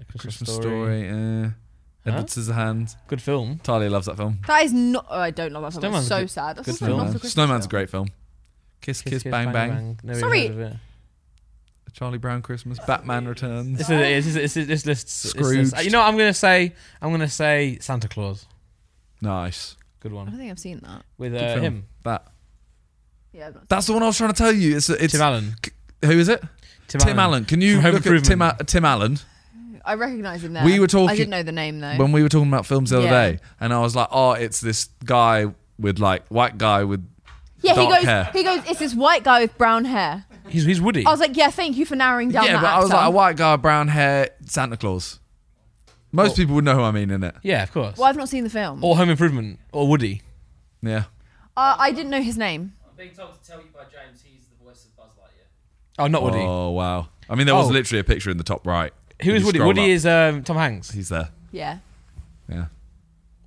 A Christmas,
Christmas
story.
Story. Uh, Edward Scissorhands.
Good film.
Talia loves that film.
That is not. Oh, I don't love that film.
Snowman's
It's
a
so
good-
sad. That's
good
also not
film.
a
Snowman.
Christmas
Snowman's a
film.
great film. Kiss, kiss, bang, bang.
Nobody
Sorry.
heard of it.
Charlie Brown Christmas, Batman Returns.
This, is, this, is, this, is, this lists. this lists-
Scrooged.
you know, what I'm gonna say. I'm gonna say Santa Claus.
Nice.
Good
I don't
one
think I've seen that.
with
Good
uh,
film.
him,
That.
Yeah, I've not
That's the one I was trying to tell you. It's it's
Tim Allen.
who is it?
Tim,
Tim Allen. Can you
From Home
look at Tim,
Improvement.
A- Tim Allen?
I recognise him there.
We were
I
talking-
didn't know the name though.
When we were talking about films the other
Yeah.
day, and I was like, oh, it's this guy with like white guy with
yeah, he
dark
goes.
hair.
He goes. It's this white guy with brown hair.
He's, he's Woody.
I was like, yeah, thank you for narrowing down.
yeah,
that
but I was
actor.
like a white guy, brown hair, Santa Claus.
Oh.
Most people would know who I mean in it.
yeah, of course.
well, I've not seen the film.
Or Home Improvement. Or Woody.
Yeah.
Uh, I didn't know his name.
I'm being told to tell you by James he's the voice of Buzz Lightyear.
Oh, not Woody.
Oh wow. I mean, there was
Oh.
literally a picture in the top right.
Who
If
is
you
Woody?
scroll
Woody
up,
is um, Tom Hanks.
He's there.
Yeah.
Yeah.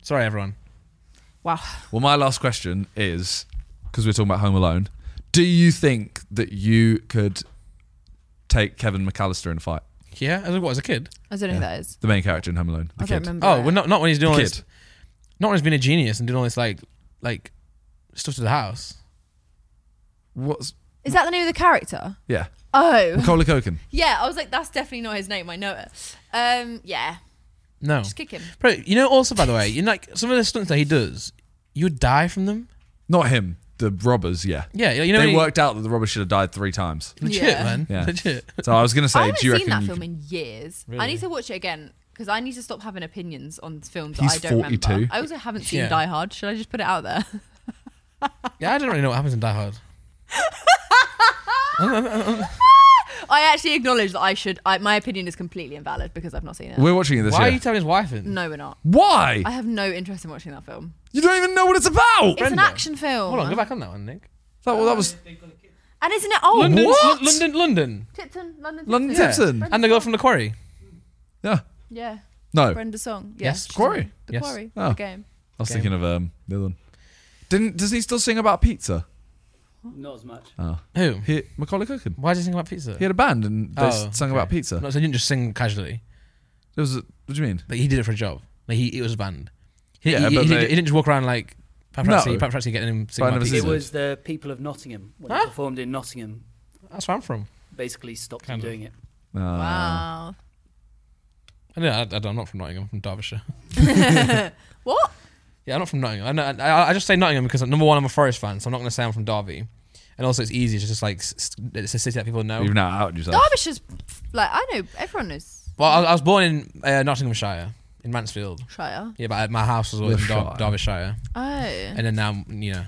Sorry, everyone.
Wow.
Well, my last question is because we're talking about Home Alone. Do you think that you could take Kevin McAllister in a fight?
Yeah, as a, what, as a kid?
I don't know who that is.
The main character in Home Alone. The
I
kid.
don't remember.
Oh,
it.
well, not not when he's doing
The
all
kid.
this. Not when he's been a genius and doing all this like like stuff to the house.
What's
Is that the name of the character?
yeah?
Oh,
Macaulay Culkin.
yeah. I was like, that's definitely not his name. I know it. Um, yeah.
No.
Just kick him.
Bro, you know. Also, by the way, you know, like some of the stunts that he does, you would die from them.
Not him. The robbers. Yeah.
Yeah, you know.
they
he-
worked out that the robbers should have died three times.
Legit,
Yeah.
man.
Yeah.
Legit.
So I was gonna
I
say,
haven't
do you
seen
reckon?
that
you
film
could-
in years. I
Really?
need to watch it again because I need to stop having opinions on films
He's
that I don't
42.
remember. I also haven't seen
Yeah.
Die Hard. Should I just put it out there?
Yeah, I don't really know what happens in Die Hard.
I actually acknowledge that I should. I, my opinion is completely invalid because I've not seen it.
We're watching it this
Why are
year.
you telling his wife in?
no, we're not.
Why?
I have no interest in watching that film.
You don't even know what it's about.
It's an
Brenda.
action film.
Hold on, go back on that one, Nick.
That, well, that was
And isn't it old?
London,
What?
L- London, London,
Tipton, London.
London
Tipton.
Tipton.
and the girl from the quarry.
Yeah.
Yeah.
No.
Brenda Song. Yeah,
Yes.
she's
Quarry.
in The
Yes.
Quarry.
Oh.
The game.
I was
Game.
thinking of um the other one. Didn't does he still sing about pizza?
Not as much.
Who?
He, Macaulay Culkin.
Why do you think about pizza?
He had a band and they
Oh,
sang
okay.
about pizza.
No, so he didn't just sing casually.
There was a, what do you mean?
Like he did it for a job. Like he, it was a band. He,
Yeah,
he,
but
he,
they-
he didn't just walk around like paparazzi,
No.
paparazzi getting him
But I
singing about
never
pizza.
It
seen
was the people of Nottingham when
Huh?
it performed in Nottingham.
That's where I'm from.
Basically, stopped
Kind
him
of.
doing it.
Uh,
Ah.
Wow.
I know, I, I, am not from Nottingham. I'm from Derbyshire.
What?
Yeah, I'm not from Nottingham. I, know, I, I just say Nottingham because number one, I'm a Forest fan, so I'm not going to say I'm from Derby. And also, it's easy. It's just like s- s- it's a city that people know.
You've now outed yourself.
Derbyshire's like I know everyone knows
Well, I, I was born in uh, Nottinghamshire, in Mansfield.
Shire.
Yeah, but I- my house was always in Dar- Derbyshire,
Derbyshire.
Oh.
and then now you know.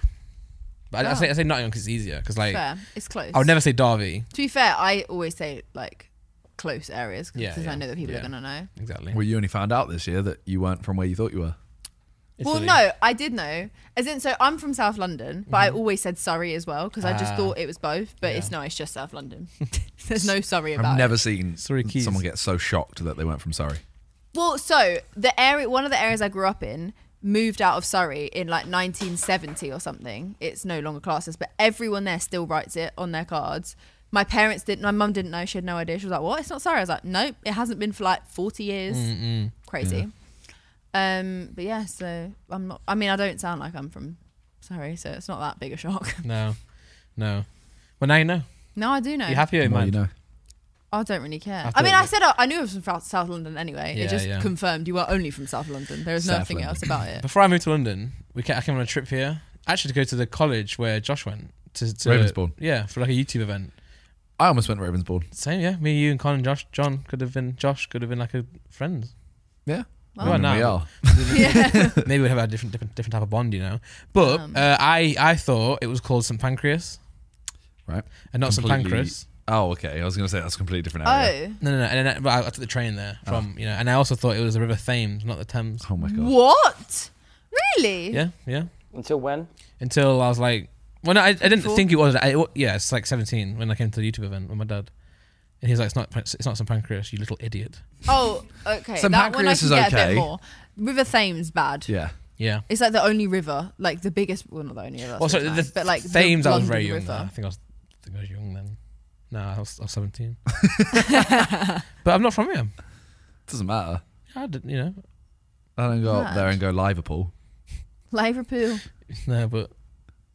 But I, I say I say Nottingham because it's easier. Because like
fair. It's close.
I would never say Derby
To be fair, I always say like close areas because
Yeah, yeah,
I know that people
yeah.
are gonna know.
exactly.
Well, you only found out this year that you weren't from where you thought you were.
Italy.
Well, no, I did know. As in, so I'm from South London, but I always said Surrey as well because I just
Mm-hmm. Ah.
thought it was both. But it's
Yeah.
not. It's just South London. There's no Surrey about
I've
it.
never seen
Surrey Keys.
someone get so shocked that they weren't from Surrey.
Well, so the area, one of the areas I grew up in, moved out of Surrey in like 1970 or something. It's no longer classes, but everyone there still writes it on their cards. My parents didn't. My mum didn't know. She had no idea. She was like, "What? It's not Surrey." I was like, "Nope, it hasn't been for like 40 years. Crazy." Um, but yeah, so I'm not. I mean, I don't sound like I'm from Surrey, so it's not that big a shock.
No, no. Well, now you know.
no, I do know.
You happy,
Well,
man?
you know.
I don't really care.
I
I, mean,
thought
I said I, I knew it was from Fou- South London anyway.
Yeah,
it just
yeah.
confirmed you were only from South London. There is
South
nothing
London.
else about it.
Before I moved to London, we ca I came on a trip here. Actually, to go to the college where Josh went to, to
Ravensbourne.
Yeah, for like a YouTube event.
I almost went Ravensbourne.
Same, yeah. Me, you, and Con and Josh. John could have been. Josh could have been like a friends.
Yeah.
Well,
I mean,
now-
we are.
Maybe we'd have a different, different, different type of bond, you know. But
Um.
uh, I, I thought it was called St Pancras,
Right.
and not St
Completely-
Pancras.
Oh, okay. I was going to say that's a completely different area.
Oh,
No, no, no. And then I, but I, I took the train there
Ah.
from, you know. And I also thought it was the River Thames, not the Thames.
Oh, my God.
what? Really?
Yeah, yeah.
Until when?
Until I was like, well, no, I, I didn't
Four.
think it was. I, yeah, it's like 17 when I came to the YouTube event with my dad, and he was like, "It's not, it's not St Pancras, you little idiot."
Oh, okay. that
St.
one I
Pancras
can
is
get a
okay.
bit more. River Thames bad.
Yeah.
Yeah.
It's like the only river, like the biggest. Well, not the only river. that's
Well, sorry,
really
the,
nice, but like the
Thames. I was
London
very young. then. I
River.
think I was, I think I was young then. No, I was, I was seventeen. but I'm not from here.
Doesn't matter.
I didn't, you know.
I don't go up there and go Liverpool.
Liverpool.
No, but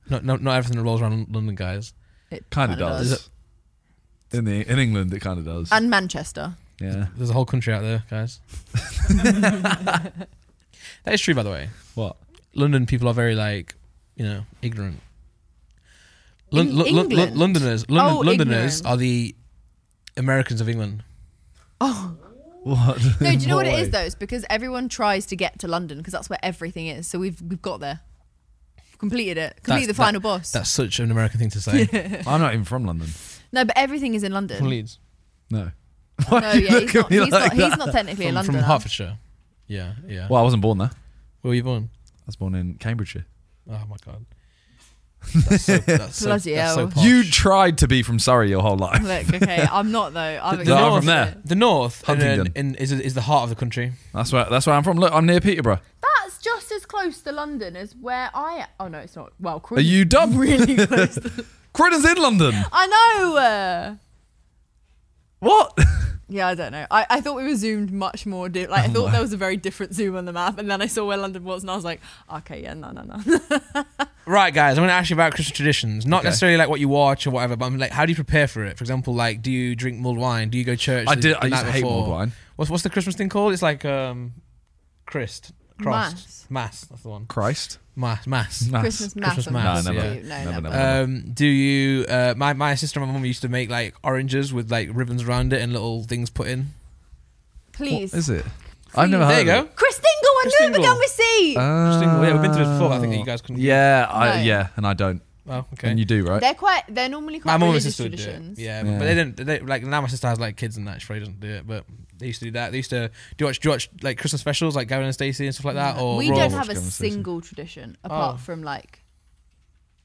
not, not, not everything that rolls around London, guys.
It
Kind
kinda
of does. In the in England, it kind of does.
and Manchester.
yeah.
There's a whole country out there, guys. that is true, by the way.
What?
London people are very like, you know, ignorant.
In
Lon- Lon- Lon-
England?
Londoners, London,
Oh,
Londoners
ignorant.
are the Americans of England.
Oh
What?
no! Do you know what it
way?
is though? It's because everyone tries to get to London because that's where everything is. So we've we've got there, completed it, completed the
that-
final boss.
That's such an American thing to say.
I'm not even from London.
No, but everything is in London.
From Leeds,
No.
No, yeah,
Why do you look
he's
at
not.
me
He's,
like
not he's
that?
not technically a
from, from
Londoner.
Hertfordshire. Yeah, yeah.
Well, I wasn't born there. I
Where were you born?
was born in Cambridgeshire.
Oh my god. That's so, that's so,
Bloody
that's so
hell.
posh.
You tried to be from Surrey your whole life.
Look, okay, I'm not though. I'm
No, I'm
acknowledged
from there.
it.
the north and,
Huntingdon.
and is is the heart of the country.
That's where that's where I'm from. Look, I'm near Peterborough.
That's just as close to London as where I am. Oh no, it's not. Well,
Are you dumb?
really close? To-
Croydon's in London.
I know. Uh,
What?
yeah, I don't know. I, I thought we were zoomed much more. Di-
Oh
like I thought there was a very different zoom on the map, and then I saw where London was, and I was like, okay, yeah, no, no, no.
Right, guys, I'm going to ask you about Christian traditions. Not
Okay.
necessarily like what you watch or whatever, but I'm like, how do you prepare for it? For example, like, do you drink mulled wine? Do you go to church?
I
the-
did.
The
I used
night
to hate
before?
mulled wine.
What's what's the Christmas thing called? It's like um, Christ, crossed, mass. That's the one.
Christ.
Mass, mass.
Mass.
Christmas mass.
Christmas
on
mass,
Christmas
yeah.
Eve. No,
Never,
never.
never.
Um, do you? Uh, my my sister and my mum used to make like oranges with like ribbons around it and little things put in.
Please.
What is it? I've never
there
heard.
you go.
Of
Chris Dingle, I
Chris
knew it
Dingle.
began with C.
it.
Interesting. Well, yeah, we've been to this before. but I think
Oh.
you guys couldn't.
Yeah, I
No.
yeah, and I don't.
Oh, okay.
And you do, right?
they're quite. They're normally
my
quite
mum and my
religious
sister would do it.
traditions.
Yeah,
Yeah.
but they didn't. They, like now, my sister has like kids and that. She probably doesn't do it, but they used to do that. They used to do you watch, do you watch like Christmas specials, like Gavin and Stacey and stuff like that. Or
we
Raw?
don't
Watch
have a
Christmas Eve.
single tradition apart
Oh.
from like,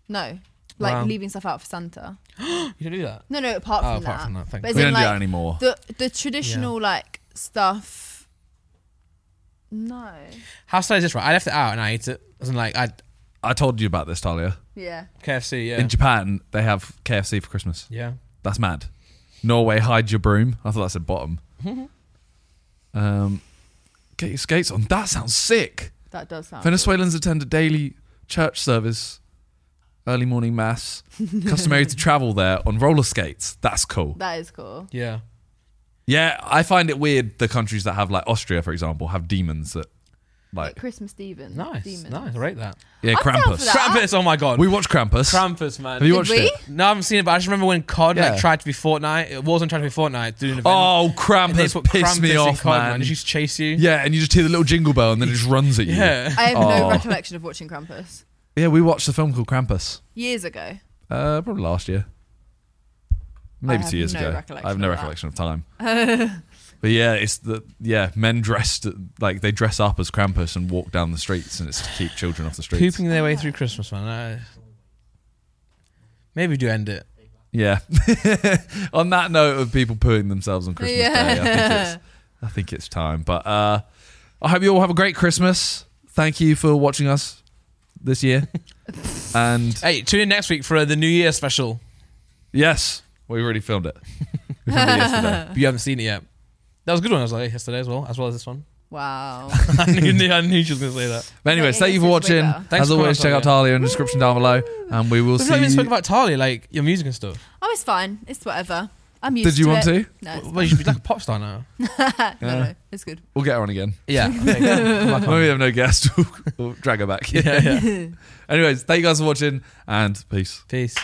no, like
Wow.
leaving stuff out for Santa.
You don't do that.
No, no, apart
Oh,
from
apart
that.
from that, thank
But
you.
as
We
in,
don't do that
like,
anymore.
the the traditional like stuff. No.
How sad is this? Right, I left it out and I ate it. As in, like I
I told you about this, Talia.
Yeah.
KFC. Yeah,
In Japan, they have KFC for Christmas.
yeah.
That's mad. Norway, hide your broom. I thought that said bottom. um, get your skates on. That sounds sick.
That does sound.
Venezuelans attend a daily church service, early morning mass, customary to travel there on roller skates. That's cool.
That is cool.
Yeah.
Yeah, I find it weird the countries that have like Austria, for example, have demons that
Like
like
Christmas Demons.
Nice.
Demons.
Nice. I rate that.
yeah
I'm down for
Krampus.
that.
Krampus. Oh my god.
We watch Krampus.
Krampus, man.
have you
Did
watched
we?
it?
no, I haven't seen it, but I just remember when COD
Yeah.
like tried to be Fortnite. It wasn't trying to be Fortnite. Doing an event.
Oh,
and they
Krampus
put
pissed
Krampus
me
in
off,
COD,
man.
It used to chase you.
Yeah, and you just hear the little jingle bell, and then it just runs at you.
Yeah.
I have
Oh.
no recollection of watching Krampus
Yeah, we watched a film called Krampus.
years ago.
Uh, probably last year. Maybe
have
two years
no
ago.
recollection
I have no
of that.
recollection of time. but yeah, it's the yeah men dressed like they dress up as Krampus and walk down the streets, and it's to keep children off the streets.
Pooping their way through Christmas, man. I, maybe we do end it.
Yeah. on that note of people pooing themselves on Christmas Day, I think, it's, I think it's time. But uh, I hope you all have a great Christmas. Thank you for watching us this year. and
Hey, tune in next week for uh, the New Year special.
yes, we already filmed it. We filmed it yesterday.
If you haven't seen it yet, that was a good one. I was like yesterday as well, as well as this one.
Wow.
I knew, I knew she was going to say that.
But anyways,
Yeah,
thank
yeah, this
you for
is way
watching.
better.
Thanks
As
for
always,
coming
check
on,
out Talia in the description down below, and we will
We've
see.
not even
you-
spoken about Talia, like your music and stuff.
oh, it's fine. It's whatever. I'm used.
Did you
to
want
it.
to?
No. it's
Well, you should be like a pop star now.
fine. no,
Yeah.
no, it's good.
We'll get her on again.
Yeah. Okay, come back
When
on.
we have no guest, we'll drag her back.
yeah, yeah.
Anyways, thank you guys for watching, and peace.
Peace.